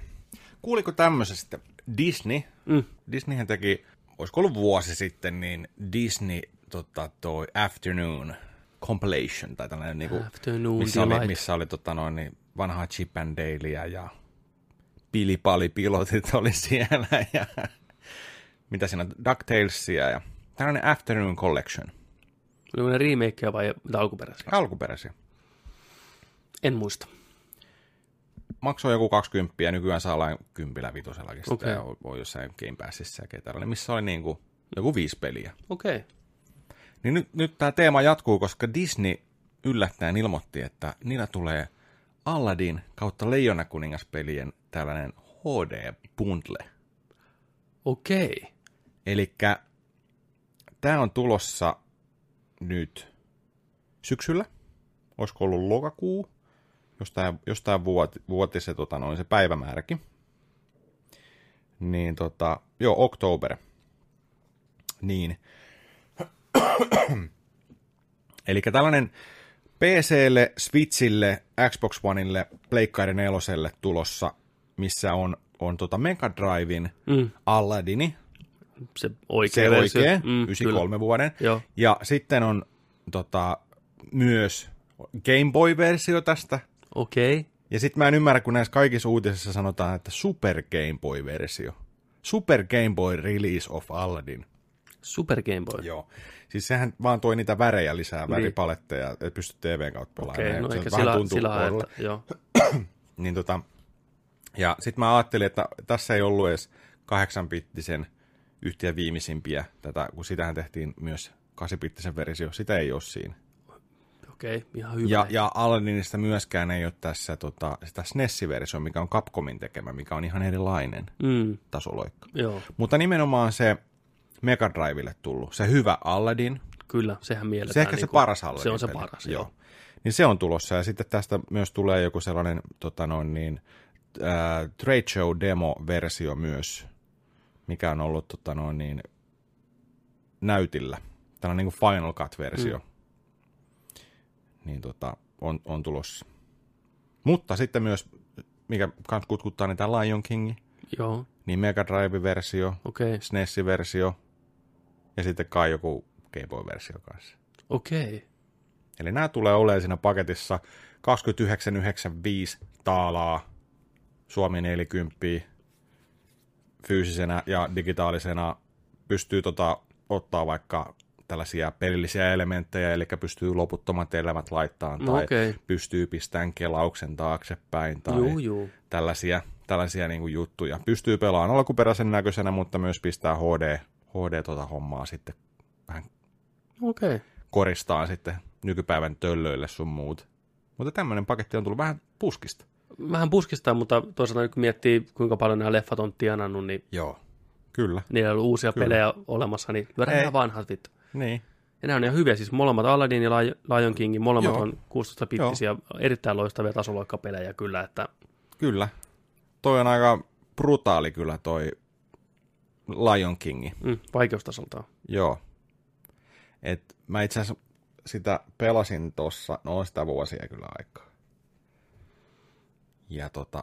S2: Kuuliko tämmöisestä Disney?
S1: Mm.
S2: Disneyhän teki, olisiko ollut vuosi sitten, niin Disney tota, toi Afternoon Compilation, tai tällainen niinku,
S1: Afternoon
S2: missä oli,
S1: Delight.
S2: missä oli tota, noin, niin vanhaa Chip and Dalia ja Pilipali-pilotit oli siellä ja mitä siinä on, DuckTalesia ja tällainen Afternoon Collection,
S1: Oliko ne remakeja vai mitä alkuperäisiä?
S2: alkuperäisiä.
S1: En muista.
S2: Maksoi joku 20, ja nykyään saa lain 10 vitosellakin sitä,
S1: Okei.
S2: ja on- on jossain Game Passissa ja ketään tällainen, missä oli niin kuin, joku viisi peliä.
S1: Okei. Okay.
S2: Niin nyt, nyt tämä teema jatkuu, koska Disney yllättäen ilmoitti, että niillä tulee Aladdin kautta Leijonakuningaspelien tällainen HD-bundle.
S1: Okei. Okay.
S2: Eli tämä on tulossa nyt syksyllä, olisiko ollut lokakuu, jostain, jostain vuot, vuoti se, tota, noin, se päivämääräkin. Niin tota, joo, oktober. Niin. Eli tällainen PClle, Switchille, Xbox Oneille, Pleikkari neloselle tulossa, missä on, on tota Mega Drivein
S1: Mm,
S2: Aladdini,
S1: se oikea
S2: se
S1: versio.
S2: oikea,
S1: Mm,
S2: mm, 93
S1: kyllä.
S2: vuoden.
S1: Joo.
S2: Ja sitten on tota, myös Game Boy-versio tästä.
S1: Okei. Okay.
S2: Ja sitten mä en ymmärrä, kun näissä kaikissa uutisissa sanotaan, että Super Game Boy-versio. Super Game Boy Release of Aladdin.
S1: Super Game Boy.
S2: Joo. Siis sehän vaan toi niitä värejä lisää, väripaletteja, että pysty TVn kautta pelaamaan.
S1: Niin. Okei, okay, no
S2: Ja se
S1: ehkä
S2: vähän
S1: sillä,
S2: tuntuu
S1: sillä haetaan.
S2: oudolle.
S1: Joo.
S2: Niin tota, ja sitten mä ajattelin, että tässä ei ollut edes kahdeksanpittisen yhtiä viimeisimpiä, tätä, kun sitähän tehtiin myös kahdeksanpittisen versio, sitä ei ole siinä.
S1: Okei, okay, ihan hyvä.
S2: Ja, ja Aladdinista myöskään ei ole tässä tota, sitä SNES-versio, mikä on Capcomin tekemä, mikä on ihan erilainen
S1: Mm,
S2: tasoloikka.
S1: joo,
S2: Mutta nimenomaan se Mega Drivelle tullut, se hyvä Aladdin,
S1: kyllä, sehän mielletään.
S2: se ehkä se
S1: niinku-
S2: paras Aladdin
S1: Se on se
S2: peli.
S1: paras,
S2: joo.
S1: joo.
S2: Niin se on tulossa, ja sitten tästä myös tulee joku sellainen tota noin, niin, äh, trade show demo-versio myös, mikä on ollut tota noin, niin, näytillä. Tällainen niin kuin Final Cut-versio. Mm. Niin tota, on, on tulossa. Mutta sitten myös, mikä kans kutkuttaa, niin tämä Lion King,
S1: Joo,
S2: niin Mega Drive-versio,
S1: okei,
S2: SNES-versio ja sitten kai joku Game Boy-versio kanssa.
S1: okei.
S2: Eli nämä tulee olemaan siinä paketissa 29,95 taalaa, Suomi 40 fyysisenä ja digitaalisena. Pystyy tota, ottaa vaikka tällaisia pelillisiä elementtejä, eli pystyy loputtomat elämät laittamaan
S1: No
S2: tai
S1: okei.
S2: pystyy pistämään kelauksen taaksepäin tai
S1: Juu, juu.
S2: tällaisia, tällaisia niin kuin juttuja. Pystyy pelaamaan alkuperäisen näköisenä, mutta myös pistää HD, HD tota hommaa sitten vähän
S1: Okei,
S2: koristaa sitten nykypäivän töllöille sun muut. Mutta tämmöinen paketti on tullut vähän puskista.
S1: vähän puskistaa, mutta toisaalta nyt kun miettii, kuinka paljon nämä leffat on tienannut, niin
S2: Joo. Kyllä.
S1: niillä on ollut uusia
S2: Kyllä.
S1: kyllä. pelejä olemassa, niin lyödään
S2: Ei.
S1: nämä vanhat vittu.
S2: Niin.
S1: Ja nämä on ihan hyviä, siis molemmat Aladdin ja Lion- Lion Kingin, molemmat
S2: Joo.
S1: on 16-bittisiä, erittäin loistavia tasoloikkapelejä kyllä, että
S2: Kyllä. Toi on aika brutaali kyllä toi Lion Kingi.
S1: mm, vaikeustasoltaan.
S2: Joo. Et mä itse asiassa sitä pelasin tossa, no on sitä vuosia kyllä aikaa. Ja tota,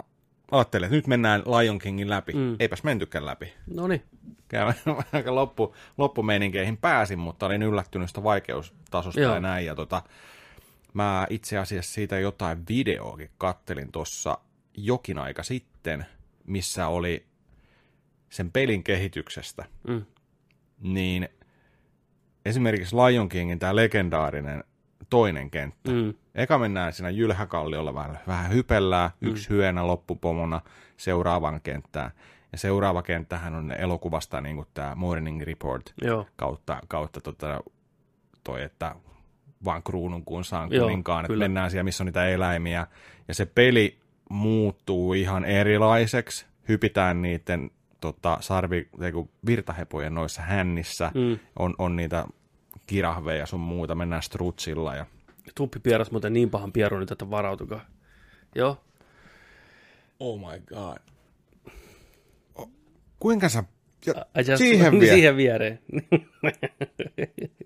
S2: ajattelin, että nyt mennään Lion Kingin läpi. Mm.
S1: Mm.
S2: Eipäs mentykään läpi.
S1: No niin,
S2: Kyllä mä aika loppu, loppumeininkeihin pääsin, mutta olin yllättynyt sitä vaikeustasosta Joo.
S1: Joo.
S2: ja näin. Ja tota, mä itse asiassa siitä jotain videoakin kattelin tuossa jokin aika sitten, missä oli sen pelin kehityksestä.
S1: mm,
S2: Niin esimerkiksi Lion Kingin tämä legendaarinen toinen kenttä,
S1: mm,
S2: Eka mennään siinä jylhäkalliolla vähän, vähän hypellään, yksi mm. hyönä loppupomona seuraavaan kenttään. Ja seuraava kenttähän on elokuvasta niin tämä Morning Report
S1: joo,
S2: kautta, kautta tota, toi, että vaan kruunun kun saan
S1: Joo,
S2: kuninkaan, että
S1: kyllä.
S2: mennään siellä, missä on niitä eläimiä. Ja se peli muuttuu ihan erilaiseksi, hypitään niiden tota, sarvi, ei kun virtahepojen noissa hännissä, mm.
S1: mm.
S2: on, on niitä kirahveja sun muuta, mennään strutsilla ja
S1: Tuppi pieras muuten niin pahan pierun nyt, että varautukaa. Joo,
S2: Oh my god. Kuinka sä... Ja,
S1: I just,
S2: Siihen vie.
S1: siihen viereen.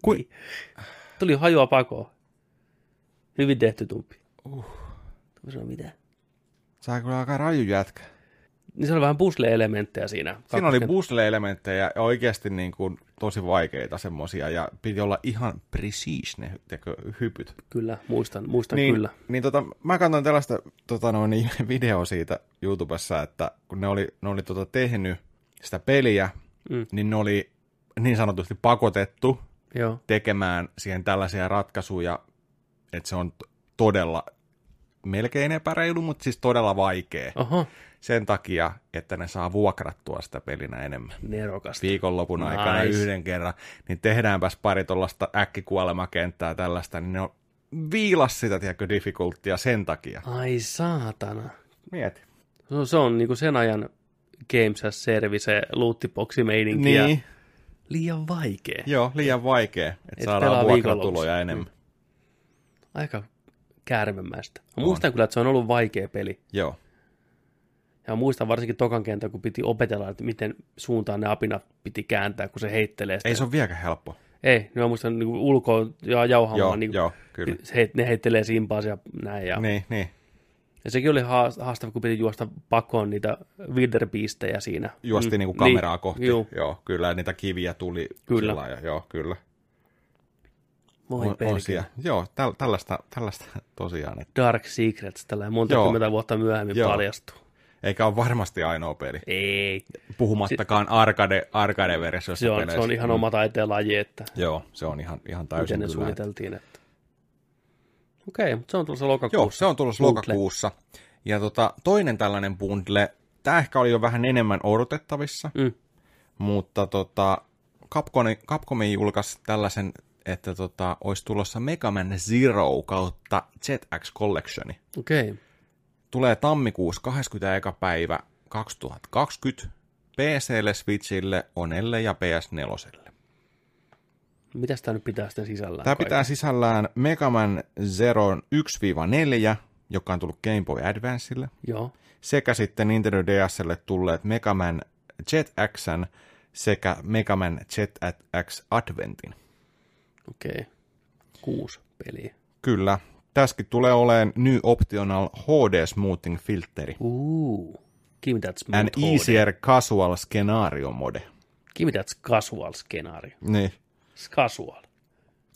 S2: ku,
S1: Tuli hajoa pakoon. Hyvin tehty tumpi. Uh. Se on mitä?
S2: sä oot kyllä aika raju jätkä.
S1: Niin se oli vähän puzzle-elementtejä siinä.
S2: Siinä oli busle-elementtejä ja oikeasti niin kuin tosi vaikeita semmosia ja piti olla ihan precise ne tekö, hypyt.
S1: Kyllä, muistan, muistan
S2: niin,
S1: kyllä.
S2: Niin tota, mä katsoin tällaista tota noin, niin videoa siitä YouTubessa, että kun ne oli, ne oli tota tehnyt sitä peliä
S1: Mm.
S2: niin ne oli niin sanotusti pakotettu
S1: Joo.
S2: tekemään siihen tällaisia ratkaisuja, että se on t- todella melkein epäreilu, mutta siis todella vaikea.
S1: Oho,
S2: Sen takia, että ne saa vuokrattua sitä pelinä enemmän.
S1: nerokasta.
S2: Viikonlopun aikana
S1: Nice.
S2: yhden kerran, niin tehdäänpäs pari tuollaista äkkikuolemakenttää tällaista, niin ne on viilas sitä, tiedätkö, difficultia sen takia.
S1: Ai saatana.
S2: Mieti.
S1: No, se on niinku sen ajan Games as Service loottiboxi meininki ja
S2: Niin,
S1: liian vaikea.
S2: joo, liian vaikea, että
S1: Et
S2: Et
S1: pelaa
S2: saadaan
S1: viikonlopuksi.
S2: vuokratuloja enemmän. Mm.
S1: Aika käärmemäistä. Mä
S2: On.
S1: muistan kyllä, että se on ollut vaikea peli.
S2: Joo,
S1: Ja mä muistan varsinkin tokan kentän, kun piti opetella, että miten suuntaan ne apinat piti kääntää, kun se heittelee sitä.
S2: ei se ole vieläkään helppo.
S1: Ei, niin mä muistan niin ulkoa ja jauhamaan.
S2: joo,
S1: niin
S2: joo, kyllä.
S1: He, ne heittelee simpaansa ja näin. Ja,
S2: Niin, niin,
S1: ja sekin oli haas- haastava, kun piti juosta pakoon niitä wilderbiistejä siinä.
S2: juostiin niinku kameraa kohti.
S1: Mm. Niin. Juu,
S2: Joo, kyllä, niitä kiviä tuli.
S1: Kyllä.
S2: sillä lailla, joo, kyllä.
S1: voi
S2: On,
S1: pelkää.
S2: on siellä. Joo, täl, tällaista, tällaista tosiaan. Et,
S1: Dark Secrets tällä monta Joo.
S2: Joo.
S1: kymmentä vuotta myöhemmin Joo.
S2: Joo.
S1: paljastuu.
S2: eikä ole varmasti ainoa peli.
S1: Ei,
S2: Puhumattakaan arcade, arcade-versiosta
S1: se on, se on ihan oma taiteenlaji, että
S2: Joo, se on ihan, ihan
S1: miten
S2: täysin
S1: ne
S2: kyllä. että-
S1: suunniteltiin. Että... Okei, mutta se on tulossa
S2: Joo,
S1: lokakuussa.
S2: se on tulossa
S1: Bundle.
S2: lokakuussa. Ja tota, toinen tällainen bundle, tämä ehkä oli jo vähän enemmän odotettavissa,
S1: Mm.
S2: mutta tota, Capcom, Capcom julkaisi tällaisen, että tota, olisi tulossa Mega Man Zero kautta ZX Collectioni.
S1: Okei,
S2: tulee tammikuussa 21. päivä 2020 PClle, Switchille, Onelle ja PS4.
S1: mitäs tämä nyt pitää sitten sisällään?
S2: Tämä pitää sisällään Mega Man Zeron 1-4, joka on tullut Game Boy Advancelle,
S1: kaiken? Joo,
S2: sekä sitten Nintendo DSlle tulleet Mega Man ZXn sekä Mega Man ZX Adventin.
S1: okei. Okay. Kuusi peliä.
S2: Kyllä, tässäkin tulee oleen New Optional HD Smoothing Filteri.
S1: Uuu, give me that
S2: An
S1: smooth hold.
S2: easier casual scenario mode.
S1: Give me that casual skenaario.
S2: Niin.
S1: Casual.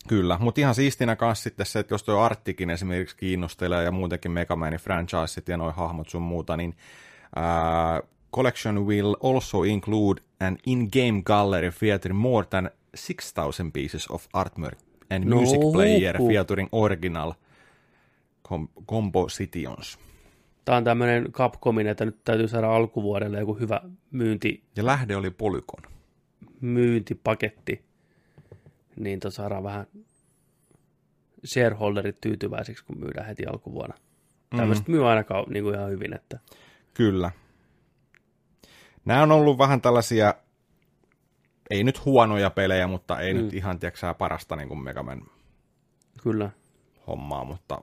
S2: Kyllä, mutta ihan siistinä kanssa sitten se, että jos tuo Arttikin esimerkiksi kiinnostelee ja muutenkin Mega Manin franchiseit ja noi hahmot sun muuta, niin uh, collection will also include an in-game gallery featuring more than 6000 pieces of artwork and
S1: No,
S2: music player
S1: huhu.
S2: featuring original com- compositions.
S1: Tämä on tämmöinen Capcomin, että nyt täytyy saada alkuvuodelle joku hyvä myynti
S2: Ja lähde oli Polygon.
S1: myyntipaketti, niin tota saadaan vähän shareholderit tyytyväisiksi, kun myydään heti alkuvuonna.
S2: Mhm.
S1: Mm. Tämmöiset myy ainakaan niin kuin ihan hyvin, että
S2: Kyllä. Nämä on ollut vähän tällaisia, ei nyt huonoja pelejä, mutta ei mm. nyt ihan, tiedätkö parasta niin kuin Mega Man
S1: kyllä.
S2: hommaa, mutta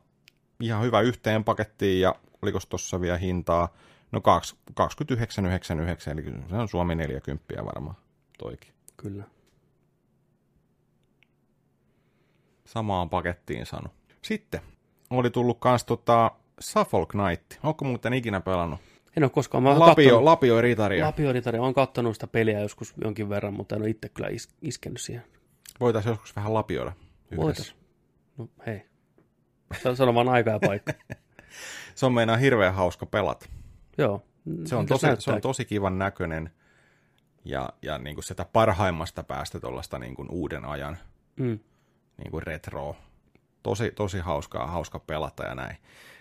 S2: ihan hyvä yhteen pakettiin ja oliko tuossa vielä hintaa? No kaksi- 29,99, eli kyllä se on Suomi 40 varmaan toikin.
S1: Kyllä.
S2: Samaan pakettiin sano. Sitten oli tullut kans tota Suffolk Knight. Onko muuten ikinä pelannut?
S1: En ole koskaan, mä oon
S2: Lapio, Lapio Ritaria. Lap-
S1: Lapio Ritari, oon kattonut sitä peliä joskus jonkin verran, mutta en ole itse kyllä is- iskenyt siihen.
S2: Voitaisiin joskus vähän lapioida. yhdessä.
S1: Voitais. No hei. Sa- Sano vaan aika ja paikka.
S2: Se on meinaa hirveän hauska pelata.
S1: Joo.
S2: Se on,
S1: Miltä
S2: tosi, se
S1: näyttää?
S2: on tosi kivan näköinen ja, ja niin kuin sitä parhaimmasta päästä tuollaista niin kuin uuden ajan
S1: Mm.
S2: niin kuin retro. Tosi, tosi hauskaa, hauska pelata ja näin.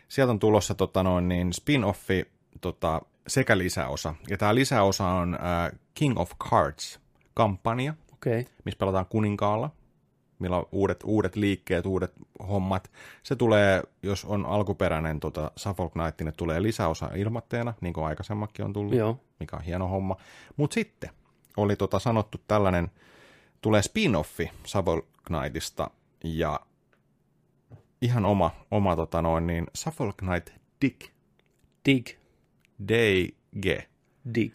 S2: Sieltä on tulossa tota noin, niin spin-offi tota, sekä lisäosa. Ja tämä lisäosa on äh, King of Cards-kampanja,
S1: Okei. Okay.
S2: missä pelataan kuninkaalla, millä on uudet, uudet liikkeet, uudet hommat. Se tulee, jos on alkuperäinen tota, Suffolk Knight, niin tulee lisäosa ilmatteena, niin kuin aikaisemmakin on tullut
S1: Joo.
S2: mikä on hieno homma. Mutta sitten oli tota sanottu tällainen, tulee spin-offi Suffolk Knightista ja ihan oma, oma tota noin, niin Suffolk Knight Dick,
S1: Dig.
S2: DG.
S1: Dig.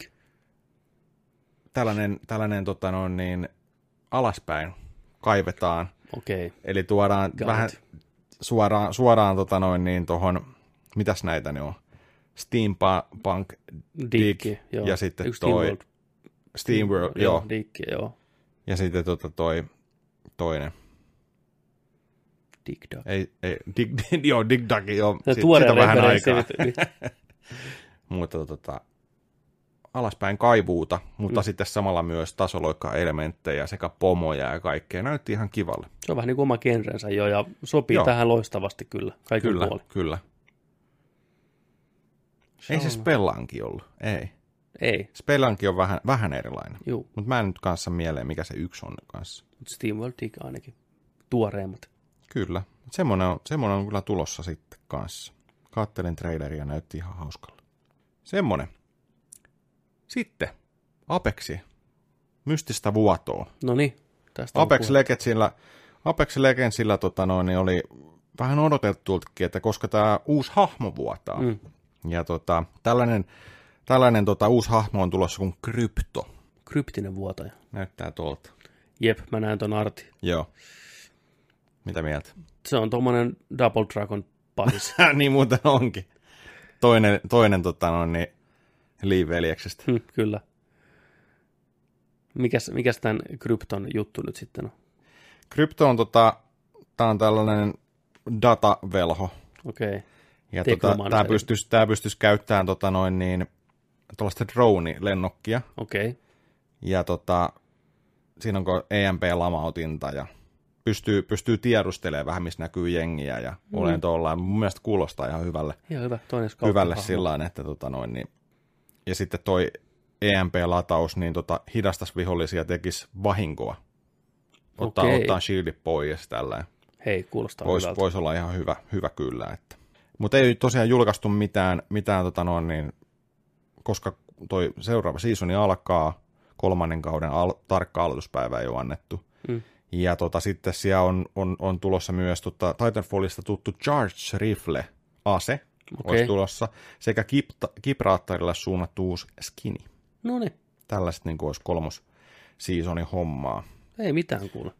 S2: Tällainen, tällainen tota noin, niin alaspäin kaivetaan,
S1: Okei. Okay.
S2: eli tuodaan
S1: Got
S2: vähän
S1: it.
S2: suoraan, suoraan tota noin, niin tohon, mitäs näitä ne on? Steampunk,
S1: Dig.
S2: Dig.
S1: Joo.
S2: Ja sitten
S1: Yksi
S2: toi-
S1: Steamworld.
S2: Steamworld, joo,
S1: Dig, joo.
S2: ja sitten tota toi toinen.
S1: Dig Dug.
S2: Ei, ei, dig, dig, joo, dig dug, joo,
S1: Se
S2: si-
S1: tuore niin.
S2: siitä vähän
S1: referenssi
S2: aikaa.
S1: nyt- nyt.
S2: Mutta tota, alaspäin kaivuuta, mutta mm. sitten samalla myös tasoloikka-elementtejä sekä pomoja ja kaikkea. Näytti ihan kivalle.
S1: Se on vähän niin kuin oma genrensä jo ja sopii
S2: Joo.
S1: Joo. tähän loistavasti kyllä, kaikin
S2: Kyllä,
S1: puolin.
S2: kyllä.
S1: Se
S2: Ei siis-
S1: on-
S2: se Spellaanki ollut, ei.
S1: Ei,
S2: Spellaanki on vähän, vähän erilainen.
S1: juu,
S2: Mutta mä en nyt kanssa mieleen, mikä se yksi on kanssa.
S1: mutta SteamWorld Dig ainakin tuoreimmat.
S2: Kyllä. Mut Semmoinen on, semmoinen on kyllä tulossa sitten kanssa. Kattelin traileria, näytti ihan hauskalta. Semmoinen. Sitten Apexi. Mystistä vuotoa.
S1: No niin, tästä on
S2: Apex
S1: puhe.
S2: Legendsillä, Apex Legendsillä tota noin, niin oli vähän odotettuultakin, että koska tämä uusi hahmo vuotaa. Mm.
S1: Mm.
S2: Ja tota, tällainen, tällainen tota, uusi hahmo on tulossa kuin krypto.
S1: Kryptinen vuotaja.
S2: Näyttää tuolta.
S1: Jep, mä näen ton artin.
S2: Joo. Mitä mieltä?
S1: Se on tommonen Double Dragon pahis.
S2: niin muuten onkin. Toinen, toinen tota noin, niin liiveljeksestä.
S1: Hm, Kyllä. Mikäs, mikäs tämän krypton juttu nyt sitten on?
S2: Krypto on, tota, tää on tällainen datavelho.
S1: Okei. Okay.
S2: Ja tota,
S1: Teknomainen
S2: tämä
S1: eli-
S2: pystyisi, tää pystyisi käyttämään tota noin niin, tuollaista drone-lennokkia.
S1: Okei. Okay.
S2: Ja tota, siinä onko EMP-lamautinta ja pystyy, pystyy tiedustelemaan vähän, missä näkyy jengiä ja mm. olen tuolla. Mun mielestä kuulostaa ihan hyvälle,
S1: Ihan hyvä. Toinen skautta.
S2: hyvälle sillä että tota noin, niin. ja sitten toi EMP-lataus niin tota, hidastaisi vihollisia tekisi vahinkoa. Ottaa,
S1: Okei.
S2: ottaa shieldit pois ja tällä.
S1: Hei, kuulostaa
S2: Vois,
S1: hyvältä.
S2: vois olla ihan hyvä, hyvä kyllä. Että. Mutta ei tosiaan julkaistu mitään, mitään tota noin, niin, koska toi seuraava seasoni alkaa, kolmannen kauden al- tarkka aloituspäivä ei ole annettu.
S1: Mm.
S2: Ja tota, sitten siellä on, on, on tulossa myös tota, Titanfallista tuttu Charge Rifle ase okay. olisi
S1: Okei.
S2: tulossa, sekä kipta, Kipraattarille suunnattu uusi skini.
S1: No niin.
S2: Tällaiset niin olisi kolmos seasonin hommaa.
S1: Ei mitään kuule.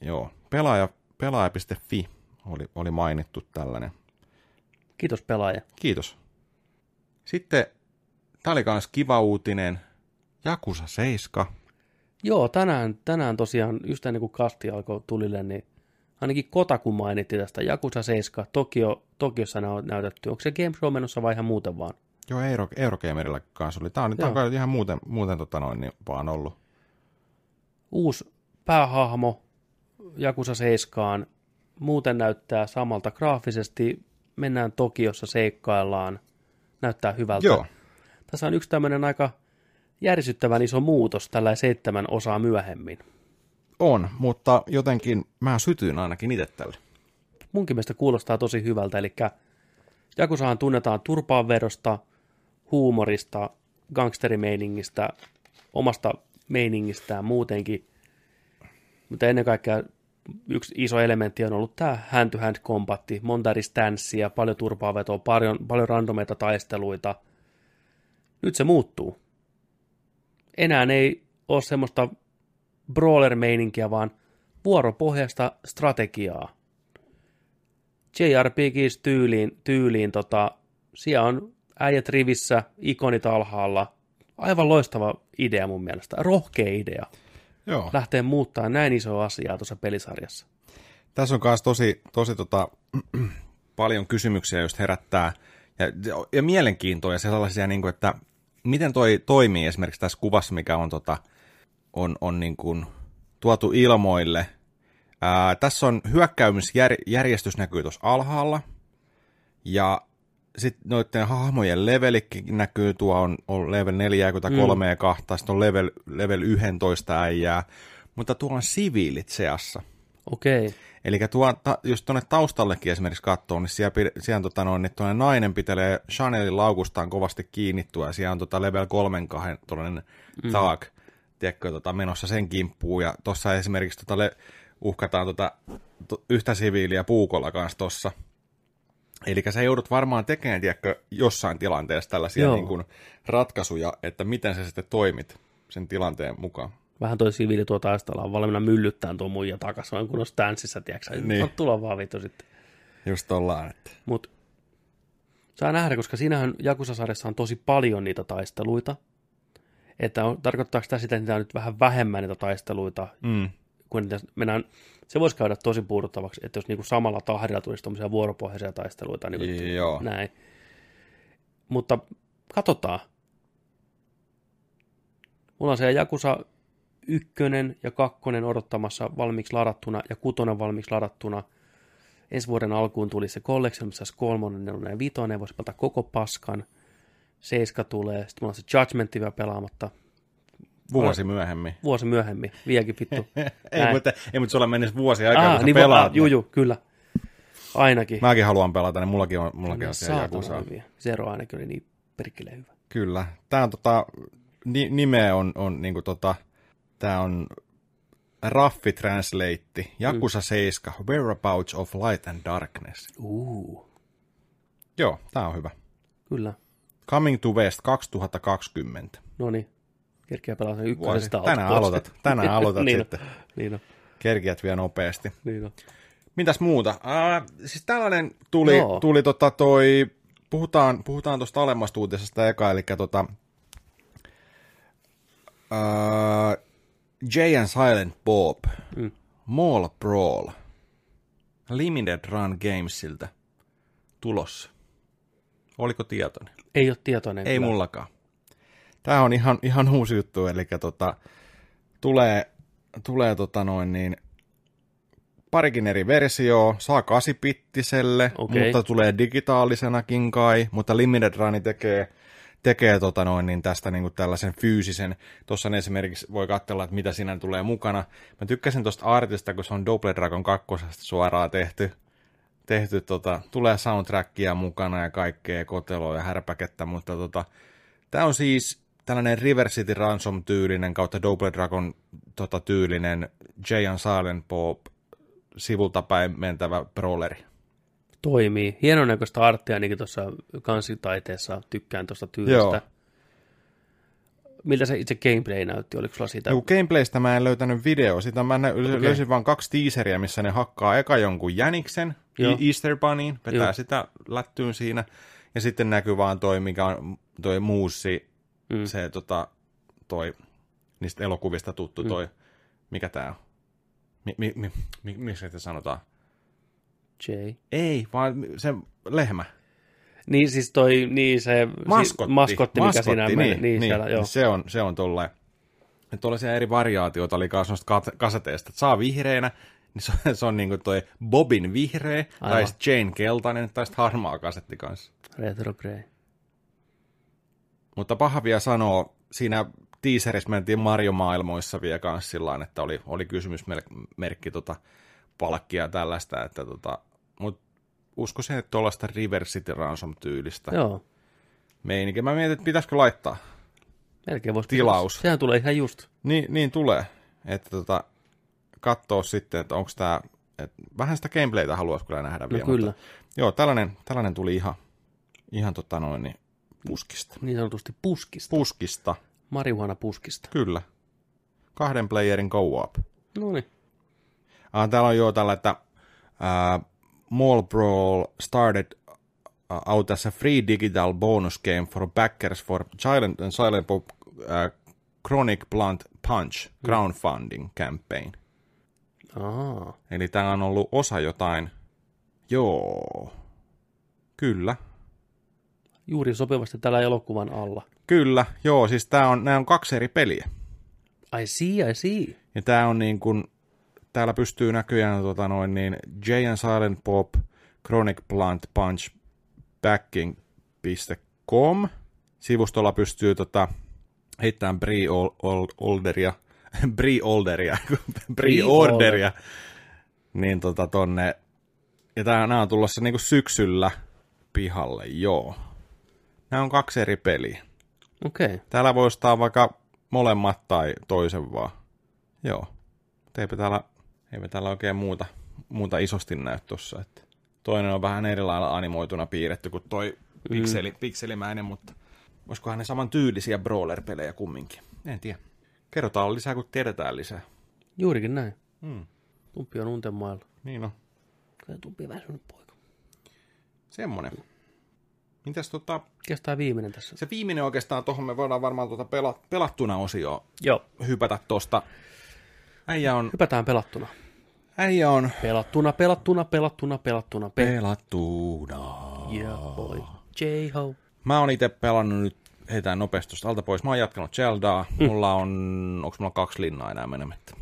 S2: Joo. Pelaaja, pelaaja.fi oli, oli mainittu tällainen
S1: Kiitos pelaaja.
S2: Kiitos. Sitten, tää oli kans kiva uutinen, Jakusa 7.
S1: Joo, tänään, tänään tosiaan, just ennen kuin kasti alkoi tulille, niin ainakin Kotaku mainitti tästä Jakusa 7, Tokio, Tokiossa nä- näytetty. Onko se Game Show menossa vai ihan muuten vaan?
S2: Joo, Euro, Eurogamerilla kanssa oli. Tää on, tää on
S1: Joo.
S2: kai ihan muuten, muuten tota noin, niin vaan ollut.
S1: Uusi päähahmo Jakusa 7, muuten näyttää samalta graafisesti, mennään Tokiossa, seikkaillaan, näyttää hyvältä.
S2: Joo,
S1: Tässä on yksi tämmöinen aika järisyttävän iso muutos tällä seitsemän osaa myöhemmin.
S2: on, mutta jotenkin mä sytyin ainakin itse tälle.
S1: munkin mielestä kuulostaa tosi hyvältä, eli Jakusahan tunnetaan turpaanvedosta, huumorista, gangsterimeiningistä, omasta meiningistään muutenkin, mutta ennen kaikkea yksi iso elementti on ollut tämä hand-to-hand kombatti, monta eri stanssiä, paljon turpaanvetoa, paljon, paljon randomeita taisteluita. Nyt se muuttuu. Enää ei ole semmoista brawler-meininkiä, vaan vuoropohjaista strategiaa. JRPG-tyyliin tyyliin, tota, siellä on äijät rivissä, ikonit alhaalla. Aivan loistava idea mun mielestä, rohkea idea.
S2: Joo.
S1: Lähtee muuttaa näin isoa asiaa tuossa pelisarjassa.
S2: Tässä on myös tosi, tosi tota, paljon kysymyksiä, just herättää, ja, ja mielenkiintoa, ja sellaisia, niin kuin, että miten toi toimii esimerkiksi tässä kuvassa, mikä on, tota, on, on niin kuin, tuotu ilmoille. Ää, tässä on hyökkäymisjärjestys näkyy tuossa alhaalla, ja sitten noiden hahmojen levelikin näkyy, tuo on, on level 43 mm. ja 2, sitten on level, level 11 äijää, mutta tuo on siviilit seassa.
S1: Okei, okay.
S2: Eli tuo, ta, jos tuonne taustallekin esimerkiksi katsoo, niin siellä, pide- siellä tota noin, niin tuonne nainen pitelee Chanelin laukustaan kovasti kiinnittyä, ja siellä on tota level 3 kahden tuollainen mm. taak, tiedätkö, tota, menossa sen kimppuun, ja tuossa esimerkiksi tota le, uhkataan tota, to, yhtä siviiliä puukolla kanssa tuossa. Eli sä joudut varmaan tekemään, tiedätkö, jossain tilanteessa tällaisia
S1: Joo.
S2: niin kuin, ratkaisuja, että miten sä sitten toimit sen tilanteen mukaan.
S1: vähän toi siviili tuo taistella on valmiina myllyttään tuo muija takas, vaan kun on stanssissa, tiedätkö
S2: Niin.
S1: niin. tulla vaan vittu sitten.
S2: Just ollaan, että...
S1: Mut saa nähdä, koska siinähän Jakusasarjassa on tosi paljon niitä taisteluita. Että on, tarkoittaako tämä sitä, että niitä on nyt vähän vähemmän niitä taisteluita
S2: Mm.
S1: kun niitä mennään, se voisi käydä tosi puuduttavaksi, että jos niinku samalla tahdilla tulisi tuommoisia vuoropohjaisia taisteluita, niin
S2: Joo.
S1: näin. Mutta katsotaan. Mulla on se Jakusa ykkönen ja kakkonen odottamassa valmiiksi ladattuna ja kutonen valmiiksi ladattuna. Ensi vuoden alkuun tuli se Collection, missä olisi kolmonen, nelonen ja vitonen, voisi pelata koko paskan. Seiska tulee, sitten mulla on se Judgment vielä pelaamatta.
S2: Vuosi myöhemmin.
S1: Vuosi myöhemmin, vieläkin vittu.
S2: ei,
S1: Näin.
S2: mutta, ei, mutta sulla menisi vuosi aikaa, kun sä
S1: niin mä-
S2: pelaat.
S1: ah, juu, juu, kyllä. Ainakin.
S2: Mäkin haluan pelata, niin mullakin on,
S1: Ne
S2: mullakin
S1: on
S2: on siellä
S1: saatana
S2: Jakusaa.
S1: hyviä. Zero ainakin oli niin perkele hyvä.
S2: Kyllä. Tämä on tota, ni, nimeä on, on niinku tota, tää on Raffi Translate, Jakusa
S1: Mm.
S2: 7, Whereabouts of Light and Darkness.
S1: Uu,
S2: Joo, tää on hyvä.
S1: kyllä.
S2: Coming to West 2020.
S1: No niin, kerkeä pelaa sen
S2: Vuosi.
S1: ykkösestä.
S2: Tänään
S1: out pois.
S2: aloitat, tänään aloitat
S1: niin
S2: sitten.
S1: On, niin on,
S2: Kerkiät vielä nopeasti.
S1: niin on.
S2: Mitäs muuta? Äh, siis tällainen tuli,
S1: Joo.
S2: tuli tota toi, puhutaan, puhutaan tuosta alemmasta uutisesta eka, eli tota, äh, Jay and Silent Bob, mm. Mall Brawl, Limited Run Gamesilta tulossa. Oliko tietoinen?
S1: Ei ole tietoinen.
S2: Ei
S1: kyllä.
S2: mullakaan. Tämä on ihan, ihan uusi juttu, eli tota, tulee, tulee tota noin niin, parikin eri versioa, saa kasipittiselle,
S1: Okei.
S2: okay. mutta tulee digitaalisenakin kai, mutta Limited Run tekee, tekee tota noin, niin tästä niin kuin tällaisen fyysisen. Tuossa esimerkiksi voi katsella, että mitä siinä tulee mukana. Mä tykkäsin tuosta artista, kun se on Double Dragon 2 suoraan tehty tehty, tota, tulee soundtrackia mukana ja kaikkea koteloa ja härpäkettä, mutta tota, tämä on siis tällainen River City Ransom-tyylinen kautta Double Dragon tota, tyylinen Jay and Silent Bob sivulta päin mentävä brawleri.
S1: Toimii. Hienon näköistä arttia ainakin tuossa kansitaiteessa. Tykkään tuosta tyylistä.
S2: Joo.
S1: Miltä se itse gameplay näytti? Oliko sulla sitä?
S2: Joku gameplaystä mä en löytänyt video, sitä mä nä- okay. löysin vaan kaksi teaseriä, missä ne hakkaa eka jonkun jäniksen
S1: Joo.
S2: Joo. Easter Bunnyin, vetää
S1: Joo.
S2: Joo. sitä lättyyn siinä, ja sitten näkyy vaan toi, mikä on toi muussi,
S1: Mm.
S2: mm. se tota, toi, niistä elokuvista
S1: Mm.
S2: tuttu toi, mikä tää on? Mi, mi, mi, mi, miksi sitä sanotaan?
S1: Jay.
S2: Ei, vaan se lehmä.
S1: Niin siis toi, niin se
S2: Maskotti.
S1: Si, maskotti mikä siinä
S2: niin,
S1: meni. Niin, siellä, joo.
S2: Se on, se on tolleen. Että tuollaisia eri variaatioita oli kanssa noista kat- kaseteista. Että saa vihreänä, niin se on, se on niinku toi Bobin vihreä, Aivan.
S1: Aivan.
S2: tai sitten Jane keltainen, tai sitten harmaa kasetti kanssa.
S1: Retro Grey.
S2: Mutta paha vielä sanoo, siinä teaserissa mentiin Mario-maailmoissa vielä kanssa sillä lailla, että oli, oli kysymysmerkki tota, palkkia ja tällaista, että tota, mut uskoisin, että tuollaista River City Ransom-tyylistä
S1: Joo.
S2: meininkiä. Mä mietin, että pitäisikö laittaa.
S1: Melkein voisi
S2: Tilaus.
S1: Sehän tulee ihan just. no
S2: Niin, niin tulee, että tota, katsoa sitten, että onko tämä, vähän sitä gameplaytä haluaisi kyllä nähdä
S1: No
S2: vielä.
S1: kyllä.
S2: Mutta, joo, tällainen, tällainen tuli ihan, ihan tota noin, niin, puskista.
S1: Niin sanotusti puskista.
S2: Puskista,
S1: Marihuana puskista.
S2: kyllä. Kahden playerin go-up.
S1: No niin.
S2: Ah, täällä on jo tällä, että uh, Mall Brawl started uh, out as a free digital bonus game for backers for Silent and Silent Bob uh, Chronic Blunt Punch crowdfunding campaign.
S1: Aa,
S2: Eli tämä on ollut osa jotain. Joo. Kyllä.
S1: juuri sopivasti tällä elokuvan alla.
S2: Kyllä. Joo, siis tää on, nämä on kaksi eri peliä.
S1: I see, I see.
S2: Ja tämä on niin kuin, täällä pystyy näköjään tota noin niin, Jay and Silent Pop, Chronic Blunt Punch, backing.com. Sivustolla pystyy tota, heittämään pre-olderia, pre-olderia, pre-orderia, niin tota tonne. Ja tää, nää on tulossa niinku syksyllä pihalle, joo. Nämä on kaksi eri peliä.
S1: Okei. Okay.
S2: Täällä voi ostaa vaikka molemmat tai toisen vaan. Joo. Mut Eipä täällä, eipä täällä oikein muuta, muuta isosti näy tossa. Että toinen on vähän eri lailla animoituna piirretty kuin toi pikseli, pikselimäinen, mutta olisikohan ne saman tyylisiä brawler-pelejä kumminkin. En tiedä. Kerrotaan lisää, kun tiedetään lisää.
S1: Juurikin näin.
S2: Mm.
S1: Tumpi on unten mailla.
S2: Niin on.
S1: Kyllä tumpi väsynyt poika.
S2: Semmonen. Mitäs tota,
S1: Kestää viimeinen tässä.
S2: se viimeinen oikeastaan, tuohon me voidaan varmaan tuota pela, pelattuna osioon
S1: Joo.
S2: hypätä tosta. Äijä on,
S1: Hypätään pelattuna.
S2: äijä on
S1: Pelattuna, pelattuna, pelattuna, pelattuna. Pe-
S2: Pelattuna.
S1: yeah, boy. J-ho.
S2: Mä oon itse pelannut nyt heitään nopeasti tuosta alta pois. Mä oon jatkanut Cheldaa. Mulla on, onko mulla kaksi linnaa enää menemättä?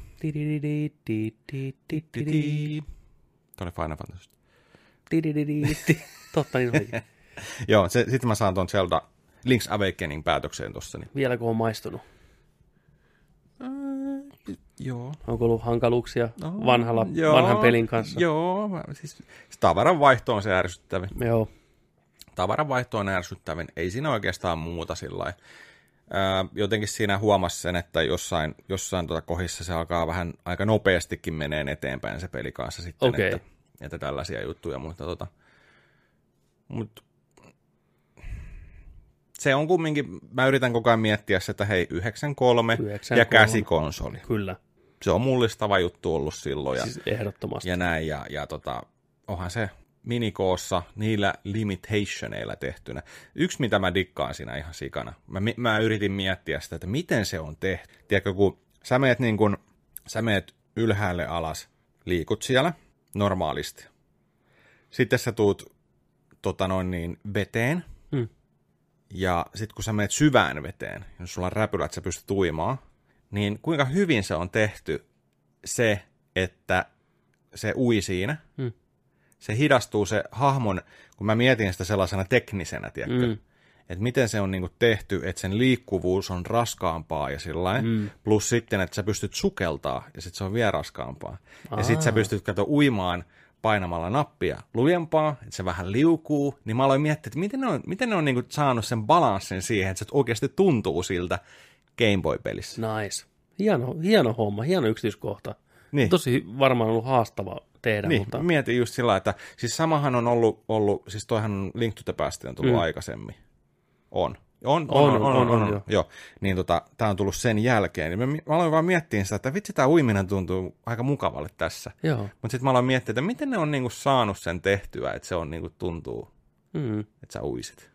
S2: Tuo oli Final Fantasy.
S1: Totta niin olikin.
S2: Joo, se, sitten mä saan tuon Zelda Link's Awakening päätökseen tossa. Niin.
S1: Vieläkö on maistunut?
S2: Joo.
S1: Onko ollut hankaluuksia vanhalla,
S2: No, Joo,
S1: vanhan pelin kanssa?
S2: Joo, mä- siis se tavaran vaihto on se ärsyttävin.
S1: Joo.
S2: Tavaran vaihto on ärsyttävin, ei siinä oikeastaan muuta sillä lailla. Ää, Jotenkin siinä huomasi sen, että jossain, jossain tuota kohdissa se alkaa vähän aika nopeastikin menee eteenpäin se peli kanssa sitten,
S1: Okei.
S2: että, että, tällaisia juttuja, mutta tota, mut se on kumminkin, mä yritän koko ajan miettiä sitä, hei 93 ja
S1: 93.
S2: käsikonsoli.
S1: Kyllä,
S2: Se on mullistava juttu ollut silloin. Ja
S1: siis ehdottomasti.
S2: ja näin, ja, ja tota, onhan se minikoossa niillä limitationeilla tehtynä. Yksi, mitä mä dikkaan siinä ihan sikana, mä, mi- mä yritin miettiä sitä, että miten se on tehty. Tiedätkö, kun sä meet, niin kun, sä meet ylhäälle alas, liikut siellä normaalisti. Sitten sä tuut tota noin niin, veteen,
S1: Mm.
S2: ja sitten kun sä menet syvään veteen, jos sulla on räpylä, että sä pystyt uimaan, niin kuinka hyvin se on tehty se, että se ui siinä,
S1: Mm.
S2: se hidastuu se hahmon, kun mä mietin sitä sellaisena teknisenä, tiedätkö?
S1: Mm.
S2: Että miten se on niinku tehty, että sen liikkuvuus on raskaampaa ja sillä
S1: Mm.
S2: mm. plus sitten, että sä pystyt sukeltaa ja sitten se on vielä raskaampaa. Aa.
S1: Aa.
S2: Ja sitten sä pystyt kato uimaan painamalla nappia lujempaa, että se vähän liukuu, niin mä aloin miettiä, että miten ne on, miten ne on niinku saanut sen balanssin siihen, että se oikeasti tuntuu siltä Gameboy-pelissä.
S1: Nice. Hieno, hieno homma, hieno yksityiskohta.
S2: Niin.
S1: Tosi varmaan ollut haastava tehdä,
S2: Niin,
S1: mutta
S2: mä mietin just sillä, että siis samahan on ollut, ollut siis toihan on Link to the Past on tullut mm. aikaisemmin. On. On, on, on, on, on, on, on,
S1: joo.
S2: joo. joo. Niin tota, tää on tullut sen jälkeen. Niin mä, mä aloin vaan miettiä sitä, että vitsi tää uiminen tuntuu aika mukavalle tässä.
S1: joo.
S2: Mutta sitten mä aloin miettiä, että miten ne on niinku saanut sen tehtyä, että se on niinku tuntuu,
S1: Mm.
S2: että sä uisit.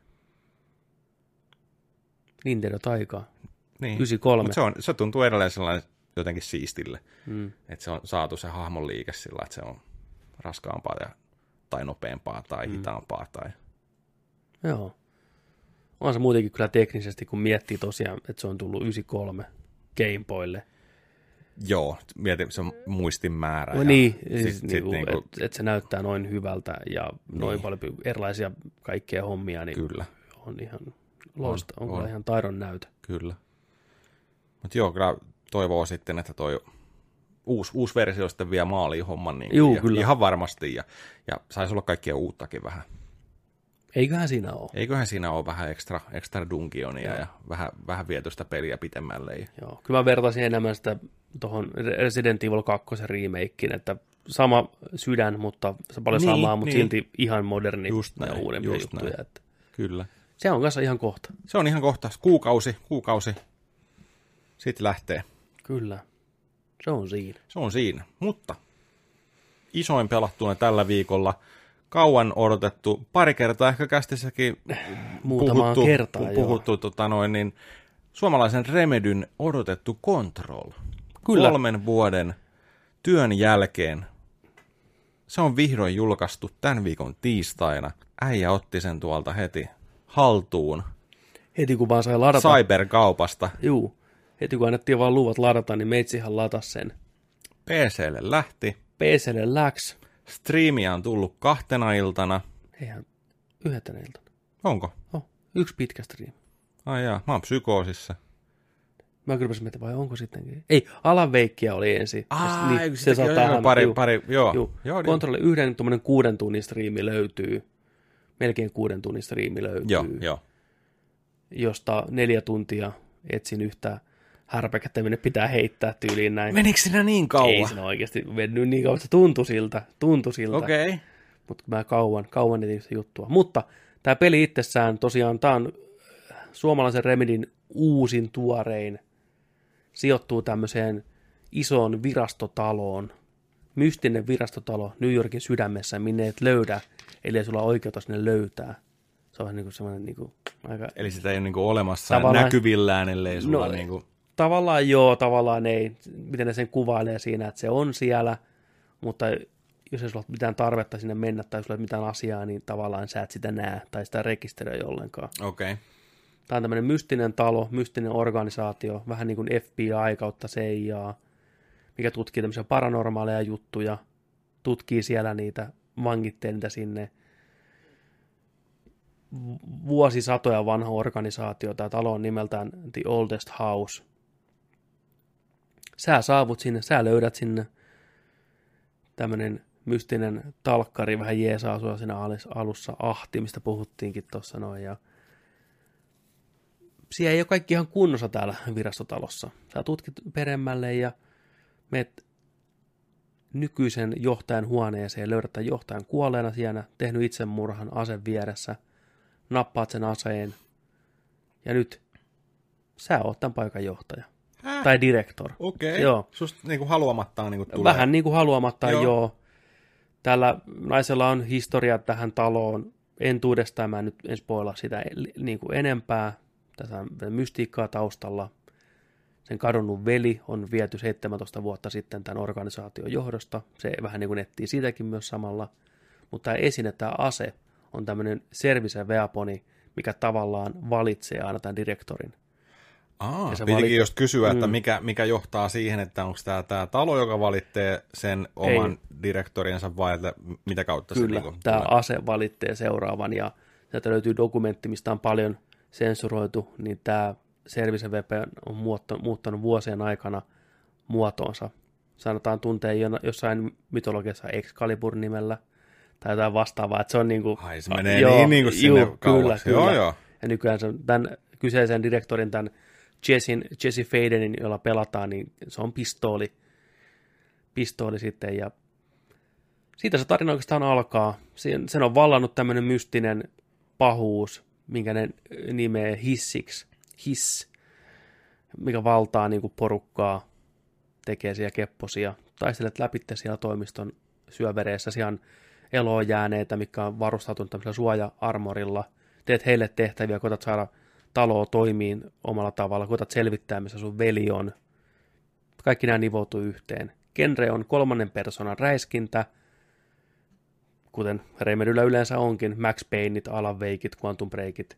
S1: Nintendo taikaa.
S2: Niin.
S1: 93.
S2: Mut se, on, se tuntuu edelleen sellainen jotenkin siistille.
S1: Mm.
S2: Että se on saatu se hahmon liike sillä, että se on raskaampaa ja, tai nopeampaa tai hitaampaa tai
S1: Joo. On se muutenkin kyllä teknisesti, kun miettii tosiaan, että se on tullut 93 Gameboylle.
S2: Joo, mietin se muistin määrä.
S1: No
S2: ja
S1: niin,
S2: sit-
S1: siis
S2: sit
S1: niinku,
S2: niinku- Niin.
S1: että et se näyttää noin hyvältä ja noin paljon erilaisia kaikkea hommia, niin
S2: Kyllä,
S1: on ihan loista, on,
S2: On,
S1: on, kyllä
S2: on.
S1: ihan taidon näytö.
S2: kyllä. Mutta joo, kyllä toivoo sitten, että toi uusi, uusi versio sitten vie maaliin homman. Niin
S1: Juu,
S2: ja,
S1: kyllä.
S2: Ihan varmasti, ja, ja saisi olla kaikkea uuttakin vähän.
S1: Eiköhän siinä ole.
S2: Eiköhän siinä ole vähän ekstra, ekstra dunkionia ja vähän, vähän vietystä peliä pitemmälle. Ja,
S1: Joo, kyllä mä vertaisin enemmän sitä tuohon Resident Evil 2 remakeen, että sama sydän, mutta se paljon
S2: Niin,
S1: samaa, mutta
S2: niin.
S1: silti ihan moderni
S2: Just
S1: ja
S2: näin,
S1: uudempia
S2: just
S1: juttuja.
S2: näin.
S1: Että
S2: kyllä.
S1: se on kanssa ihan kohta.
S2: Se on ihan kohta kuukausi, kuukausi. Sitten lähtee.
S1: Kyllä. Se on siinä.
S2: Se on siinä. Mutta isoin pelattuna tällä viikolla kauan odotettu, pari kertaa ehkä kästissäkin
S1: Muutamaan
S2: puhuttu,
S1: kertaan,
S2: pu-
S1: joo.
S2: puhuttu tota noin, niin suomalaisen Remedyn odotettu Control.
S1: Kyllä.
S2: Kolmen vuoden työn jälkeen se on vihdoin julkaistu tämän viikon tiistaina. Äijä otti sen tuolta heti haltuun
S1: Heti kun vaan sai ladata.
S2: cyberkaupasta.
S1: Juu. Heti kun annettiin vaan luvat ladata, niin meitsihän latas sen.
S2: PClle lähti.
S1: PClle läks.
S2: Striimiä on tullut kahtena iltana.
S1: Eihän yhdeltä neiltä.
S2: Onko?
S1: Oh, yksi pitkä striimi.
S2: Ai jaa, mä oon psykoosissa.
S1: Mä kyllä miettimään, vai onko sittenkin. Ei, alan veikkiä oli ensin. Ja s-
S2: eikö sitäkin
S1: saattaa
S2: ole? Joo,
S1: aina-
S2: pari,
S1: juu,
S2: pari, joo.
S1: niinku- juu.
S2: Joo, niin.
S1: Kontrolli yhden tuommoinen kuuden tunnin striimi löytyy. Melkein kuuden tunnin striimi löytyy.
S2: Joo, joo.
S1: Josta neljä tuntia etsin yhtä härpäkettä, minne pitää heittää tyyliin näin.
S2: Menikö sinä niin
S1: Ei siinä oikeasti mennyt niin kauan, se tuntui siltä, tuntui siltä. Okay.
S2: Okei. Okay.
S1: Mutta mä kauan, kauan etin sitä juttua. Mutta tämä peli itsessään tosiaan, tämä on äh, suomalaisen Remedin uusin tuorein, sijoittuu tämmöiseen isoon virastotaloon, mystinen virastotalo New Yorkin sydämessä, minne et löydä, eli sulla ole oikeutta sinne löytää. Se on niinku semmoinen niinku aika
S2: Eli sitä ei ole niinku olemassa
S1: Tavallaan-
S2: Tavallaan... näkyvillään, ellei sulla
S1: No,
S2: no, niinku...
S1: tavallaan joo, tavallaan ei. Miten ne sen kuvailee siinä, että se on siellä, mutta jos ei sulla ole mitään tarvetta sinne mennä tai sulla ei ole mitään asiaa, niin tavallaan sä et sitä näe tai sitä rekisteröi ollenkaan.
S2: Okei. Okay.
S1: Tämä on tämmöinen mystinen talo, mystinen organisaatio, vähän niin kuin FBI kautta CIA, mikä tutkii tämmöisiä paranormaaleja juttuja, tutkii siellä niitä, vangittee niitä sinne. Vu- Vuosisatoja vanha organisaatio, tämä talo on nimeltään The Oldest House. Sä saavut sinne, sä löydät sinne tämmöinen mystinen talkkari vähän jeesaa sua siinä alis- alussa, ahti, mistä puhuttiinkin tuossa noin, ja siellä ei ole kaikki ihan kunnossa täällä virastotalossa. Sä tutkit peremmälle ja meet nykyisen johtajan huoneeseen, löydät tämän johtajan kuolleena siellä, tehnyt itsemurhan aseen vieressä, nappaat sen aseen, ja nyt sä oot tämän paikan johtaja.
S2: Häh?
S1: Tai direktor.
S2: Äh, Okei.
S1: Joo.
S2: Susta niinku haluamattaan niinku tulee.
S1: Vähän niin kuin haluamatta,
S2: Joo.
S1: joo. joo. Tällä naisella on historia tähän taloon. Entuudestaan mä en nyt en spoila sitä niin kuin enempää. Tässä on mystiikkaa taustalla. Sen kadonnut veli on viety 17 vuotta sitten tämän organisaation johdosta. Se vähän niin kuin etsii sitäkin myös samalla. Mutta tämä esine, tämä ase, on tämmöinen service veaponi, mikä tavallaan valitsee aina tämän direktorin.
S2: Aa,
S1: Ja Mm. sä
S2: pitikin
S1: valit-
S2: just kysyä, että mikä, mikä johtaa siihen, että onko tämä tää talo, joka valitsee sen oman direktoriensa vai että mitä kautta
S1: Kyllä,
S2: se niinku
S1: tämä
S2: tulee?
S1: ase valitsee seuraavan ja sieltä löytyy dokumentti, mistä on paljon sensuroitu, niin tämä Service Web on muutto- muuttanut vuosien aikana muotoonsa. Sanotaan tuntee jona- jossain mytologiassa Excalibur nimellä tai jotain vastaavaa, että se on niinku,
S2: Ai, se menee niin niinku sinne kauaksi.
S1: Kyllä,
S2: Joo,
S1: kyllä.
S2: joo.
S1: Ja nykyään se, tämän kyseisen direktorin, tämän Jessin, Jesse Fadenin, jolla pelataan, niin se on pistooli, pistooli sitten ja siitä se tarina oikeastaan alkaa. Sen, sen on vallannut tämmöinen mystinen pahuus, minkä ne nimeä hissiksi, hiss, mikä valtaa niin kuin porukkaa, tekee siellä kepposia. Taistelet läpitte siellä toimiston syövereissä, siellä on eloon jääneitä, mikä on varustautunut tämmöisellä suoja-armorilla. Teet heille tehtäviä, koetat saada taloa toimiin omalla tavalla, koetat selvittää, missä sun veli on. Kaikki nämä nivoutuu yhteen. Genre on kolmannen persoonan räiskintä, kuten Remedyllä yleensä onkin, Max Payneit, Alan Wakeit, Quantum Breakit.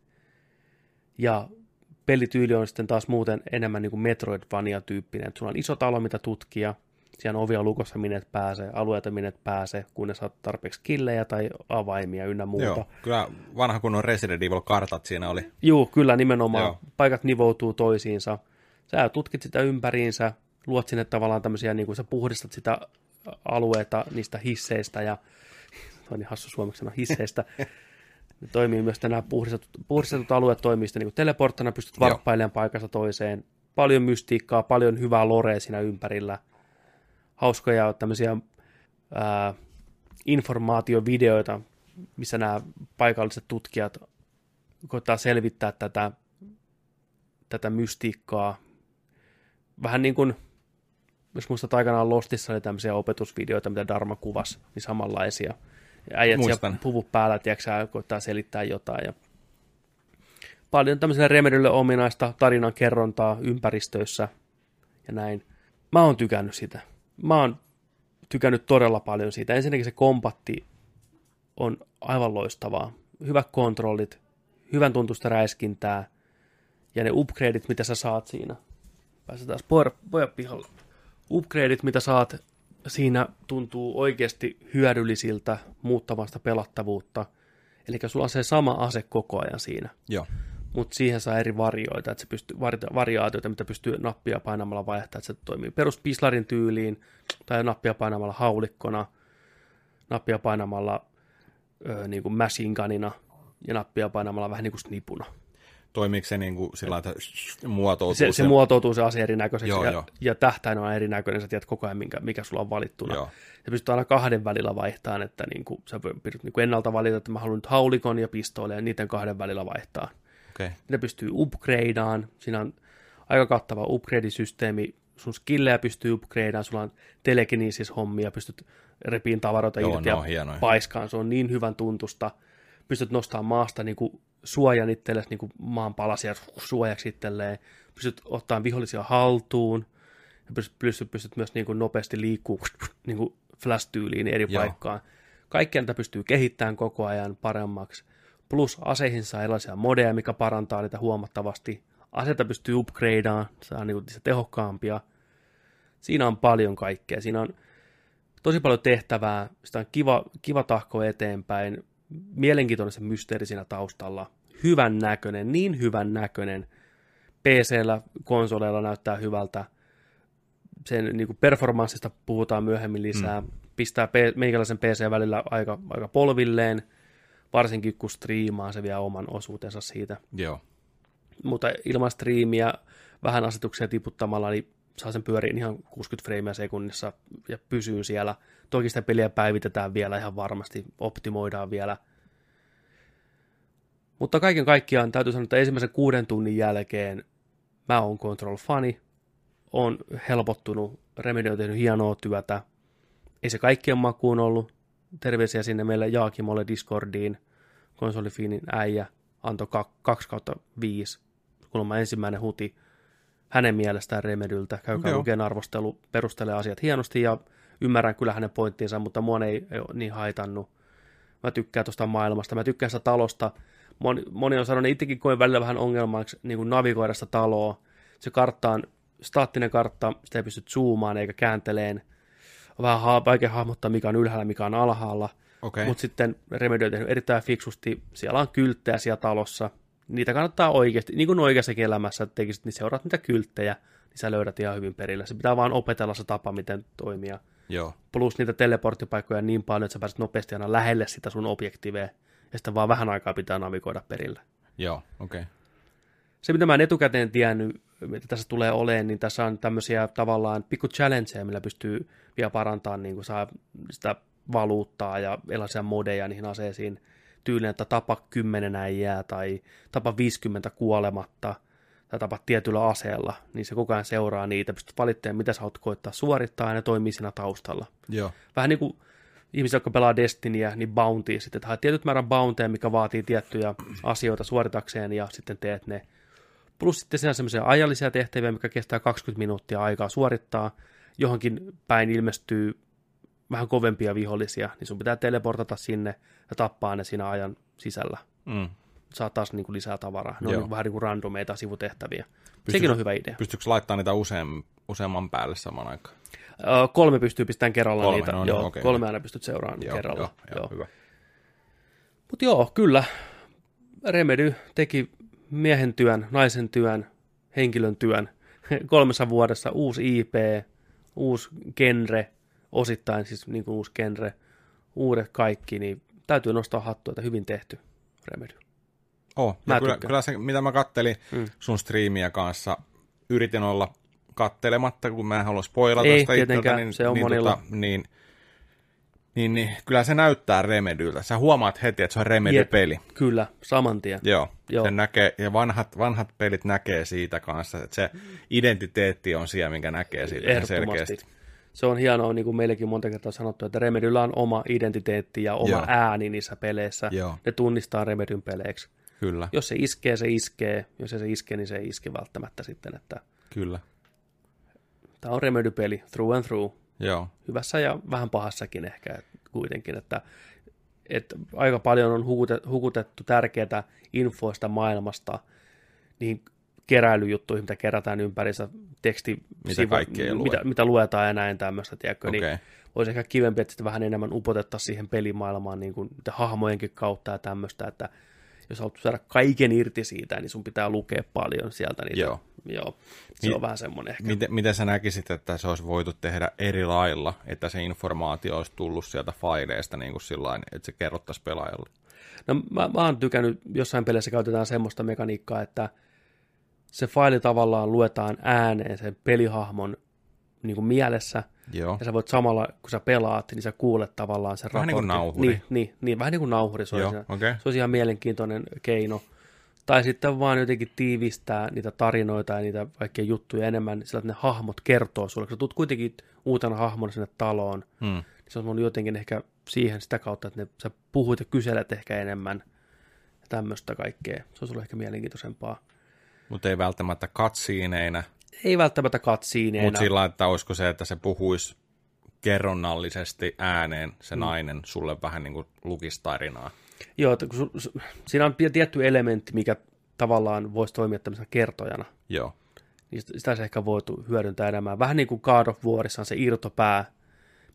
S1: Ja pelityyli on sitten taas muuten enemmän niin kuin Metroidvania-tyyppinen. Et Sulla on iso talo, mitä tutkia. Siellä on ovia lukossa, minne et pääsee, alueita, minne et pääsee, kunnes saat tarpeeksi killejä tai avaimia ynnä muuta.
S2: Joo, kyllä vanha kunnon Resident Evil-kartat siinä oli.
S1: Joo, kyllä nimenomaan.
S2: Joo.
S1: Joo. Paikat nivoutuu toisiinsa. Sä tutkit sitä ympäriinsä, luot sinne tavallaan tämmöisiä, niin kuin sä puhdistat sitä alueita niistä hisseistä ja toi niin hassu suomeksi sana, hisseistä. Ne toimii myös tänään puhdistetut, puhdistetut alueet toimii sitten niin kuin teleporttina, pystyt
S2: Joo.
S1: varppailemaan paikasta toiseen. Paljon mystiikkaa, paljon hyvää lorea siinä ympärillä. Hauskoja tämmöisiä ää, informaatiovideoita, missä nämä paikalliset tutkijat koittaa selvittää tätä, tätä mystiikkaa. Vähän niin kuin, jos muistat aikanaan Lostissa oli tämmöisiä opetusvideoita, mitä Darma kuvasi, niin samanlaisia. Ja äijät
S2: Muistan.
S1: siellä puvut päällä, tiedätkö, sä, koittaa selittää jotain. Ja paljon tämmöiselle Remedylle ominaista tarinan kerrontaa ympäristöissä ja näin. Mä oon tykännyt sitä. Mä oon tykännyt todella paljon siitä. Ensinnäkin se kompatti on aivan loistavaa. Hyvät kontrollit, hyvän tuntusta räiskintää ja ne upgradeit, mitä sä saat siinä. Pääsee taas poja- pojat pihalle. Upgradeit, mitä saat siinä, tuntuu oikeasti hyödyllisiltä muuttamasta pelattavuutta. Eli sulla on se sama ase koko ajan siinä
S2: Joo.
S1: mutta siihen saa eri varioita, että se pystyy, varita- variaatioita, mitä pystyy nappia painamalla vaihtaa, että se toimii peruspislarin tyyliin, tai nappia painamalla haulikkona, nappia painamalla ö, niin kuin machine gunina, ja nappia painamalla vähän niin kuin snipuna.
S2: Toimiiko se niinku sillä lailla, että muotoutuu
S1: Se, se muotoutuu se ase erinäköiseksi,
S2: Joo,
S1: ja,
S2: joo.
S1: ja tähtäin on erinäköinen, sä tiedät koko ajan, minkä, mikä sulla on valittuna.
S2: Joo.
S1: Ja pystyt aina kahden välillä vaihtamaan, että niin kuin, sä pystyt niin kuin ennalta valita, että mä haluan nyt haulikon ja pistoolin, ja niiden kahden välillä vaihtaa.
S2: Okei. Okay.
S1: niitä pystyy upgradeaan, siinä on aika kattava upgrade-systeemi, sun skillejä pystyy upgradeaan, sulla on telekinesis hommia, pystyt repiin tavaroita
S2: Joo,
S1: irti
S2: ne
S1: ja
S2: on hienoja.
S1: paiskaan, se on niin hyvän tuntusta, pystyt nostamaan maasta niin kuin suojan itsellesi niin kuin maan palasia suojaksi itselleen, pystyt ottamaan vihollisia haltuun, ja pystyt, pystyt, pystyt myös niin kuin nopeasti liikkuu niin kuin flash-tyyliin eri
S2: Joo.
S1: paikkaan. Kaikkea tätä pystyy kehittämään koko ajan paremmaksi. Plus aseihin saa erilaisia modeja, mikä parantaa niitä huomattavasti. Aseita pystyy upgradeaan, saa niinku niistä tehokkaampia. Siinä on paljon kaikkea. Siinä on tosi paljon tehtävää, sitä on kiva, kiva tahko eteenpäin, mielenkiintoinen se mysteeri siinä taustalla, hyvän näköinen, niin hyvän näköinen. PC-llä, konsoleilla näyttää hyvältä. Sen niin kuin performanssista puhutaan myöhemmin lisää. Mm. Pistää P- meikäläisen PC välillä aika, aika polvilleen, varsinkin kun striimaa, se vie oman osuutensa siitä.
S2: Joo.
S1: Mutta ilman striimiä, vähän asetuksia tiputtamalla, niin saa sen pyöriin ihan 60 freimiä sekunnissa ja pysyy siellä. Toki sitä peliä päivitetään vielä ihan varmasti, optimoidaan vielä. Mutta kaiken kaikkiaan täytyy sanoa, että ensimmäisen kuuden tunnin jälkeen mä oon Control-fani, on helpottunut, Remedy on tehnyt hienoa työtä. Ei se kaikkien makuun ollut. Terveisiä sinne meille Jaakimolle Discordiin. Konsolifiinin äijä antoi 2 kautta 5, kuulemma ensimmäinen huti hänen mielestään Remedyltä. Käykää
S2: Joo.
S1: lukeen arvostelu, perustelee asiat hienosti ja ymmärrän kyllä hänen pointtinsa, mutta mua ne ei, ei ole niin haitannut. Mä tykkään tuosta maailmasta, mä tykkään sitä talosta. Moni, moni on sanonut, että itsekin koen välillä vähän ongelmaksi niin kuin navigoida sitä taloa. Se kartta on staattinen kartta, sitä ei pysty zoomaan eikä käänteleen. On vähän ha- vaikea hahmottaa, mikä on ylhäällä, mikä on alhaalla.
S2: Okei.
S1: Mutta sitten Remedy on tehnyt erittäin fiksusti, siellä on kylttejä siellä talossa, niitä kannattaa oikeasti, niin kuin oikeassakin elämässä että tekisit, niin seuraat niitä kylttejä, niin sä löydät ihan hyvin perillä. Se pitää vaan opetella se tapa, miten toimia.
S2: Joo.
S1: Plus niitä teleporttipaikkoja on niin paljon, että sä pääset nopeasti aina lähelle sitä sun objektiveja, ja sitten vaan vähän aikaa pitää navigoida perillä.
S2: Joo, okei.
S1: Se, mitä mä en etukäteen tiennyt, mitä tässä tulee oleen, niin tässä on tämmöisiä tavallaan pikku challengeja, millä pystyy vielä parantamaan niin kuin saa sitä valuuttaa ja erilaisia modeja niihin aseisiin tyyliin, että tapa kymmenen äijää tai tapa 50 kuolematta tai tapa tietyllä aseella, niin se koko ajan seuraa niitä, pystyt valittamaan, mitä sä haluat koittaa suorittaa ja ne toimii siinä taustalla
S2: Joo.
S1: vähän niin kuin ihmiset, jotka pelaa Destinyä, niin bounty sitten, että haet tietyt määrän bounteja, mikä vaatii tiettyjä asioita suoritakseen ja sitten teet ne. Plus sitten siinä on semmoisia ajallisia tehtäviä, mikä kestää 20 minuuttia aikaa suorittaa. Johonkin päin ilmestyy vähän kovempia vihollisia, niin sun pitää teleportata sinne ja tappaa ne siinä ajan sisällä.
S2: Mm.
S1: Saa taas niin kuin lisää tavaraa. Ne on
S2: Joo.
S1: niin kuin vähän niin kuin randomeita sivutehtäviä. Sekin on hyvä idea.
S2: Pystyykö laittaa niitä useam, useamman päälle samaan aikaan?
S1: Ö, kolme pystyy pistämään kerralla
S2: Kolme,
S1: niitä.
S2: no niin,
S1: joo,
S2: okei.
S1: kolme aina pystyt seuraamaan kerralla.
S2: Joo, joo, joo. hyvä.
S1: Mutta joo, kyllä. Remedy teki miehen työn, naisen työn, henkilön työn. Kolmessa vuodessa uusi IP, uusi genre, osittain siis niin kuin uusi genre, uudet kaikki, niin täytyy nostaa hattua, että hyvin tehty Remedy.
S2: Oh,
S1: Mä
S2: ja kyllä,
S1: tykkään.
S2: kyllä se, mitä mä kattelin mm. sun striimiä kanssa, yritin olla kattelematta, kun mä en halua spoilata
S1: Ei,
S2: sitä itseltä,
S1: tietenkään,
S2: niin,
S1: se on
S2: niin,
S1: monilla.
S2: niin, niin, niin, kyllä se näyttää Remedyltä. Sä huomaat heti, että se on Remedy-peli.
S1: Kyllä, saman tien.
S2: Joo,
S1: Joo.
S2: Joo. Sen näkee, ja vanhat, vanhat pelit näkee siitä kanssa, että se identiteetti on siellä, minkä näkee siitä ihan
S1: Ehdottomasti.
S2: selkeästi.
S1: Se on hienoa, niin kuin meillekin monta kertaa sanottu, että Remedyllä on oma identiteetti ja oma
S2: Joo.
S1: ääni niissä peleissä.
S2: Joo.
S1: Ne tunnistaa Remedyn peleiksi.
S2: Kyllä,
S1: jos se iskee, se iskee. Jos ei se iske, niin se ei iske välttämättä sitten. Että
S2: kyllä.
S1: tämä on remedypeli through and through.
S2: Joo,
S1: Hyvässä ja vähän pahassakin ehkä et kuitenkin. Että, että aika paljon on hukute- hukutettu tärkeää infoista maailmasta niihin keräilyjuttuihin, mitä kerätään ympärissä, teksti,
S2: Mitä kaikkea luet.
S1: mitä, mitä luetaan ja näin tämmöistä, tiedätkö, okay.
S2: Okei.
S1: niin olisi ehkä kivempi, että sitä vähän enemmän upotettaisiin siihen pelimaailmaan niin kuin niitä hahmojenkin kautta ja tämmöistä, että jos haluat saada kaiken irti siitä, niin sun pitää lukea paljon sieltä niitä.
S2: Joo. Niin
S1: Joo. Se on vähän semmoinen ehkä.
S2: Miten, miten sä näkisit, että se olisi voitu tehdä eri lailla, että se informaatio olisi tullut sieltä faileista niin kuin sillain, että se kerrottaisi pelaajalle?
S1: No mä, mä oon tykännyt, jossain peleissä käytetään semmoista mekaniikkaa, että se faili tavallaan luetaan ääneen sen pelihahmon niin kuin mielessä,
S2: Joo.
S1: ja sä voit samalla, kun sä pelaat, niin sä kuulet tavallaan sen
S2: Vähän niin kuin
S1: raportin.
S2: nauhuri.
S1: Niin, niin, niin vähän niin kuin nauhuri. Se,
S2: Joo,
S1: olisi,
S2: okei.
S1: se olisi ihan mielenkiintoinen keino. Tai sitten vaan jotenkin tiivistää niitä tarinoita ja niitä kaikkia juttuja enemmän sillä, että ne hahmot kertoo sulle. Kun sä tulet kuitenkin uutena hahmona sinne taloon,
S2: Mm.
S1: se on ollut jotenkin ehkä siihen sitä kautta, että ne, sä puhut ja kyselet ehkä enemmän ja tämmöistä kaikkea. Se olisi ollut ehkä mielenkiintoisempaa.
S2: Mutta ei välttämättä katsiineinä,
S1: Ei välttämättä katsiineena.
S2: mutta sillä että olisiko se, että se puhuisi kerronnallisesti ääneen se mm. nainen sulle vähän niin kuin lukisi tarinaa.
S1: Joo, että kun su, su, siinä on pie- tietty elementti, mikä tavallaan voisi toimia tämmöisenä kertojana.
S2: Joo.
S1: Niin sit- sitä se ehkä voitu hyödyntää enemmän. Vähän niin kuin God of Warissa on se irtopää,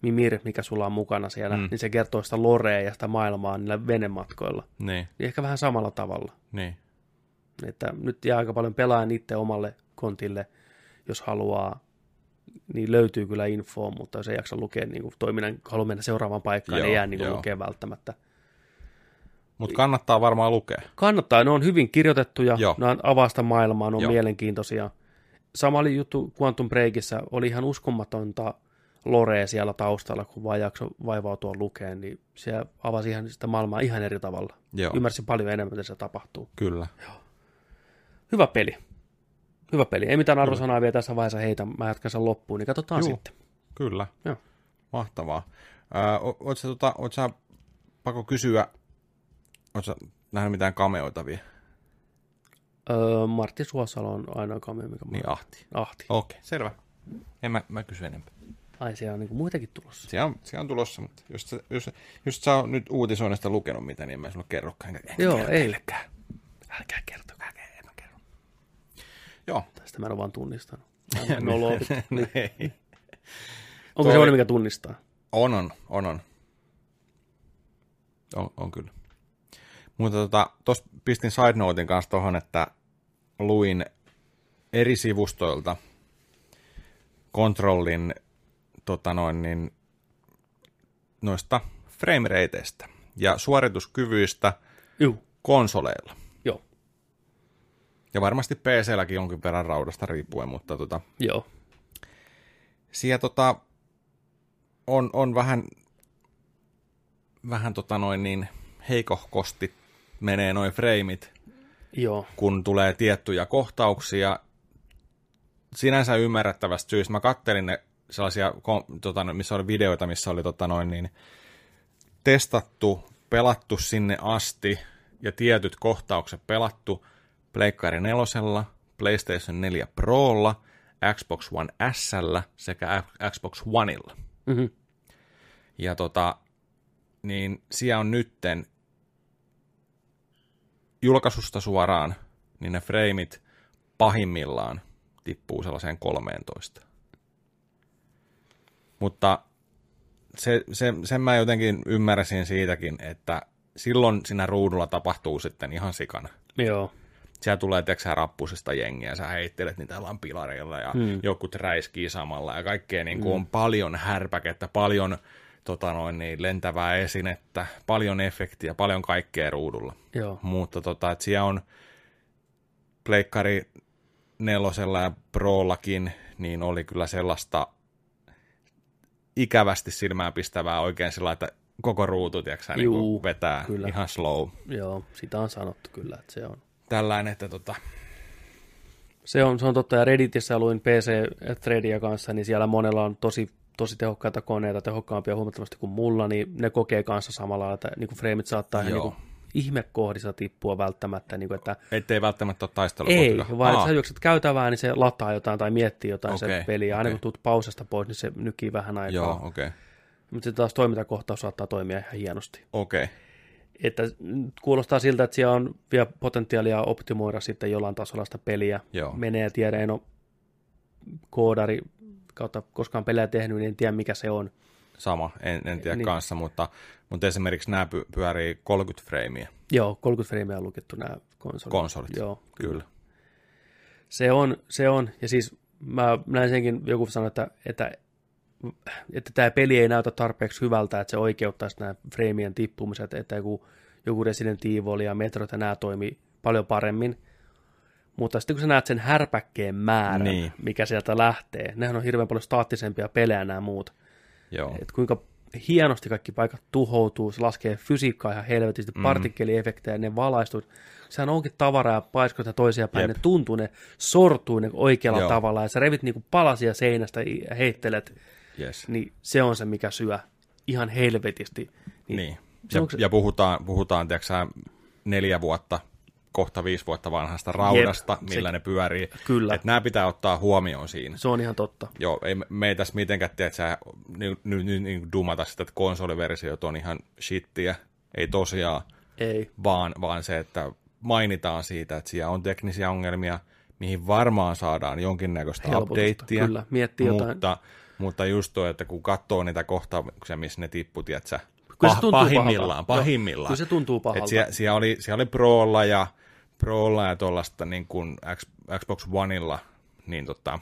S1: Mimir, mikä sulla on mukana siellä, mm. niin se kertoo sitä lorea ja sitä maailmaa niillä venematkoilla.
S2: Niin,
S1: Niin ehkä vähän samalla tavalla.
S2: niin.
S1: Että nyt jää aika paljon pelaa itse omalle kontille, jos haluaa. Niin löytyy kyllä infoa, mutta jos ei jaksa lukea niin kuin toiminnan, haluaa mennä seuraavaan paikkaan, joo,
S2: Joo,
S1: ei jää niin
S2: joo.
S1: lukea välttämättä.
S2: Mutta kannattaa varmaan lukea.
S1: Kannattaa, ne on hyvin kirjoitettuja,
S2: Joo.
S1: ne on avasta maailmaa, ne on
S2: Joo.
S1: mielenkiintoisia. Sama oli juttu Quantum Breakissä, oli ihan uskomatonta lorea siellä taustalla, kun vaan jakso vaivautua lukeen, niin se avasi ihan sitä maailmaa ihan eri tavalla.
S2: Joo,
S1: Ymmärsi paljon enemmän, mitä se tapahtuu.
S2: kyllä.
S1: Hyvä peli. Hyvä peli. Ei mitään arvosanaa vielä tässä vaiheessa heitä. Mä jatkan sen loppuun, niin katsotaan
S2: Juu.
S1: sitten.
S2: Kyllä,
S1: Joo.
S2: mahtavaa. Ää, o- oot sä, tota, oot sä, pakko kysyä, oot sä nähnyt mitään kameoita vielä?
S1: Öö, Martti Suosalo on ainoa kamio, mikä mä...
S2: Niin ahti.
S1: ahti.
S2: Okei, selvä. En mä, mä kysy enempää.
S1: Ai siellä on niin muitakin tulossa.
S2: Se on, se on tulossa, mutta jos, sä- jos, jos sä oot nyt uutisoinnista lukenut mitä, niin en mä sulle kerrokaan. En
S1: Joo,
S2: kerro
S1: ei.
S2: teillekään.
S1: Älkää kertokaa, en mä kerro.
S2: Joo.
S1: Tästä mä en ole vaan tunnistanut. Mä en ole ollut.
S2: Niin.
S1: Onko
S2: Toi-
S1: semmoinen, mikä tunnistaa?
S2: on, on, on, on. On, on kyllä. Mutta tota, tuossa pistin side notein kanssa tuohon, että luin eri sivustoilta kontrollin tota noin, niin, noista framerateista ja suorituskyvyistä
S1: Juu,
S2: konsoleilla.
S1: joo,
S2: Ja varmasti PC-lläkin jonkin verran raudasta riippuen, mutta tota,
S1: joo.
S2: siellä tota, on, on vähän, vähän tota noin niin heikohkosti menee noin freimit,
S1: Joo,
S2: kun tulee tiettyjä kohtauksia. Sinänsä ymmärrettävästä syystä mä kattelin ne sellaisia, kom- tota, no, missä oli videoita, missä oli tota noin niin, testattu, pelattu sinne asti ja tietyt kohtaukset pelattu Pleikkari 4, PlayStation 4 Prolla, Xbox One Sllä sekä F- Xbox Oneilla.
S1: Mhm.
S2: Ja tota, niin siellä on nytten julkaisusta suoraan, niin ne freimit pahimmillaan tippuu sellaiseen 13. Mutta se, se, sen mä jotenkin ymmärsin siitäkin, että silloin siinä ruudulla tapahtuu sitten ihan sikana.
S1: joo,
S2: Siellä tulee, tiedätkö sä, rappusista jengiä, sä heittelet niitä lampilareilla ja hmm. jokut räiskii samalla ja kaikkea niin kuin on paljon härpäkettä, paljon tota noin, niin, lentävää esinettä, paljon efektiä, paljon kaikkea ruudulla
S1: joo,
S2: mutta tota, et siellä on pleikkari nelosella ja prollakin, niin oli kyllä sellaista ikävästi silmään pistävää oikein sillä lailla, että koko ruutu tiiäksä, niin
S1: Juu,
S2: kuin vetää
S1: kyllä.
S2: kyllä. ihan slow.
S1: joo. Sitä on sanottu kyllä, että se on.
S2: Tällainen, että tota,
S1: Se on, se on totta, ja Redditissä luin pc threadia kanssa, niin siellä monella on tosi, tosi tehokkaita koneita, tehokkaampia huomattavasti kuin mulla, niin ne kokee kanssa samalla lailla, että niin kuin freimit saattaa ihan niin
S2: Joo.
S1: kuin ihmekohdissa tippua välttämättä, niin kuin, että
S2: ettei välttämättä ole
S1: ei,
S2: taistelukohtilla.
S1: vaan että
S2: Aa,
S1: sä juokset käytävään, niin se lataa jotain tai miettii jotain okay, se
S2: Okei,
S1: peli, ja aina
S2: okei.
S1: kun tuut pausesta pois, niin se nykii vähän aikaa.
S2: Joo, okei. Okay.
S1: Mutta sitten taas toimintakohtaus saattaa toimia ihan hienosti.
S2: Okei,
S1: Että nyt kuulostaa siltä, että siellä on vielä potentiaalia optimoida sitten jollain tasolla sitä peliä.
S2: Joo.
S1: Menee ja tiedä, en ole koodari kautta koskaan pelejä tehnyt, niin en tiedä mikä se on.
S2: sama, en, en tiedä
S1: Niin.
S2: niin. kanssa, mutta, mutta esimerkiksi nämä py, pyörii 30 freimiä
S1: Joo, 30 freimiä on lukittu nämä konsolit.
S2: konsolit.
S1: Joo,
S2: kyllä.
S1: Se on, se on. Ja siis mä näin senkin, joku sanoi, että, että, että tämä peli ei näytä tarpeeksi hyvältä, että se oikeuttaisi nämä freimien tippumiset, että joku, joku Resident Evil ja Metro ja nämä toimii paljon paremmin. Mutta sitten kun sä näet sen härpäkkeen määrän, niin.
S2: Niin.
S1: mikä sieltä lähtee, nehän on hirveän paljon staattisempia pelejä nämä muut.
S2: Joo.
S1: Että kuinka hienosti kaikki paikat tuhoutuu, se laskee fysiikkaa ihan helvetisti,
S2: Mm-hmm.
S1: mm. partikkeliefektejä, ne valaistuu. Sehän onkin tavaraa ja paiskoita toisia päin, Jep.
S2: Jep.
S1: ne tuntuu, ne sortuu ne oikealla Joo.
S2: Joo.
S1: tavalla, ja sä revit niinku palasia seinästä ja heittelet,
S2: Yes.
S1: niin se on se, mikä syö ihan helvetisti. Niin,
S2: Niin.
S1: Se
S2: Ja,
S1: onko se-
S2: se... ja puhutaan, puhutaan tiiäksä, neljä vuotta, kohta viisi vuotta vanhasta raudasta,
S1: Jep,
S2: Jep, millä
S1: se-
S2: se... ne pyörii.
S1: Kyllä.
S2: Et nämä pitää ottaa huomioon siinä.
S1: Se on ihan totta.
S2: Joo, ei, me- me ei tässä mitenkään tiiäksä, niinku ny, ny, ny, ny, dumata sitä, että konsoliversiot on ihan shittiä. Ei tosiaan.
S1: Ei.
S2: vaan, vaan se, että mainitaan siitä, että siellä on teknisiä ongelmia, mihin varmaan saadaan jonkinnäköistä
S1: Helpotusta,
S2: updatea.
S1: kyllä. Miettii jotain.
S2: mutta, mutta just tuo, että kun katsoo niitä kohtauksia, missä ne tippu, tiedätkö,
S1: Kyllä se
S2: pah-
S1: tuntuu
S2: pahimmillaan,
S1: pahalta. Joo,
S2: pahimmillaan.
S1: kyllä se tuntuu pahalta.
S2: Et siellä, siellä, oli, siellä oli Prolla ja, Prolla ja tuollaista niin kuin X, Xbox Oneilla, niin tota,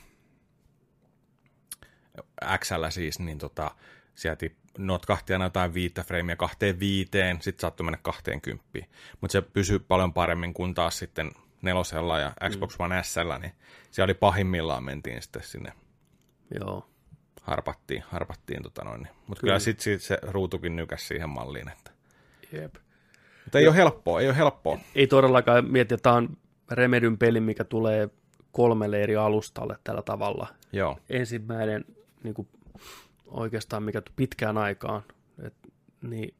S2: Xllä siis, niin tota, siellä tip, notkahti aina jotain viittä freimiä kahteen viiteen, sitten saattoi mennä kahteen kymppiin. Mutta se pysyy paljon paremmin kuin taas sitten nelosella ja Xbox One Sllä, niin siellä oli pahimmillaan mentiin sitten sinne
S1: Joo.
S2: harpattiin, harpattiin tota noin. Mutta kyllä, kyllä sitten sit se ruutukin nykäs siihen malliin, että
S1: Jep.
S2: mutta ei ole helppoa, ei ole helppoa.
S1: Ei todellakaan mieti, että tämä on Remedyn peli, mikä tulee kolmelle eri alustalle tällä tavalla.
S2: Joo,
S1: ensimmäinen niin kuin oikeastaan mikä tu- pitkään aikaan. Et, niin,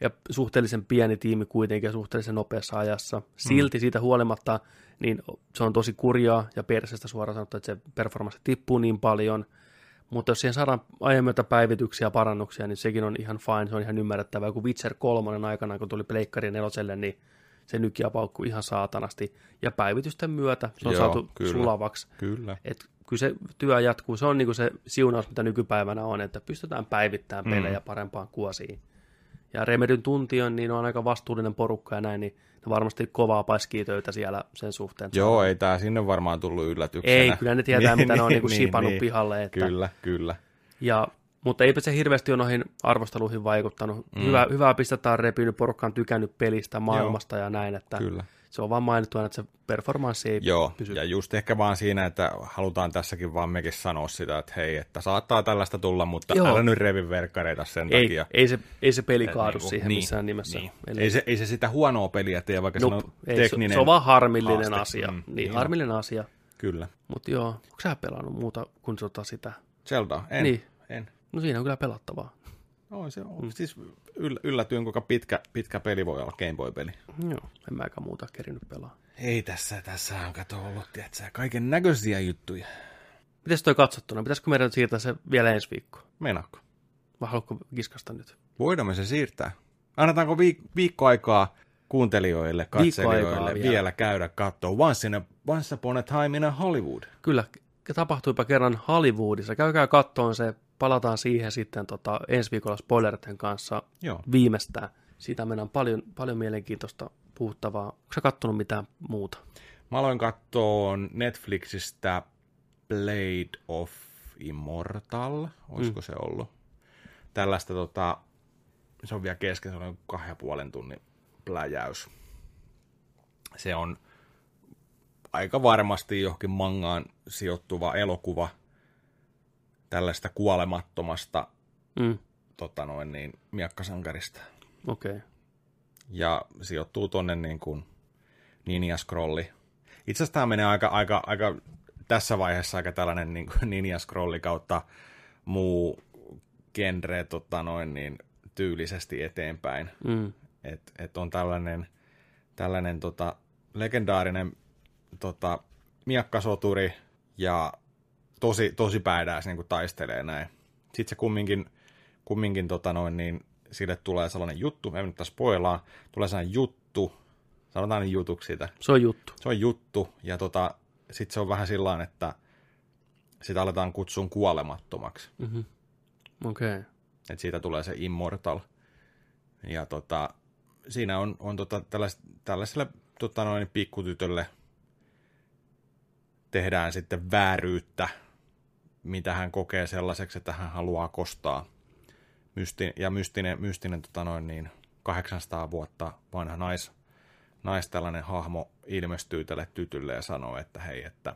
S1: ja suhteellisen pieni tiimi kuitenkin ja suhteellisen nopeassa ajassa.
S2: Mm.
S1: Silti siitä huolimatta niin se on tosi kurjaa ja persestä suoraan sanottuna, että se performanssi tippuu niin paljon. Mutta jos siihen saadaan aiemmilta päivityksiä ja parannuksia, niin sekin on ihan fine, se on ihan ymmärrettävää. Kun Witcher 3 aikana, kun tuli Pleikkari neloselle, niin se nykiä paukkui ihan saatanasti. Ja päivitysten myötä se on
S2: Joo,
S1: saatu
S2: kyllä.
S1: sulavaksi.
S2: kyllä.
S1: Et kyllä se työ jatkuu, se on niinku se siunaus, mitä nykypäivänä on, että pystytään päivittämään pelejä mm. parempaan kuosiin. Ja Remedyn tunti on, niin on aika vastuullinen porukka ja näin, niin ne varmasti kovaa paiskii töitä siellä sen suhteen. että
S2: Joo, ei tämä sinne varmaan tullut yllätyksenä.
S1: Ei, kyllä ne tietää, mitä ne on niinku sipannut pihalle, että-
S2: Niin, Kyllä, kyllä.
S1: Ja, mutta eipä se hirveästi ole noihin arvosteluihin vaikuttanut. Mm. Hyvä, hyvää pistettä on repinyt, porukka on tykännyt pelistä, maailmasta Joo. ja näin, että
S2: Kyllä.
S1: se on vaan mainittu aina, että se performanssi ei
S2: Joo,
S1: pysy.
S2: ja just ehkä vaan siinä, että halutaan tässäkin vaan mekin sanoa sitä, että hei, että saattaa tällaista tulla, mutta
S1: Joo.
S2: Joo. älä nyt revi verkkareita sen
S1: ei,
S2: takia.
S1: ei, se, ei se peli kaadu
S2: Niinku,
S1: siihen missään nimessä.
S2: Niin.
S1: Eli-
S2: Ei, se, ei se sitä huonoa peliä tee, vaikka
S1: Nope,
S2: se on
S1: ei,
S2: tekninen.
S1: se, se on vaan harmillinen
S2: haaste.
S1: asia.
S2: Mm,
S1: Mm, niin,
S2: niin on.
S1: harmillinen asia.
S2: Kyllä.
S1: Mutta joo, onko sä pelannut muuta kuin tota sitä?
S2: Zelda, en.
S1: Niin. Mm.
S2: Niin. en.
S1: No siinä on kyllä pelattavaa.
S2: No, se on. Siis yll- yllätyin, kuinka pitkä, pitkä peli voi olla Game Boy-peli.
S1: Joo, en mäkään muuta kerinyt pelaa.
S2: Ei tässä, tässä on kato ollut, tiedätkö, kaiken näköisiä juttuja.
S1: Mites toi katsottuna? Pitäisikö meidän siirtää se vielä ensi viikkoon?
S2: Meinaako?
S1: Vai haluatko kiskasta nyt?
S2: Voidaan me se siirtää. Annetaanko viik- viikkoaikaa kuuntelijoille,
S1: Viikkoaikaa
S2: katselijoille
S1: vielä.
S2: vielä. vielä käydä katsoa Once, in a, Once Upon a Time in a Hollywood?
S1: Kyllä, k- tapahtuipa kerran Hollywoodissa. Käykää kattoon se, palataan siihen sitten tota, ensi viikolla spoilerten kanssa
S2: Joo.
S1: viimeistään. Siitä meillä on paljon, paljon mielenkiintoista puhuttavaa. Onko sä kattonut mitään muuta?
S2: Mä aloin katsoa Netflixistä Blade of Immortal, olisiko mm. se ollut? Tällaista tota, se on vielä kesken, se on noin kahden ja puolen tunnin pläjäys. Se on aika varmasti johonkin mangaan sijoittuva elokuva tällaista kuolemattomasta
S1: Mm,
S2: tota noin, niin, miakkasankarista.
S1: Okei. Okay.
S2: Ja sijoittuu tonne niin kuin Ninja Scrolli. Itse asiassa tämä menee aika, aika, aika, tässä vaiheessa aika tällainen niin kuin Ninja Scrolli kautta muu genre tota noin, niin, tyylisesti eteenpäin.
S1: Mm.
S2: Et, et on tällainen, tällainen tota, legendaarinen tota, miakkasoturi ja tosi, tosi päädääs niin taistelee näin. Sitten se kumminkin, kumminkin tota noin, niin sille tulee sellainen juttu, en nyt tässä spoilaa, tulee sellainen juttu, sanotaan nyt jutuksi sitä,
S1: Se on juttu.
S2: se on juttu, ja tota, sitten se on vähän sillä että sitä aletaan kutsua kuolemattomaksi.
S1: Okei. Mm-hmm. Okay.
S2: Et siitä tulee se Immortal. Ja tota, siinä on, on tota, tällais, tällaiselle tota noin, pikkutytölle tehdään sitten vääryyttä, mitä hän kokee sellaiseksi, että hän haluaa kostaa. Mysti, ja mystinen, mystinen tota noin, niin 800 vuotta vanha nais, nais tällainen hahmo ilmestyy tälle tytölle ja sanoo, että hei, että,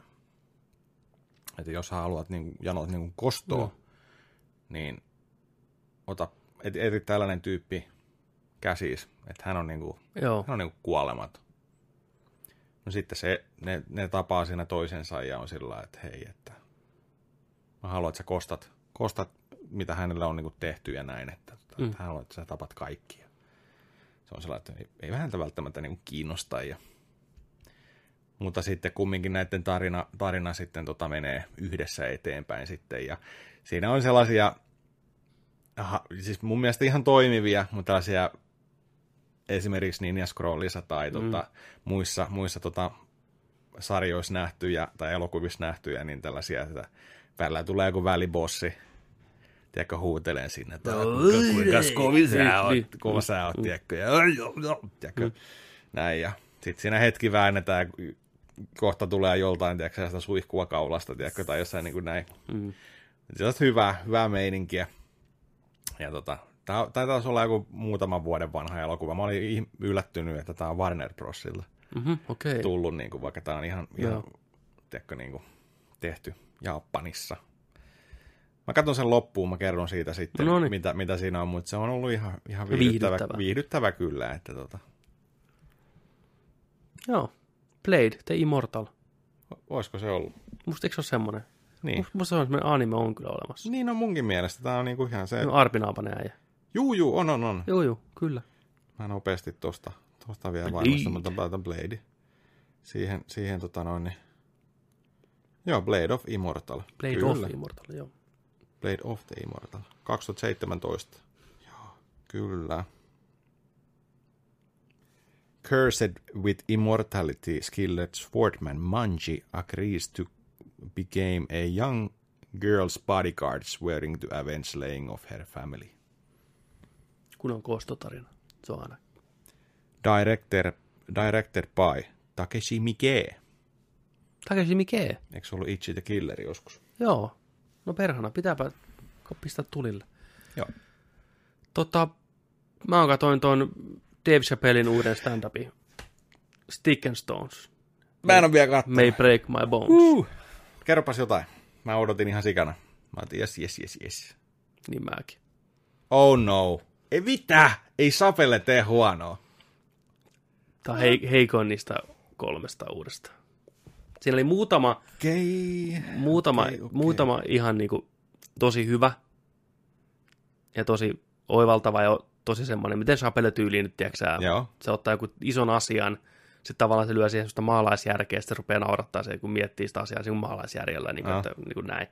S2: että jos sä haluat niin, janot niin kostoa, mm. niin ota, et, et, tällainen tyyppi käsis, että hän on niinku,
S1: Joo.
S2: hän on niinku kuolemat. No sitten se, ne, ne tapaa siinä toisensa ja on sillä lailla, että hei, että mä haluan, että sä kostat, kostat mitä hänellä on niinku tehty ja näin, että, mm. että hän haluaa, että sä tapat kaikkia. Se on sellainen, että ei, ei häntä välttämättä niinku kiinnosta. Ja... Mutta sitten kumminkin näiden tarina, tarina sitten tota menee yhdessä eteenpäin sitten ja siinä on sellaisia Aha, siis mun mielestä ihan toimivia, mutta tällaisia esimerkiksi Ninja Scrollissa tai tota, muissa, muissa tota, sarjoissa nähtyjä tai elokuvissa nähtyjä, niin tällaisia, että välillä tulee joku välibossi, tiedätkö, huutelee sinne, että kuinka, kuinka kovi sä oot,
S1: niin.
S2: kova sä oot, tiedätkö, ja, "Ai, joo, joo", tiedätkö, näin, ja sitten siinä hetki väännetään, ja kohta tulee joltain, tiedätkö, sitä suihkua kaulasta, tiedätkö, tai jossain niin kuin näin.
S1: Mm-hmm.
S2: Mm. Se on hyvää, hyvää meininkiä. Ja tota, tää, tää taisi olla joku muutaman vuoden vanha elokuva. Mä olin ih- yllättynyt, että tää on Warner Brosilta
S1: Mhm, okei.
S2: tullut, niin kuin, vaikka tämä on ihan, ihan
S1: Joo.
S2: tiedätkö, niin kuin, tehty Japanissa. Mä katson sen loppuun, mä kerron siitä sitten,
S1: No niin.
S2: mitä, mitä siinä on, mutta se on ollut ihan, ihan viihdyttävä,
S1: Viihdyttävä.
S2: viihdyttävä. viihdyttävä kyllä. Että tota,
S1: Joo. Blade, The Immortal.
S2: olisiko se ollut?
S1: Musta eikö se ole semmonen?
S2: Niin.
S1: Musta, musta se on semmonen anime on kyllä olemassa.
S2: Niin on munkin mielestä. Tämä on niinku ihan se,
S1: No Arpinaapanen äijä.
S2: juu, juu, on, on, on.
S1: Joo, joo, kyllä.
S2: Mä nopeasti tosta, tosta vielä
S1: Blade.
S2: varmasti, mutta laitan Blade. Siihen, siihen tota noin, niin. Joo, Blade of Immortal.
S1: Blade
S2: Kyllä.
S1: of Immortal, joo.
S2: Blade of the Immortal. 2017. Joo, kyllä. Cursed with immortality, skilled swordman Manji agrees to become a young girl's bodyguard swearing to avenge slaying of her family.
S1: Kun on koostotarina. Se on aina.
S2: Director, directed by Takeshi Miike.
S1: Takeshi Miike.
S2: Eikö se ollut Itchy the Killer joskus?
S1: Joo. No perhana, pitääpä pistää tulille.
S2: Joo.
S1: Tota, mä oon katoin ton Dave Chappellin uuden stand-upin. Stick and Stones.
S2: Mä en ole vielä katsonut.
S1: May break my bones.
S2: Uh, kerropas jotain. Mä odotin ihan sikana. Mä otin yes, yes, yes, yes.
S1: Niin mäkin.
S2: Oh no. Ei mitä? Ei sapelle tee huonoa.
S1: Tää on heik- heikoin niistä kolmesta uudesta. Siinä oli muutama,
S2: Okei. Okay.
S1: muutama,
S2: Okei,
S1: okay,
S2: okei.
S1: okay. muutama ihan niinku tosi hyvä ja tosi oivaltava ja tosi semmoinen, miten Chapelle tyyliin nyt, tiedätkö sä,
S2: Joo.
S1: se ottaa joku ison asian, sitten tavallaan se lyö siihen semmoista maalaisjärkeä, ja sitten rupeaa naurattaa se, kun miettii sitä asiaa siinä maalaisjärjellä, niin kuin,
S2: Joo.
S1: että, niin kuin näin.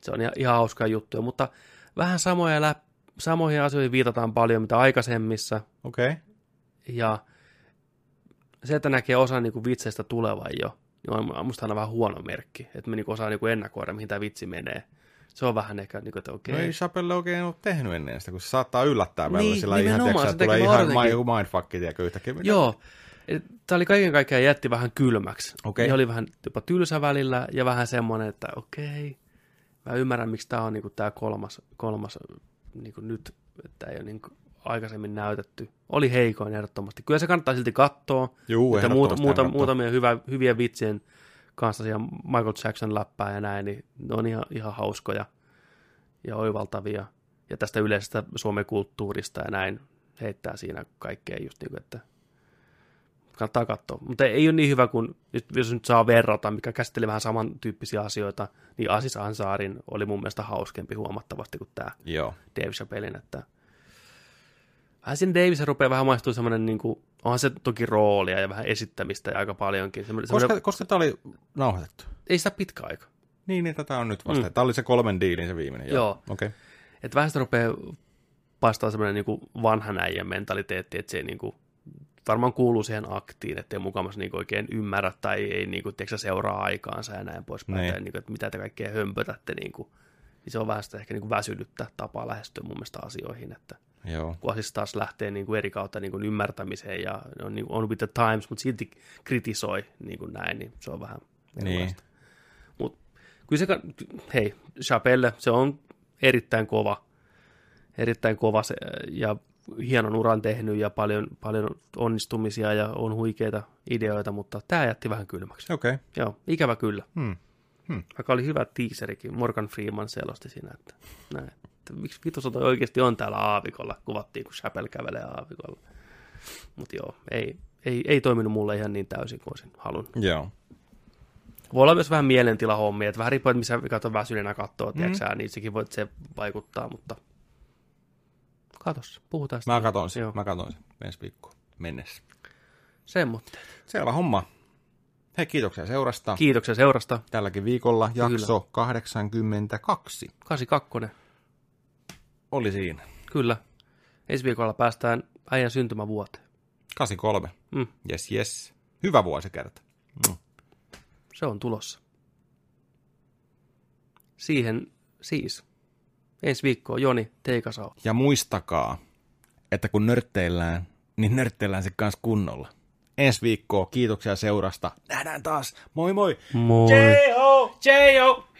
S1: Se on ihan, ihan hauskaa juttuja, mutta vähän samoja läp, samoihin asioihin viitataan paljon, mitä aikaisemmissa,
S2: Okei. No Okay.
S1: ja se, että näkee osa niin kuin vitseistä tulevan jo, niin on musta aina vähän huono merkki, että me niin osaa niin kuin ennakoida, mihin tämä vitsi menee. Se on vähän ehkä, niin kuin, että okei.
S2: No
S1: Okay.
S2: ei sapelle oikein ole tehnyt ennen sitä, kun se saattaa yllättää niin, välillä.
S1: Niin,
S2: Sillä ihan,
S1: nimenomaan,
S2: tiedätkö,
S1: sen takia
S2: sä, tulee
S1: mä
S2: ihan
S1: odotinkin.
S2: mind- mindfucki, tiedätkö, yhtäkkiä.
S1: Joo. Tämä oli kaiken kaikkiaan jätti vähän kylmäksi.
S2: Okei.
S1: Ja oli vähän jopa tylsä välillä ja vähän semmoinen, että okei, mä ymmärrän, miksi tämä on niinku tämä kolmas, kolmas niinku nyt, että ei ole niinku aikaisemmin näytetty. Oli heikoin ehdottomasti. Kyllä se kannattaa silti katsoa.
S2: Juu,
S1: että muuta,
S2: ehdottomasti
S1: muuta,
S2: kannattaa.
S1: muutamia hyvä, hyviä vitsien kanssa siellä Michael Jackson läppää ja näin, niin ne on ihan, ihan hauskoja ja oivaltavia. Ja tästä yleisestä Suomen kulttuurista ja näin heittää siinä kaikkea just niin kuin, että kannattaa katsoa. Mutta ei ole niin hyvä kuin, nyt- jos nyt saa verrata, mikä käsitteli vähän samantyyppisiä asioita, niin Asis Ansaarin oli mun mielestä hauskempi huomattavasti kuin tämä
S2: Joo.
S1: Dave Chappellin, että vähän siinä Davisen rupeaa vähän maistuu semmoinen, niin kuin, onhan se toki roolia ja vähän esittämistä ja aika paljonkin. Semmoinen,
S2: Koska,
S1: semmoinen,
S2: koska tämä oli nauhoitettu?
S1: ei sitä pitkä aika.
S2: Niin, niin tätä on nyt vasta. Mm. Tämä oli se kolmen diilin se viimeinen.
S1: Joo.
S2: Okei. Okay.
S1: Että vähän sitä rupeaa paistaa semmoinen niin kuin vanhan äijän mentaliteetti, että se ei niin kuin, varmaan kuuluu siihen aktiin, että ei mukamas niin oikein ymmärrä tai ei niin kuin, tiedätkö, sä, seuraa aikaansa ja näin poispäin,
S2: Niin.
S1: tai niin kuin, että mitä te kaikkea hömpötätte. Niin kuin, niin se on vähän sitä ehkä niin kuin väsynyttä tapaa lähestyä mun mielestä asioihin, että
S2: Joo.
S1: kun siis taas lähtee niin kuin eri kautta niin kuin ymmärtämiseen ja on, niin kuin on with the times, mutta silti kritisoi niin kuin näin, niin se on vähän
S2: Niin.
S1: Mut, kyllä se, ka- hei, Chapelle, se on erittäin kova, erittäin kova se, ja hienon uran tehnyt ja paljon, paljon onnistumisia ja on huikeita ideoita, mutta tämä jätti vähän kylmäksi.
S2: Okei. Okay.
S1: Joo, ikävä kyllä.
S2: Hmm. Hmm.
S1: Vaikka oli hyvä tiiserikin, Morgan Freeman selosti siinä, että näin. Että miksi vitos toi oikeasti on täällä aavikolla, kuvattiin kun Chappelle kävelee aavikolla. Mutta joo, ei, ei, ei toiminut mulle ihan niin täysin kuin olisin halunnut.
S2: Joo.
S1: Voi olla myös vähän mielentilahommia, että vähän riippuu, että missä kato väsyneenä
S2: Hmm.
S1: kattoo, mm. sä, niin sekin voit se vaikuttaa, mutta katos, puhutaan
S2: Mä katon sen.
S1: Joo.
S2: Mä katon sen ensi viikkoon mennessä.
S1: Semmoitteet.
S2: Selvä homma. Hei, kiitoksia seurasta.
S1: Kiitoksia seurasta.
S2: Tälläkin viikolla jakso 82
S1: 82.
S2: oli siinä.
S1: Kyllä. Ensi viikolla päästään äijän syntymävuoteen.
S2: 83.
S1: Mm.
S2: Yes, yes. Hyvä vuosikerta. Mm.
S1: Se on tulossa. Siihen siis. Ensi viikkoa Joni Teikasao.
S2: Ja muistakaa, että kun nörtteillään, niin nörtteillään se kanssa kunnolla. Ensi viikkoa, kiitoksia seurasta. Nähdään taas. Moi moi!
S1: Moi.
S2: J-ho! J-ho!